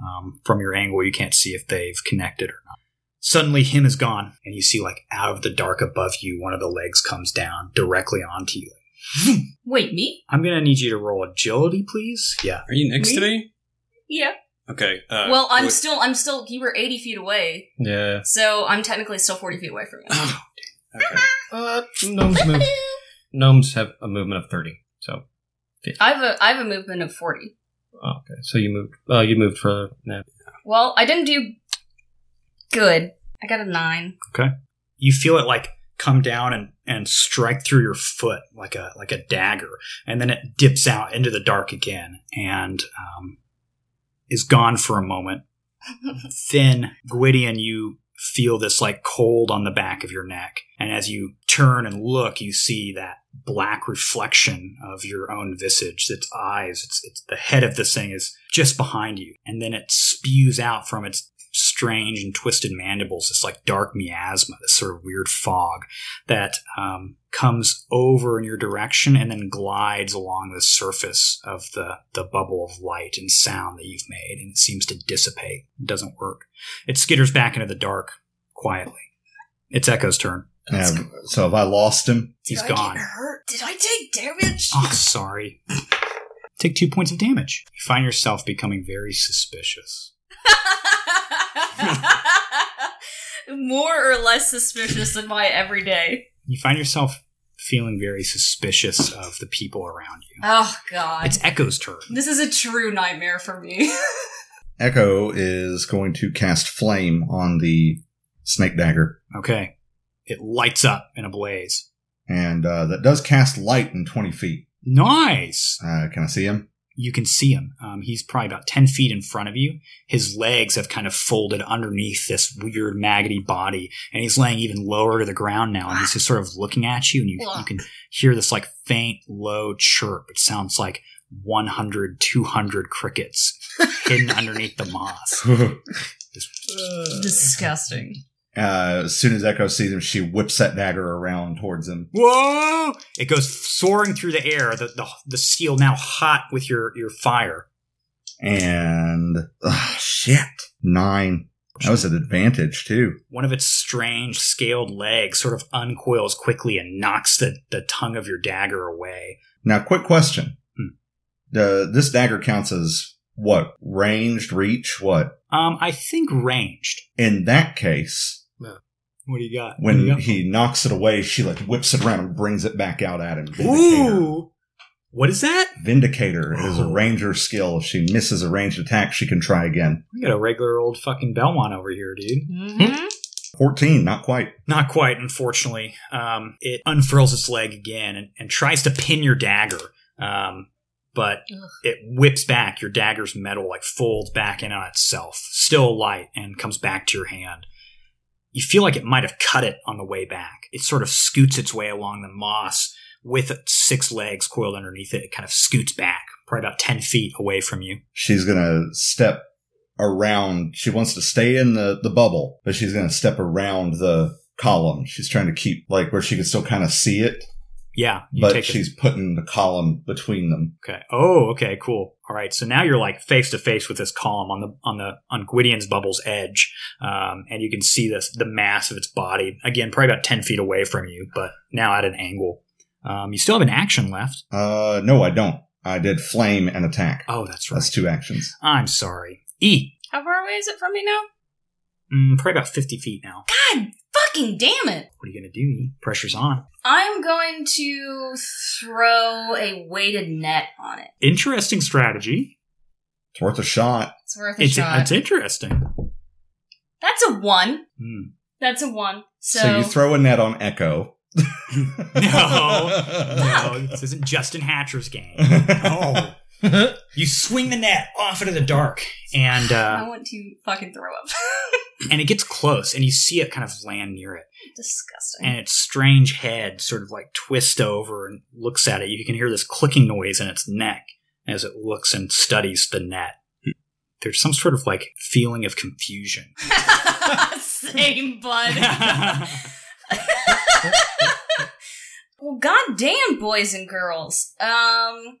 Speaker 5: Um, from your angle, you can't see if they've connected or not. Suddenly, him is gone, and you see, like, out of the dark above you, one of the legs comes down directly onto you.
Speaker 3: Wait, me?
Speaker 5: I'm going to need you to roll agility, please. Yeah.
Speaker 4: Are you next
Speaker 3: to
Speaker 4: me?
Speaker 3: Yeah.
Speaker 4: Okay. Uh,
Speaker 3: well, I'm
Speaker 4: what-
Speaker 3: still, I'm still. You were 80 feet away,
Speaker 1: Yeah.
Speaker 3: so I'm technically still 40 feet away from you.
Speaker 4: Oh, okay.
Speaker 1: Uh, gnomes move. Gnomes have a movement of thirty. So
Speaker 3: I have a, I have a movement of 40.
Speaker 1: oh, okay. So you moved. Uh, you moved further. Yeah.
Speaker 3: Well, I didn't do good. I got a nine.
Speaker 5: you feel it like come down and, and strike through your foot like a like a dagger and then it dips out into the dark again and um, is gone for a moment then gwydion you feel this like cold on the back of your neck and as you turn and look you see that black reflection of your own visage its eyes it's, it's the head of this thing is just behind you and then it spews out from its strange and twisted mandibles, this like dark miasma, this sort of weird fog that um, comes over in your direction and then glides along the surface of the, the bubble of light and sound that you've made. And it seems to dissipate. It doesn't work. It skitters back into the dark quietly. It's Echo's turn.
Speaker 2: Um, so have I lost him?
Speaker 5: He's
Speaker 3: Did I
Speaker 5: gone.
Speaker 3: get hurt? Did I take damage?
Speaker 5: Oh, sorry. Take two points of damage. You find yourself becoming very suspicious.
Speaker 3: More or less suspicious than my everyday.
Speaker 5: You find yourself feeling very suspicious of the people around you.
Speaker 3: Oh God,
Speaker 5: It's Echo's turn.
Speaker 3: this is a true nightmare for me.
Speaker 2: Echo is going to cast flame on the snake dagger,
Speaker 5: Okay. It lights up in a blaze.
Speaker 2: and uh, that does cast light in twenty feet.
Speaker 5: Nice.
Speaker 2: Uh, can I see him?
Speaker 5: You can see him. Um, he's probably about 10 feet in front of you. His legs have kind of folded underneath this weird, maggoty body, and he's laying even lower to the ground now. And he's just sort of looking at you, and you, you can hear this like faint, low chirp. It sounds like 100, 200 crickets hidden underneath the moss.
Speaker 2: and
Speaker 3: Disgusting.
Speaker 2: Uh, as soon as Echo sees him, she whips that dagger around towards him.
Speaker 5: Whoa! It goes soaring through the air, the, the, the steel now hot with your, your fire.
Speaker 2: And ah, shit, nine. That was an advantage too.
Speaker 5: One of its strange scaled legs sort of uncoils quickly and knocks the, the tongue of your dagger away.
Speaker 2: Now, quick question:
Speaker 5: Hmm.
Speaker 2: the this dagger counts as what ranged, reach, what?
Speaker 5: Um, I think ranged.
Speaker 2: In that case,
Speaker 7: What do you got?
Speaker 2: when
Speaker 7: What do you got?
Speaker 2: he knocks it away, she like whips it around and brings it back out at him. Vindicator.
Speaker 5: Ooh! Oh. What is that?
Speaker 2: Vindicator is a
Speaker 5: Ooh.
Speaker 2: ranger skill. If she misses a ranged attack, she can try again.
Speaker 5: We got a regular old fucking Belmont over here, dude.
Speaker 3: Mm-hmm.
Speaker 2: 14, not quite.
Speaker 5: Not quite, unfortunately. Um, it unfurls its leg again and, and tries to pin your dagger, um, but
Speaker 3: Ugh.
Speaker 5: it whips back. Your dagger's metal like folds back in on itself, still light, and comes back to your hand. You feel like it might have cut it on the way back. It sort of scoots its way along the moss with its six legs coiled underneath it. It kind of scoots back, probably about 10 feet away from you.
Speaker 2: She's going to step around. She wants to stay in the, the bubble, but she's going to step around the column. She's trying to keep, like, where she can still kind of see it,
Speaker 5: Yeah, you
Speaker 2: but
Speaker 5: take a-
Speaker 2: she's putting the column between them.
Speaker 5: Okay. Oh, okay, cool. All right. So now you're like face to face with this column on the on the on Gwydian's bubble's edge, um, and you can see this the mass of its body again, probably about ten feet away from you, but now at an angle. Um, you still have an action left.
Speaker 2: Uh, no, I don't. I did flame and attack.
Speaker 5: Oh, that's right.
Speaker 2: That's two actions.
Speaker 5: I'm sorry. E.
Speaker 3: How far away is it from me now?
Speaker 5: Mm, probably about fifty feet now.
Speaker 3: God fucking damn it!
Speaker 5: What are you gonna do? E? Pressure's on.
Speaker 3: I'm going to throw a weighted net on it.
Speaker 5: Interesting strategy.
Speaker 2: It's worth a shot.
Speaker 3: It's worth a
Speaker 5: It's
Speaker 3: shot.
Speaker 5: it's interesting.
Speaker 3: That's a one.
Speaker 5: Hmm.
Speaker 3: That's a one. So,
Speaker 2: So, you throw a net on Echo.
Speaker 5: No, this isn't Justin Hatcher's game.
Speaker 2: oh.
Speaker 5: You swing the net off into the dark, and uh,
Speaker 3: I want to fucking throw up.
Speaker 5: and it gets close and you see it kind of land near it
Speaker 3: Disgusting.
Speaker 5: and its strange head sort of like twists over and looks at it you can hear this clicking noise in its neck as it looks and studies the net there's some sort of like feeling of confusion
Speaker 3: Same, bud. well, goddamn, boys and girls. Um.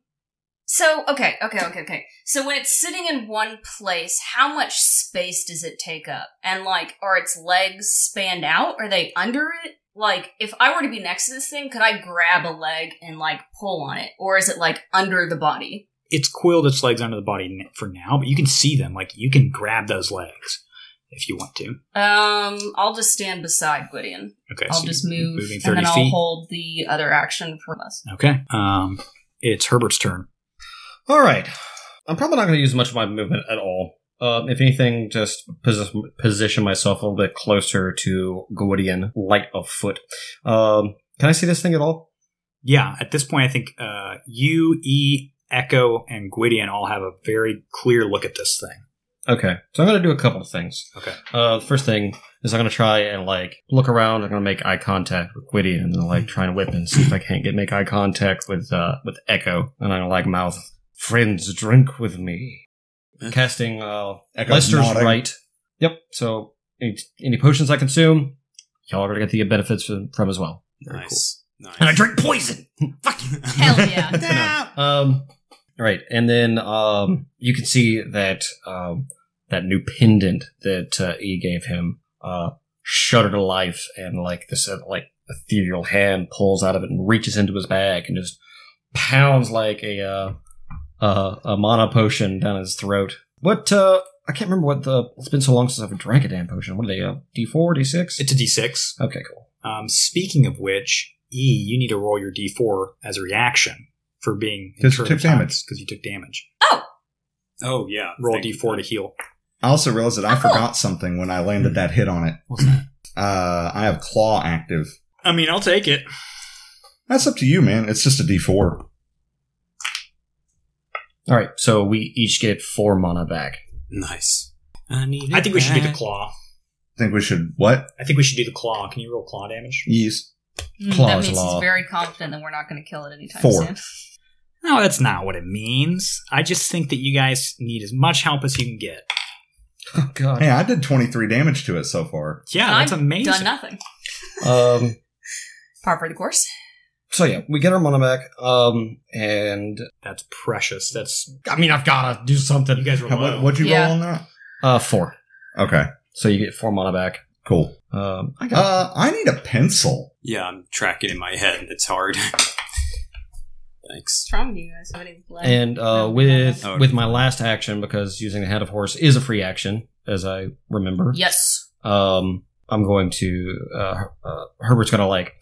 Speaker 3: So okay, okay, okay, okay. So when it's sitting in one place, how much space does it take up? And like, are its legs spanned out? Are they under it? Like, if I were to be next to this thing, could I grab a leg and like pull on it, or is it like under the body?
Speaker 5: it's coiled its legs under the body n- for now but you can see them like you can grab those legs if you want to
Speaker 3: Um, I'll just stand beside Gwydion.
Speaker 5: okay
Speaker 3: I'll
Speaker 5: so
Speaker 3: just
Speaker 5: you're
Speaker 3: move,
Speaker 5: moving 30
Speaker 3: and then I'll
Speaker 5: feet
Speaker 3: hold the other action for us.
Speaker 5: okay um it's herbert's turn
Speaker 6: All right. I'm probably not going to use much of my movement at all. Um, if anything, just posi- position myself a little bit closer to Gwydion, light of foot. Um, can I see this thing at all?
Speaker 5: yeah, at this point, I think uh, you, E, Echo, and Gwydion all have a very clear look at this thing.
Speaker 6: Okay, so I'm going to do a couple of things.
Speaker 5: Okay.
Speaker 6: Uh, the first thing is I'm going to try and like look around. I'm going to make eye contact with Gwydion and like try and whip and see if I can't get make eye contact with uh, with Echo. And I'm gonna, like mouth, "Friends, drink with me." Casting uh,
Speaker 2: Echo's
Speaker 6: Lester's
Speaker 2: nodding.
Speaker 6: right. Yep. So any, any potions I consume, y'all are gonna get the benefits from, from as well.
Speaker 4: nice. Nice.
Speaker 6: And I drink poison. Fuck.
Speaker 3: Hell yeah.
Speaker 6: No. Um. All right, and then um, you can see that um, that new pendant that uh, E gave him uh, shudder to life, and like this uh, like ethereal hand pulls out of it and reaches into his bag and just pounds like a uh, uh, a mana potion down his throat. What uh, I can't remember what the it's been so long since I've drank a damn potion. What are they? Uh, D four, D six?
Speaker 5: It's a d6.
Speaker 6: Okay, cool.
Speaker 5: Um, speaking of which, E, you need to roll your d4 as a reaction for being
Speaker 2: 'Cause you took damage.
Speaker 5: because you took damage.
Speaker 7: Oh yeah.
Speaker 5: Roll
Speaker 7: Thank you.
Speaker 5: d4 to heal.
Speaker 2: I also realized that I
Speaker 3: Oh.
Speaker 2: forgot something when I landed that hit on it.
Speaker 5: What's that?
Speaker 2: Uh, I have claw active.
Speaker 5: I mean, I'll take it.
Speaker 2: That's up to you, man. It's just a D4.
Speaker 6: All right, so we each get four mana back.
Speaker 4: Nice. I, need
Speaker 5: I think we should do the
Speaker 4: that.
Speaker 5: claw.
Speaker 2: I think we should what?
Speaker 5: I think we should do the claw. Can you roll claw damage?
Speaker 2: Yes.
Speaker 3: Mm,
Speaker 6: Claws
Speaker 3: that means
Speaker 6: law.
Speaker 3: he's very confident that we're not going to kill it anytime
Speaker 2: Four.
Speaker 3: soon.
Speaker 5: No, that's not what it means. I just think that you guys need as much help as you can get.
Speaker 6: Oh god.
Speaker 2: Hey, I did 23 damage to it so far.
Speaker 5: Yeah,
Speaker 3: And
Speaker 5: that's
Speaker 3: I've
Speaker 5: amazing.
Speaker 3: Done nothing.
Speaker 6: Um,
Speaker 3: Par for the course.
Speaker 6: so yeah, we get our money back. Um, and
Speaker 5: That's precious. That's
Speaker 1: I mean, I've got to do something.
Speaker 5: you guys were
Speaker 2: How-
Speaker 5: low.
Speaker 2: What, what'd you
Speaker 3: Yeah.
Speaker 2: roll on that?
Speaker 6: uh, four.
Speaker 2: Okay,
Speaker 6: So you get four mana back.
Speaker 2: cool.
Speaker 6: Um, I got.
Speaker 2: Uh, I need a pencil.
Speaker 4: Yeah, I'm tracking in my head. It's hard. Thanks.
Speaker 3: What's wrong with you guys? Somebody left.
Speaker 6: and uh, with
Speaker 4: Oh, okay.
Speaker 6: with my last action, because using the head of horse is a free action, as I remember.
Speaker 3: yes.
Speaker 6: Um, I'm going to uh, Her- uh, Herbert's gonna like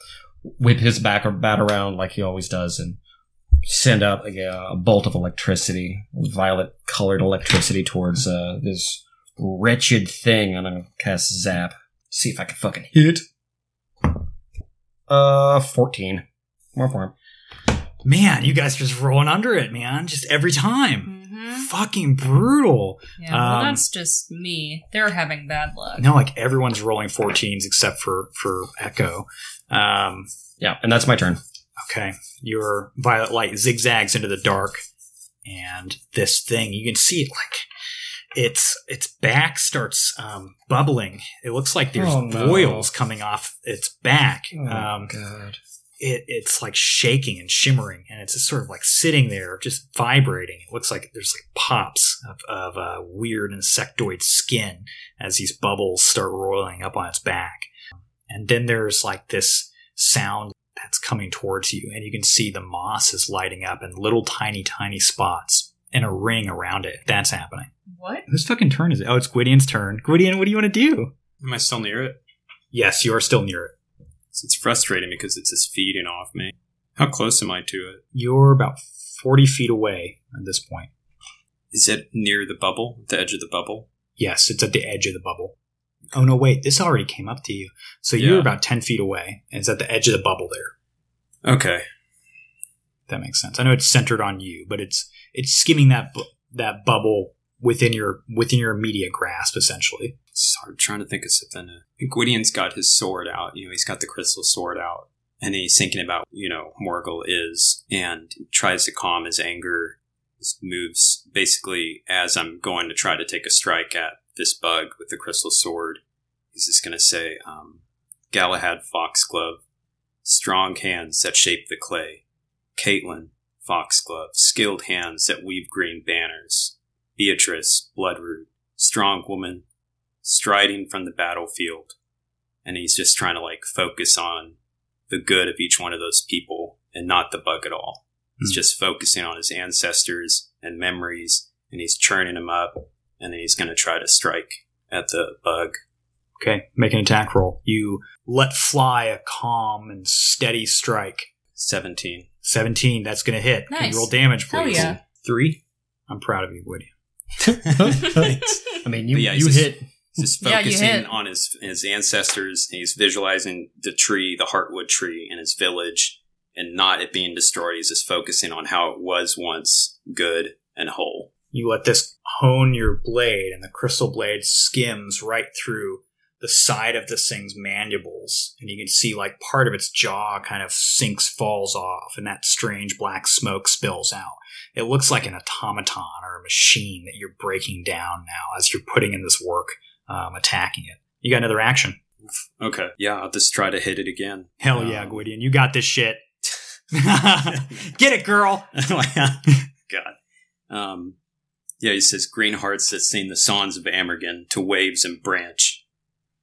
Speaker 6: whip his back or bat around like he always does, and send out like, a, a bolt of electricity, violet colored electricity, towards uh, this wretched thing, and I'm gonna cast Zap. See if I can fucking hit it. Uh, fourteen. More form.
Speaker 5: man, you guys just rolling under it, man. Just every time.
Speaker 3: Mm-hmm.
Speaker 5: Fucking brutal.
Speaker 3: Yeah, well,
Speaker 5: Um,
Speaker 3: that's just me. They're having bad luck.
Speaker 5: No, like everyone's rolling 14s except for for Echo. Um,
Speaker 6: Yeah, and that's my turn.
Speaker 5: Okay. Your violet light zigzags into the dark, and this thing you can see it like its its back starts um, bubbling. It looks like there's
Speaker 6: Oh, no. Oh.
Speaker 5: boils coming off its back.
Speaker 1: Oh,
Speaker 5: um,
Speaker 6: God.
Speaker 5: it, it's like shaking and shimmering, and it's just sort of like sitting there, just vibrating. It looks like there's like pops of, of uh, weird insectoid skin as these bubbles start roiling up on its back. And then there's like this sound that's coming towards you, and you can see the moss is lighting up in little tiny, tiny spots in a ring around it. That's happening.
Speaker 3: What?
Speaker 5: Whose fucking turn is it? Oh, it's Gwydion's turn. Gwydion, what do you want to do?
Speaker 4: Am I still near it?
Speaker 5: Yes, you are still near it.
Speaker 4: It's frustrating because it's just feeding off me. How close am I to it?
Speaker 5: You're about 40 feet away at this point.
Speaker 4: Is it near the bubble? The edge of the bubble?
Speaker 5: Yes, it's at the edge of the bubble. Oh no, wait, this already came up to you. So you were
Speaker 4: Yeah.
Speaker 5: about ten feet away, and it's at the edge of the bubble there.
Speaker 4: Okay.
Speaker 5: If that makes sense. I know it's centered on you, but it's it's skimming that bu- that bubble within your within your immediate grasp, essentially.
Speaker 4: It's hard trying to think of something. I think Gwydion's got his sword out. You know, he's got the crystal sword out. And he's thinking about, you know, Morgul is and tries to calm his anger. His moves basically as I'm going to try to take a strike at this bug with the crystal sword. He's just going to say, um, Galahad Foxglove, strong hands that shape the clay. Caitlin Foxglove, skilled hands that weave green banners. Beatrice Bloodroot, strong woman striding from the battlefield and he's just trying to like focus on the good of each one of those people and not the bug at all he's
Speaker 5: Hmm.
Speaker 4: just focusing on his ancestors and memories and he's churning them up and then he's going to try to strike at the bug
Speaker 5: Okay, make an attack roll. You let fly a calm and steady strike.
Speaker 4: 17
Speaker 5: Seventeen, that's gonna hit. Can you
Speaker 3: Nice.
Speaker 5: roll damage,
Speaker 3: Hell
Speaker 5: please.
Speaker 3: yeah.
Speaker 5: Three. I'm proud of you, Woody.
Speaker 6: I mean, you
Speaker 4: But yeah, he's
Speaker 6: you
Speaker 4: just-
Speaker 6: hit.
Speaker 4: He's just
Speaker 3: Yeah, you
Speaker 4: focusing
Speaker 3: hit.
Speaker 4: on his his ancestors. He's visualizing the tree, the heartwood tree, in his village, and not it being destroyed. He's just focusing on how it was once good and whole.
Speaker 5: You let this hone your blade, and the crystal blade skims right through the side of this thing's mandibles. And you can see, like, part of its jaw kind of sinks, falls off, and that strange black smoke spills out. It looks like an automaton or a machine that you're breaking down now as you're putting in this work, um, attacking it. You got another action.
Speaker 4: Okay, yeah, I'll just try to hit it again.
Speaker 5: Hell
Speaker 4: Um,
Speaker 5: yeah, Gwydion. You got this shit. Get it, girl.
Speaker 4: oh, God. Um, yeah, he says, Green hearts that sing the songs of Amergen to waves and branch.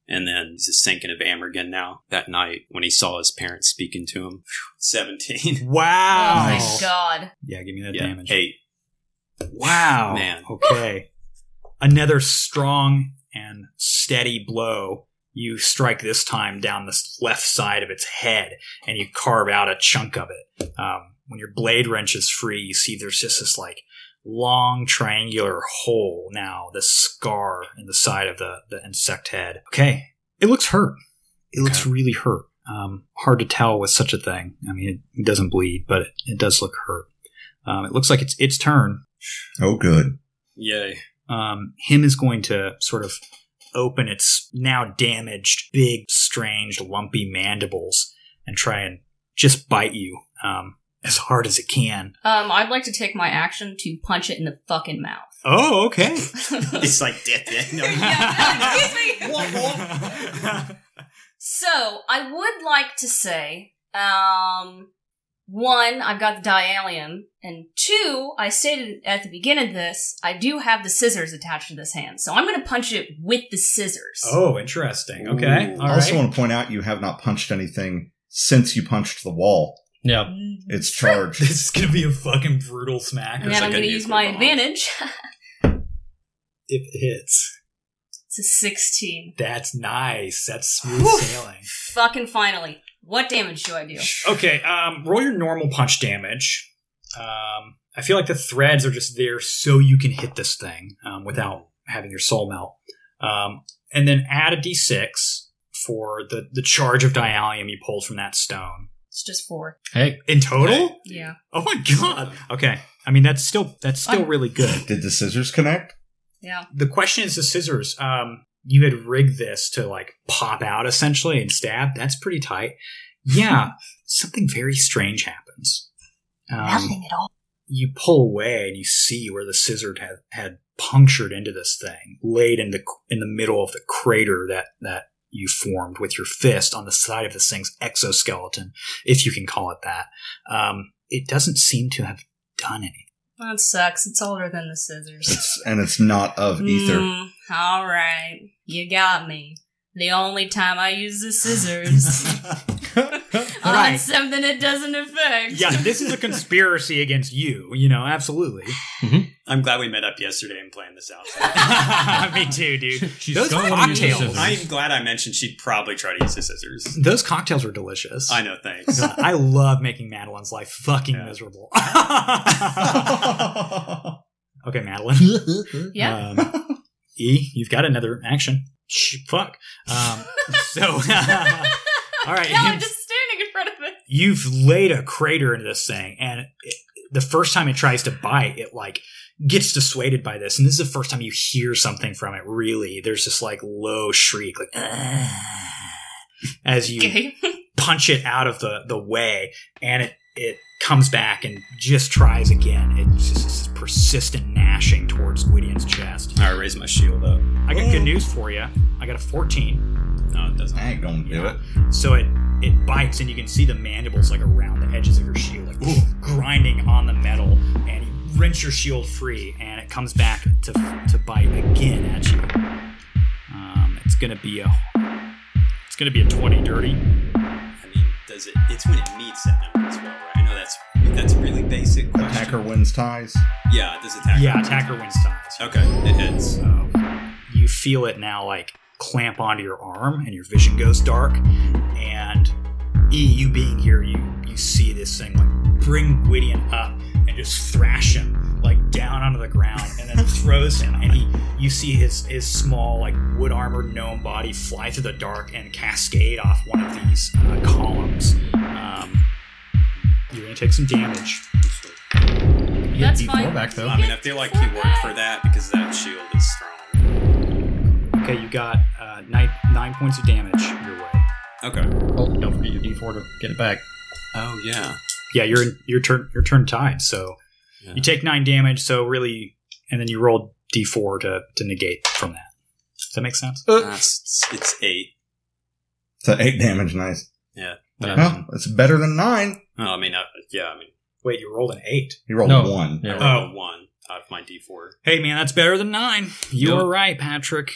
Speaker 4: And then he's just thinking of Amergen now, that night when he saw his parents speaking to him. Phew, 17.
Speaker 5: Wow.
Speaker 3: Oh my god.
Speaker 5: Yeah, give me that
Speaker 4: yeah,
Speaker 5: damage.
Speaker 4: 8.
Speaker 5: Wow.
Speaker 4: Man.
Speaker 5: Okay. Another strong and steady blow. You strike this time down the left side of its head and you carve out a chunk of it. Um, when your blade wrench is free, you see there's just this like long triangular hole now, this scar in the side of the, the insect head. Okay. It looks hurt. It looks really hurt. Um, hard to tell with such a thing. I mean, it, it doesn't bleed, but it, it does look hurt. Um, it looks like it's its turn.
Speaker 2: Oh, good.
Speaker 4: Yay.
Speaker 5: Um, him is going to sort of open its now damaged, big, strange, lumpy mandibles and try and just bite you. Um, as hard as it can.
Speaker 3: Um, I'd like to take my action to punch it in the fucking mouth.
Speaker 5: Oh, okay.
Speaker 4: It's like death.
Speaker 3: Yeah,
Speaker 4: No.
Speaker 3: excuse me. So I would like to say, um, one, I've got the diallium, and two, I stated at the beginning of this, I do have the scissors attached to this hand, so I'm going to punch it with the scissors.
Speaker 5: oh, interesting. Okay.
Speaker 4: Ooh.
Speaker 5: All
Speaker 2: I
Speaker 5: right.
Speaker 2: also want to point out you have not punched anything since you punched the wall.
Speaker 6: Yeah.
Speaker 3: Mm-hmm.
Speaker 2: It's charged.
Speaker 5: this is going to be a fucking brutal smack.
Speaker 3: and
Speaker 4: It's
Speaker 3: then I'm
Speaker 4: like a
Speaker 3: going to use
Speaker 4: nuclear
Speaker 3: my
Speaker 4: bomb.
Speaker 3: advantage.
Speaker 5: If it hits,
Speaker 3: it's a 16.
Speaker 5: that's nice. That's smooth
Speaker 3: Whew.
Speaker 5: sailing.
Speaker 3: Fucking finally. What damage do I do?
Speaker 5: Okay, um, roll your normal punch damage. Um, I feel like the threads are just there so you can hit this thing um, without having your soul melt. Um, and then add a d6 for the, the charge of diallium you pulled from that stone.
Speaker 3: It's just four.
Speaker 1: Hey,
Speaker 5: In total?
Speaker 3: Yeah.
Speaker 5: Oh my god. Okay. I mean that's still that's still
Speaker 3: I'm-
Speaker 5: really good.
Speaker 2: Did the scissors connect?
Speaker 3: Yeah.
Speaker 5: The question is the scissors. Um, you had rigged this to like pop out essentially and stab. That's pretty tight. Yeah, something very strange happens. Um,
Speaker 3: Nothing at all.
Speaker 5: you pull away and you see where the scissors had, had punctured into this thing, laid in the in the middle of the crater that that you formed with your fist on the side of this thing's exoskeleton, if you can call it that. Um, it doesn't seem to have done anything.
Speaker 3: That sucks. It's older than the scissors.
Speaker 2: It's, and it's not of ether.
Speaker 3: Mm, all right, you got me. The only time I use the scissors on
Speaker 5: Right.
Speaker 3: something it doesn't affect.
Speaker 5: yeah, this is a conspiracy against you. You know, absolutely.
Speaker 4: I'm glad we met up yesterday and planned this out.
Speaker 5: Me too, dude.
Speaker 1: she's
Speaker 5: Those
Speaker 1: going to use the
Speaker 5: cocktails.
Speaker 1: scissors.
Speaker 4: I'm glad I mentioned she'd probably try to use the scissors.
Speaker 5: Those cocktails were delicious.
Speaker 4: I know, thanks.
Speaker 5: God, I love making Madeline's life fucking
Speaker 4: Yeah.
Speaker 5: miserable.
Speaker 2: I
Speaker 5: okay, Madeline.
Speaker 3: Yeah.
Speaker 5: Um, e, you've got another action. Sh- fuck. Um, so, all right.
Speaker 3: Now I'm just standing in front of it.
Speaker 5: you've laid a crater into this thing and it, the first time it tries to bite it like gets dissuaded by this and this is the first time you hear something from it really there's this like low shriek like "Ah," as you
Speaker 3: Okay.
Speaker 5: punch it out of the the way and it it comes back and just tries again it's just this persistent gnashing towards Gwydian's chest
Speaker 4: I raise my shield up.
Speaker 5: i got good news for you i got a 14
Speaker 4: No, it doesn't.
Speaker 2: ain't gonna do it.
Speaker 5: so it it bites, and you can see the mandibles like around the edges of your shield, like grinding on the metal, and you wrench your shield free, and it comes back to to bite again at you. Um, it's gonna be a it's gonna be a twenty dirty.
Speaker 4: I mean, does it? It's when it meets that number as well, right? I know that's that's a really basic question.
Speaker 2: Attacker wins ties.
Speaker 4: Yeah, does attacker?
Speaker 5: Yeah, attacker wins ties.
Speaker 4: Okay, it hits.
Speaker 5: So you feel it now like clamp onto your arm and your vision goes dark. And E, you being here, you you see this thing like bring Gwydion up and just thrash him like down onto the ground and then throws him and he you see his his small like wood armored gnome body fly through the dark and cascade off one of these uh, columns. Um, you're gonna take some damage.
Speaker 1: You get
Speaker 3: That's
Speaker 1: D4
Speaker 3: fine.
Speaker 1: back though.
Speaker 4: I mean, I feel like he worked for that because that shield is strong.
Speaker 5: Okay, you got uh, nine nine points of damage your way.
Speaker 4: Okay.
Speaker 1: Oh, don't forget your D4 to get it back.
Speaker 4: Oh yeah.
Speaker 5: yeah, you're in your turn your turn tied. So
Speaker 4: Yeah.
Speaker 5: you take nine damage. So really, and then you roll d4 to to negate from that. Does that make sense?
Speaker 6: Uh,
Speaker 4: That's- it's eight.
Speaker 2: So eight damage, nice.
Speaker 4: Yeah.
Speaker 2: Well, it's better than nine.
Speaker 4: Oh, I mean, I, yeah. I mean,
Speaker 5: Wait, you rolled an eight.
Speaker 2: He rolled
Speaker 1: No.
Speaker 2: one.
Speaker 6: Oh.
Speaker 1: Yeah.
Speaker 6: Uh,
Speaker 4: I rolled a one out of my d4.
Speaker 5: Hey man, that's better than nine. You
Speaker 1: Yep.
Speaker 5: are right, Patrick.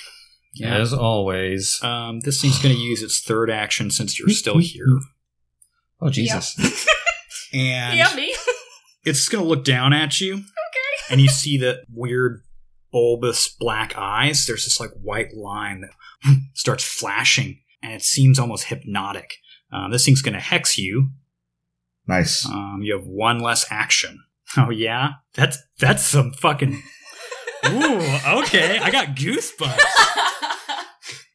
Speaker 1: As always.
Speaker 5: Um, this thing's going to use its third action since you're still here,
Speaker 1: Oh Jesus.
Speaker 5: and
Speaker 3: Yeah, me.
Speaker 5: it's going to look down at you. Okay. And you see the weird bulbous black eyes. There's this like white line that starts flashing, and it seems almost hypnotic. Um, this thing's going to hex you,
Speaker 2: Nice.
Speaker 5: Um, you have one less action. Oh yeah, that's that's some fucking. Ooh, okay, I got goosebumps.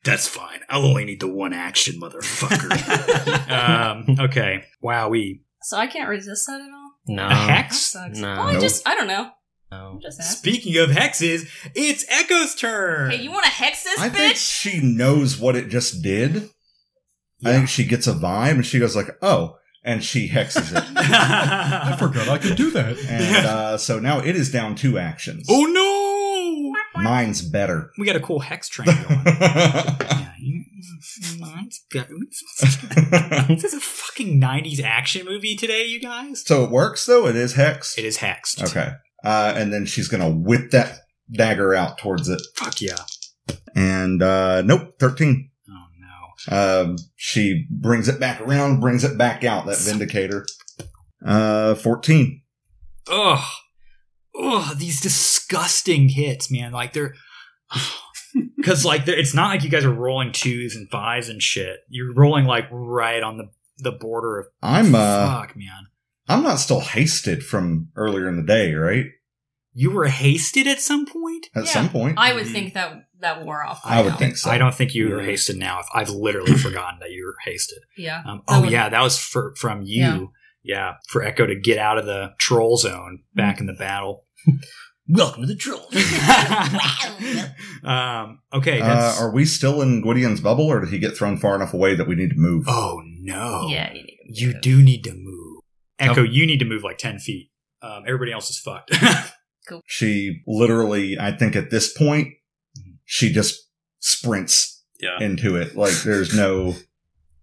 Speaker 5: That's fine. I'll only need the one action, motherfucker. um, okay. Wow, we
Speaker 3: so I can't resist that at all.
Speaker 1: No.
Speaker 5: a
Speaker 3: That
Speaker 5: hex.
Speaker 3: sucks.
Speaker 1: No.
Speaker 3: Well, I
Speaker 2: Nope.
Speaker 3: just I don't know.
Speaker 1: No.
Speaker 3: I'm just asking.
Speaker 5: Speaking of hexes, it's Echo's turn.
Speaker 3: Hey, you want to hex this
Speaker 2: I think
Speaker 3: bitch?
Speaker 2: she knows what it just did. I
Speaker 5: Yeah.
Speaker 2: think she gets a vibe and she goes like, "Oh," and she hexes it.
Speaker 6: I forgot I could do that.
Speaker 2: And uh, so now it is down two actions.
Speaker 5: oh no!
Speaker 2: Mine's better.
Speaker 5: We got a cool hex train going. yeah, you, mine's got- This is a fucking 90s action movie today, you guys.
Speaker 2: so it works though. It is hexed.
Speaker 5: It is hexed.
Speaker 2: Okay. Uh, and then she's gonna whip that dagger out towards it.
Speaker 5: Fuck yeah.
Speaker 2: And uh, nope, thirteen.
Speaker 5: Oh no.
Speaker 2: Um, she brings it back around, brings it back out. That vindicator. Uh, fourteen.
Speaker 5: Ugh. Ugh, these disgusting hits, man. Like they're cuz like they're, it's not like you guys are rolling twos and fives and shit. You're rolling like right on the the border of
Speaker 2: I'm uh,
Speaker 5: fuck, man.
Speaker 2: I'm not still hasted from earlier in the day, right?
Speaker 5: You were hasted at some point?
Speaker 2: At
Speaker 3: Yeah.
Speaker 2: some point,
Speaker 3: I would think that that wore off.
Speaker 2: I would
Speaker 3: now.
Speaker 2: think so.
Speaker 5: I don't think you were hasted now. If I've literally forgotten that you were hasted.
Speaker 3: Yeah.
Speaker 5: Um,
Speaker 3: That
Speaker 5: oh
Speaker 3: would-
Speaker 5: yeah, that was for, from you.
Speaker 3: Yeah.
Speaker 5: Yeah. for Echo to get out of the troll zone back in the battle.
Speaker 6: Welcome to the troll.
Speaker 5: um, okay,
Speaker 2: uh,
Speaker 5: that's.
Speaker 2: are we still in Gwydion's bubble, or did he get thrown far enough away that we need to move?
Speaker 5: oh no!
Speaker 3: Yeah. You need to
Speaker 5: you do need to move. Echo, you need to move like ten feet. Um, everybody else is fucked.
Speaker 2: She literally, I think, at this point, she just sprints
Speaker 7: Yeah.
Speaker 2: into it. Like there's no,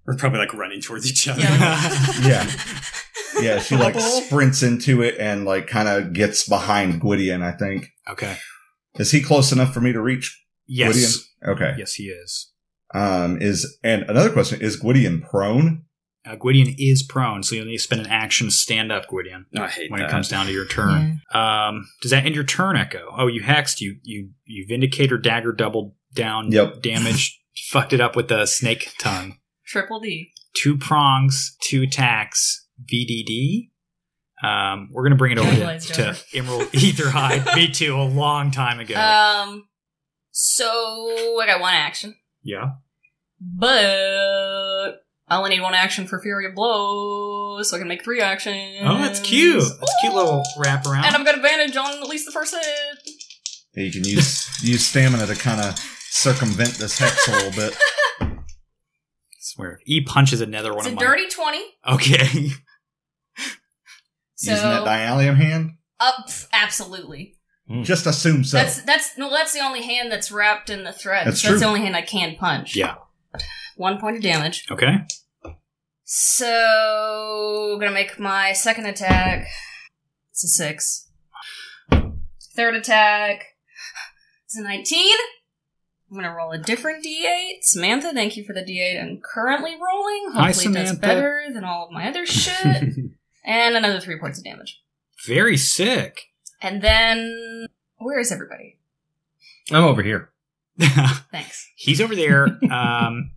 Speaker 7: We're probably like running towards each other.
Speaker 3: Yeah.
Speaker 2: yeah, yeah. She like sprints into it and like kind of gets behind Gwydion. I think
Speaker 5: okay.
Speaker 2: is he close enough for me to reach?
Speaker 5: Yes.
Speaker 2: Okay.
Speaker 5: Yes, he is.
Speaker 2: Um, is and another question is Gwydion prone?
Speaker 5: Uh, Gwydion is prone, so you'll need to spend an action to stand up, Gwydion.
Speaker 7: I hate
Speaker 5: when
Speaker 7: that.
Speaker 5: it comes down to your turn. Um, does that end your turn, Echo? Oh, you hexed. You you you vindicator dagger doubled down
Speaker 2: Yep.
Speaker 5: damage. fucked it up with the snake tongue.
Speaker 3: Triple D.
Speaker 5: Two prongs, two attacks. VDD. Um, we're gonna bring it over
Speaker 3: Capitalized
Speaker 5: to,
Speaker 3: over.
Speaker 5: to Emerald Ether Hide V2 a long time ago.
Speaker 3: Um. So I got one action,
Speaker 5: yeah.
Speaker 3: but I only need one action for Fury of Blows, so I can make three actions.
Speaker 5: Oh, that's cute. That's a cute little wraparound.
Speaker 3: And I've got advantage on at least the first hit.
Speaker 2: Yeah, you can use use stamina to kind of circumvent this hex a little bit.
Speaker 5: swear. E punches another one
Speaker 3: It's a
Speaker 5: of my.
Speaker 3: dirty twenty.
Speaker 5: okay.
Speaker 3: So
Speaker 2: Using that dialium hand,
Speaker 3: up, uh, absolutely.
Speaker 2: just assume so.
Speaker 3: That's that's no, that's the only hand that's wrapped in the thread.
Speaker 2: That's
Speaker 3: That's,
Speaker 2: true.
Speaker 3: the only hand I can punch.
Speaker 5: Yeah.
Speaker 3: One point of damage.
Speaker 5: okay.
Speaker 3: So gonna make my second attack. It's a six. Third attack. It's a nineteen. I'm gonna roll a different D8. Samantha, thank you for the D8 I'm currently rolling. Hopefully
Speaker 5: Hi,
Speaker 3: it does
Speaker 5: Samantha.
Speaker 3: better than all of my other shit. and another three points of damage.
Speaker 5: Very sick.
Speaker 3: And then where is everybody?
Speaker 6: I'm over here.
Speaker 3: Thanks.
Speaker 5: He's over there. Um,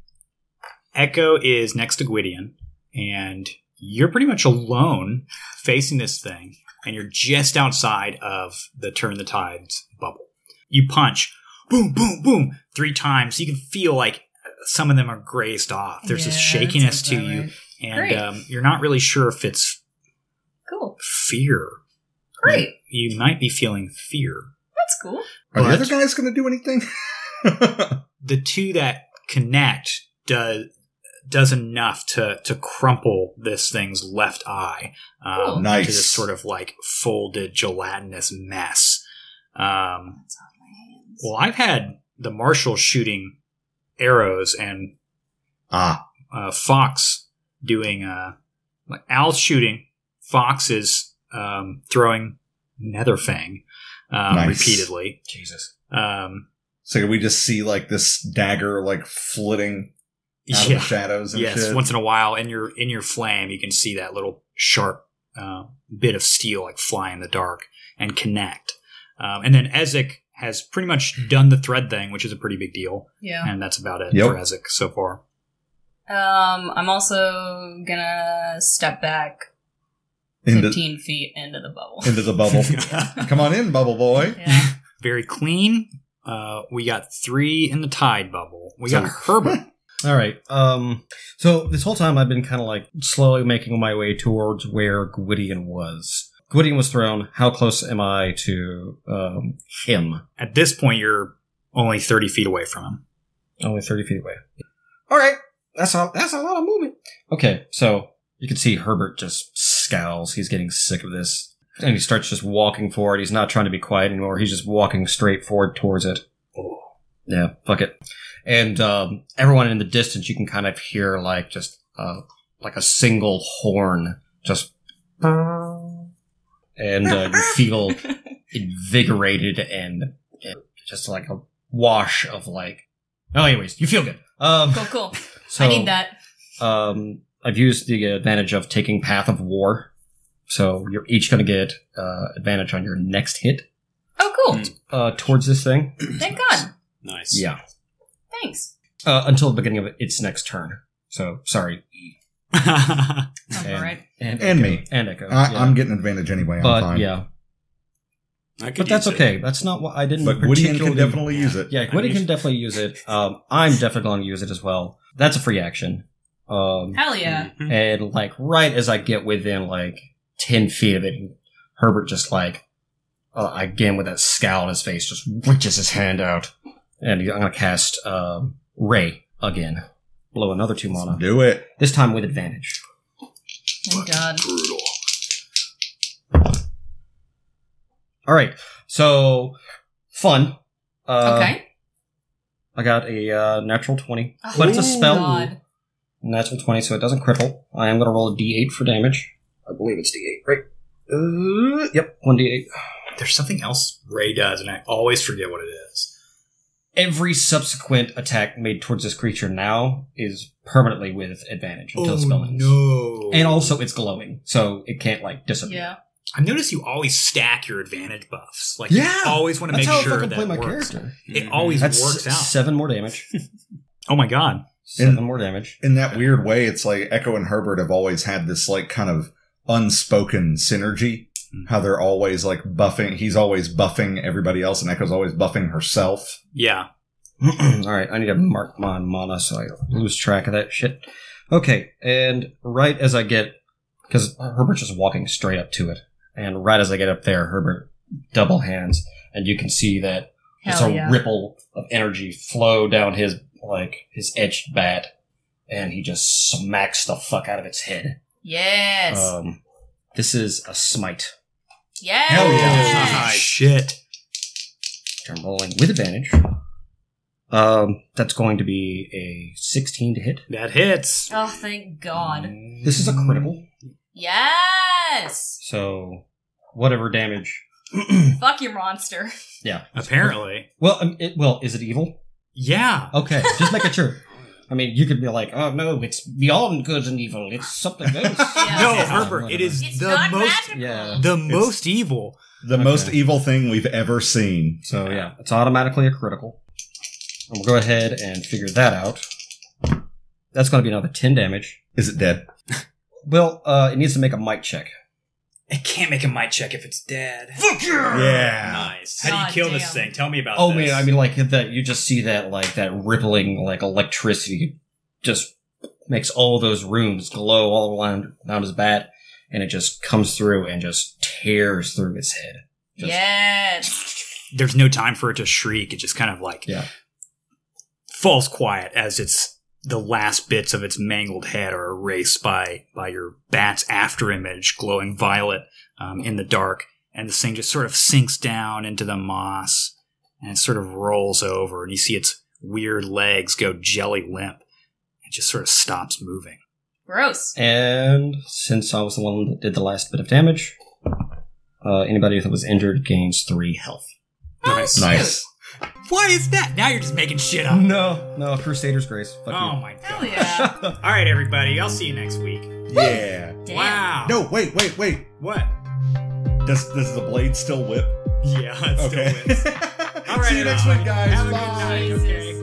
Speaker 5: Echo is next to Gwydion, and you're pretty much alone facing this thing, and you're just outside of the Turn the Tides bubble. You punch, boom, boom, boom, three times. You can feel like some of them are grazed off. There's this
Speaker 3: Yeah, that
Speaker 5: shakiness
Speaker 3: sounds
Speaker 5: to
Speaker 3: about
Speaker 5: you,
Speaker 3: right.
Speaker 5: and
Speaker 3: Great.
Speaker 5: um, you're not really sure if it's
Speaker 3: Cool.
Speaker 5: fear.
Speaker 3: Great.
Speaker 5: You, you might be feeling fear.
Speaker 3: That's cool.
Speaker 2: Are the
Speaker 5: But-
Speaker 2: other guys going to do anything?
Speaker 5: the two that connect does does enough to to crumple this thing's left eye um,
Speaker 3: Cool.
Speaker 2: Oh, Nice.
Speaker 5: to this sort of like folded gelatinous mess. Um,
Speaker 3: That's on my hands.
Speaker 5: well, I've had the marshal shooting arrows and
Speaker 2: ah,
Speaker 5: uh, Fox doing uh, like Al's shooting, Fox is um, throwing Netherfang um,
Speaker 2: Nice.
Speaker 5: repeatedly.
Speaker 6: Jesus.
Speaker 5: Um,
Speaker 2: so can we just see like this dagger like flitting out of
Speaker 5: yeah.
Speaker 2: the shadows and
Speaker 5: yes
Speaker 2: shit?
Speaker 5: once in a while in your in your flame you can see that little sharp uh, bit of steel like fly in the dark and connect um, and then ezek has pretty much done the thread thing which is a pretty big deal
Speaker 3: Yeah.
Speaker 5: and that's about it
Speaker 2: Yep.
Speaker 5: for ezek so far
Speaker 3: Um, I'm also gonna step back
Speaker 2: into,
Speaker 3: 15 feet into the bubble.
Speaker 2: into the bubble. Come on in, bubble boy.
Speaker 3: yeah.
Speaker 5: very clean uh, we got three in the tide bubble we
Speaker 2: So-
Speaker 5: got herbert
Speaker 6: All right. Um. So this whole time I've been kind of like slowly making my way towards where Gwydion was. Gwydion was thrown. How close am I to um, him?
Speaker 5: at this point you're only 30 feet away from him
Speaker 6: Only thirty feet away. All right. That's a that's a lot of movement. Okay. So You can see Herbert just scowls. He's getting sick of this. And he starts just walking forward. He's not trying to be quiet anymore. He's just walking straight forward towards it. Yeah, fuck it. And um, everyone in the distance, you can kind of hear like just uh, like a single horn just. And uh, you feel invigorated and uh, just like a wash of like. Oh, anyways, you feel good. Um,
Speaker 3: Cool, cool.
Speaker 6: so,
Speaker 3: I need that.
Speaker 6: um, I've used the advantage of taking Path of War, so you're each going to get uh, advantage on your next hit
Speaker 3: Oh, cool.
Speaker 6: uh, towards this thing.
Speaker 3: Thank God.
Speaker 4: Nice.
Speaker 6: Yeah,
Speaker 3: Thanks.
Speaker 6: uh, until the beginning of its next turn. So sorry,
Speaker 3: I'm
Speaker 6: and,
Speaker 3: all right.
Speaker 6: and,
Speaker 2: And
Speaker 6: Echo.
Speaker 2: me.
Speaker 6: and Echo.
Speaker 2: I,
Speaker 6: yeah.
Speaker 2: I'm getting advantage anyway. I'm
Speaker 6: but
Speaker 2: fine.
Speaker 6: yeah,
Speaker 4: I could
Speaker 6: but that's
Speaker 4: use it.
Speaker 6: okay. That's not what I didn't.
Speaker 2: But Woody can
Speaker 6: particularly
Speaker 2: definitely use it.
Speaker 6: Yeah, Gwydon can definitely use it. Um, I'm definitely going to use it as well. That's a free action. Um,
Speaker 3: Hell yeah.
Speaker 7: Mhm.
Speaker 6: and like right as I get within like ten feet of it, Herbert just like uh, again with that scowl on his face, just reaches his hand out, and he- I'm gonna cast um, Ray again, blow another two mana.
Speaker 2: Do it.
Speaker 6: This time with advantage. Hmm.
Speaker 3: Thank God.
Speaker 6: All right, so fun. Uh,
Speaker 3: okay.
Speaker 6: I got a uh, natural twenty,
Speaker 3: Oh,
Speaker 6: but it's a spell.
Speaker 3: God.
Speaker 6: Natural 20, so it doesn't cripple. I am going to roll a d8 for damage. I believe it's d8, right? Uh, yep, 1d8.
Speaker 5: There's something else Ray does, and I always forget what it is.
Speaker 6: Every subsequent attack made towards this creature now is permanently with advantage until the spell ends.
Speaker 5: Oh, no!
Speaker 6: And also, it's glowing, so it can't, like, disappear.
Speaker 3: Yeah.
Speaker 5: I notice you always stack your advantage buffs. Like,
Speaker 6: Yeah,
Speaker 5: you always want to
Speaker 6: That's
Speaker 5: make
Speaker 6: how I
Speaker 5: sure
Speaker 6: fucking
Speaker 5: that
Speaker 6: play my
Speaker 5: works.
Speaker 6: character.
Speaker 5: It
Speaker 4: Mhm.
Speaker 2: Mm-hmm.
Speaker 5: always
Speaker 6: That's
Speaker 5: works out.
Speaker 6: seven more damage.
Speaker 5: oh my god!
Speaker 6: Seven
Speaker 2: And-
Speaker 6: more damage.
Speaker 2: In that weird way, it's like Echo and Herbert have always had this like kind of unspoken synergy. How they're always like buffing. He's always buffing everybody else, and Echo's always buffing herself.
Speaker 5: Yeah,
Speaker 6: All right, I need to mark my mana so I lose track of that shit. Okay, and right as I get, because Herbert's just walking straight up to it, and right as I get up there, Herbert double hands, and you can see that it's
Speaker 3: Hell
Speaker 6: a
Speaker 3: yeah.
Speaker 6: ripple of energy flow down his like his etched bat, and he just smacks the fuck out of its head.
Speaker 3: Yes.
Speaker 6: Um, this is a smite.
Speaker 3: yes.
Speaker 2: hell
Speaker 5: yeah. shit.
Speaker 6: I'm rolling with advantage. Um, that's going to be a 16 to hit.
Speaker 5: That hits. Mm.
Speaker 3: Oh, thank God.
Speaker 6: This is a critical.
Speaker 3: Yes.
Speaker 6: So, whatever damage.
Speaker 3: Fuck your monster.
Speaker 5: Apparently,
Speaker 6: Well, um, it, well, is it evil?
Speaker 5: yeah.
Speaker 6: Okay, just making sure. I mean, you could be like, oh no, it's beyond good and evil. It's something else.
Speaker 3: Yeah.
Speaker 5: No,
Speaker 6: Yeah,
Speaker 5: Herbert, it
Speaker 6: whatever.
Speaker 5: is
Speaker 3: It's
Speaker 5: the
Speaker 3: not
Speaker 5: most
Speaker 3: magical.
Speaker 6: yeah.
Speaker 5: the most evil.
Speaker 2: The
Speaker 6: Okay.
Speaker 2: most evil thing we've ever seen.
Speaker 6: So yeah, it's automatically a critical. And we'll go ahead and figure that out. That's going to be another ten damage.
Speaker 2: Is it dead?
Speaker 6: Well, uh, it needs to make a mic check.
Speaker 8: I can't make a mic check if it's dead.
Speaker 2: Yeah.
Speaker 4: Uh, Nice.
Speaker 8: How do you
Speaker 3: God
Speaker 8: kill this
Speaker 3: damn.
Speaker 8: thing? Tell me about
Speaker 6: Oh
Speaker 8: this.
Speaker 6: man, I mean, like that. You just see that, like that rippling, like electricity, just makes all those rooms glow all around around his bat, and it just comes through and just tears through his head. Just-
Speaker 3: yes.
Speaker 5: There's no time for it to shriek. It just kind of like
Speaker 6: Yeah.
Speaker 5: falls quiet as it's the last bits of its mangled head are erased by by your bat's after image glowing violet um, in the dark, and this thing just sort of sinks down into the moss and it sort of rolls over, and you see its weird legs go jelly limp. It just sort of stops moving.
Speaker 3: Gross.
Speaker 6: And since I was the one that did the last bit of damage, uh, anybody that was injured gains three health.
Speaker 5: Nice.
Speaker 2: Nice.
Speaker 5: What is that? Now you're just making shit up.
Speaker 6: No, no, Crusader's Grace. Fuck
Speaker 5: Oh my god.
Speaker 3: Hell yeah.
Speaker 5: All right, everybody. I'll see you next week.
Speaker 2: Yeah.
Speaker 3: Damn.
Speaker 5: Wow.
Speaker 2: No, wait, wait, wait.
Speaker 5: What?
Speaker 2: Does does the blade still whip?
Speaker 5: Yeah. It
Speaker 2: Okay.
Speaker 5: Still wins. All right.
Speaker 2: See you next
Speaker 5: everybody.
Speaker 2: week, guys.
Speaker 5: Have a
Speaker 2: Bye.
Speaker 5: good night. Okay.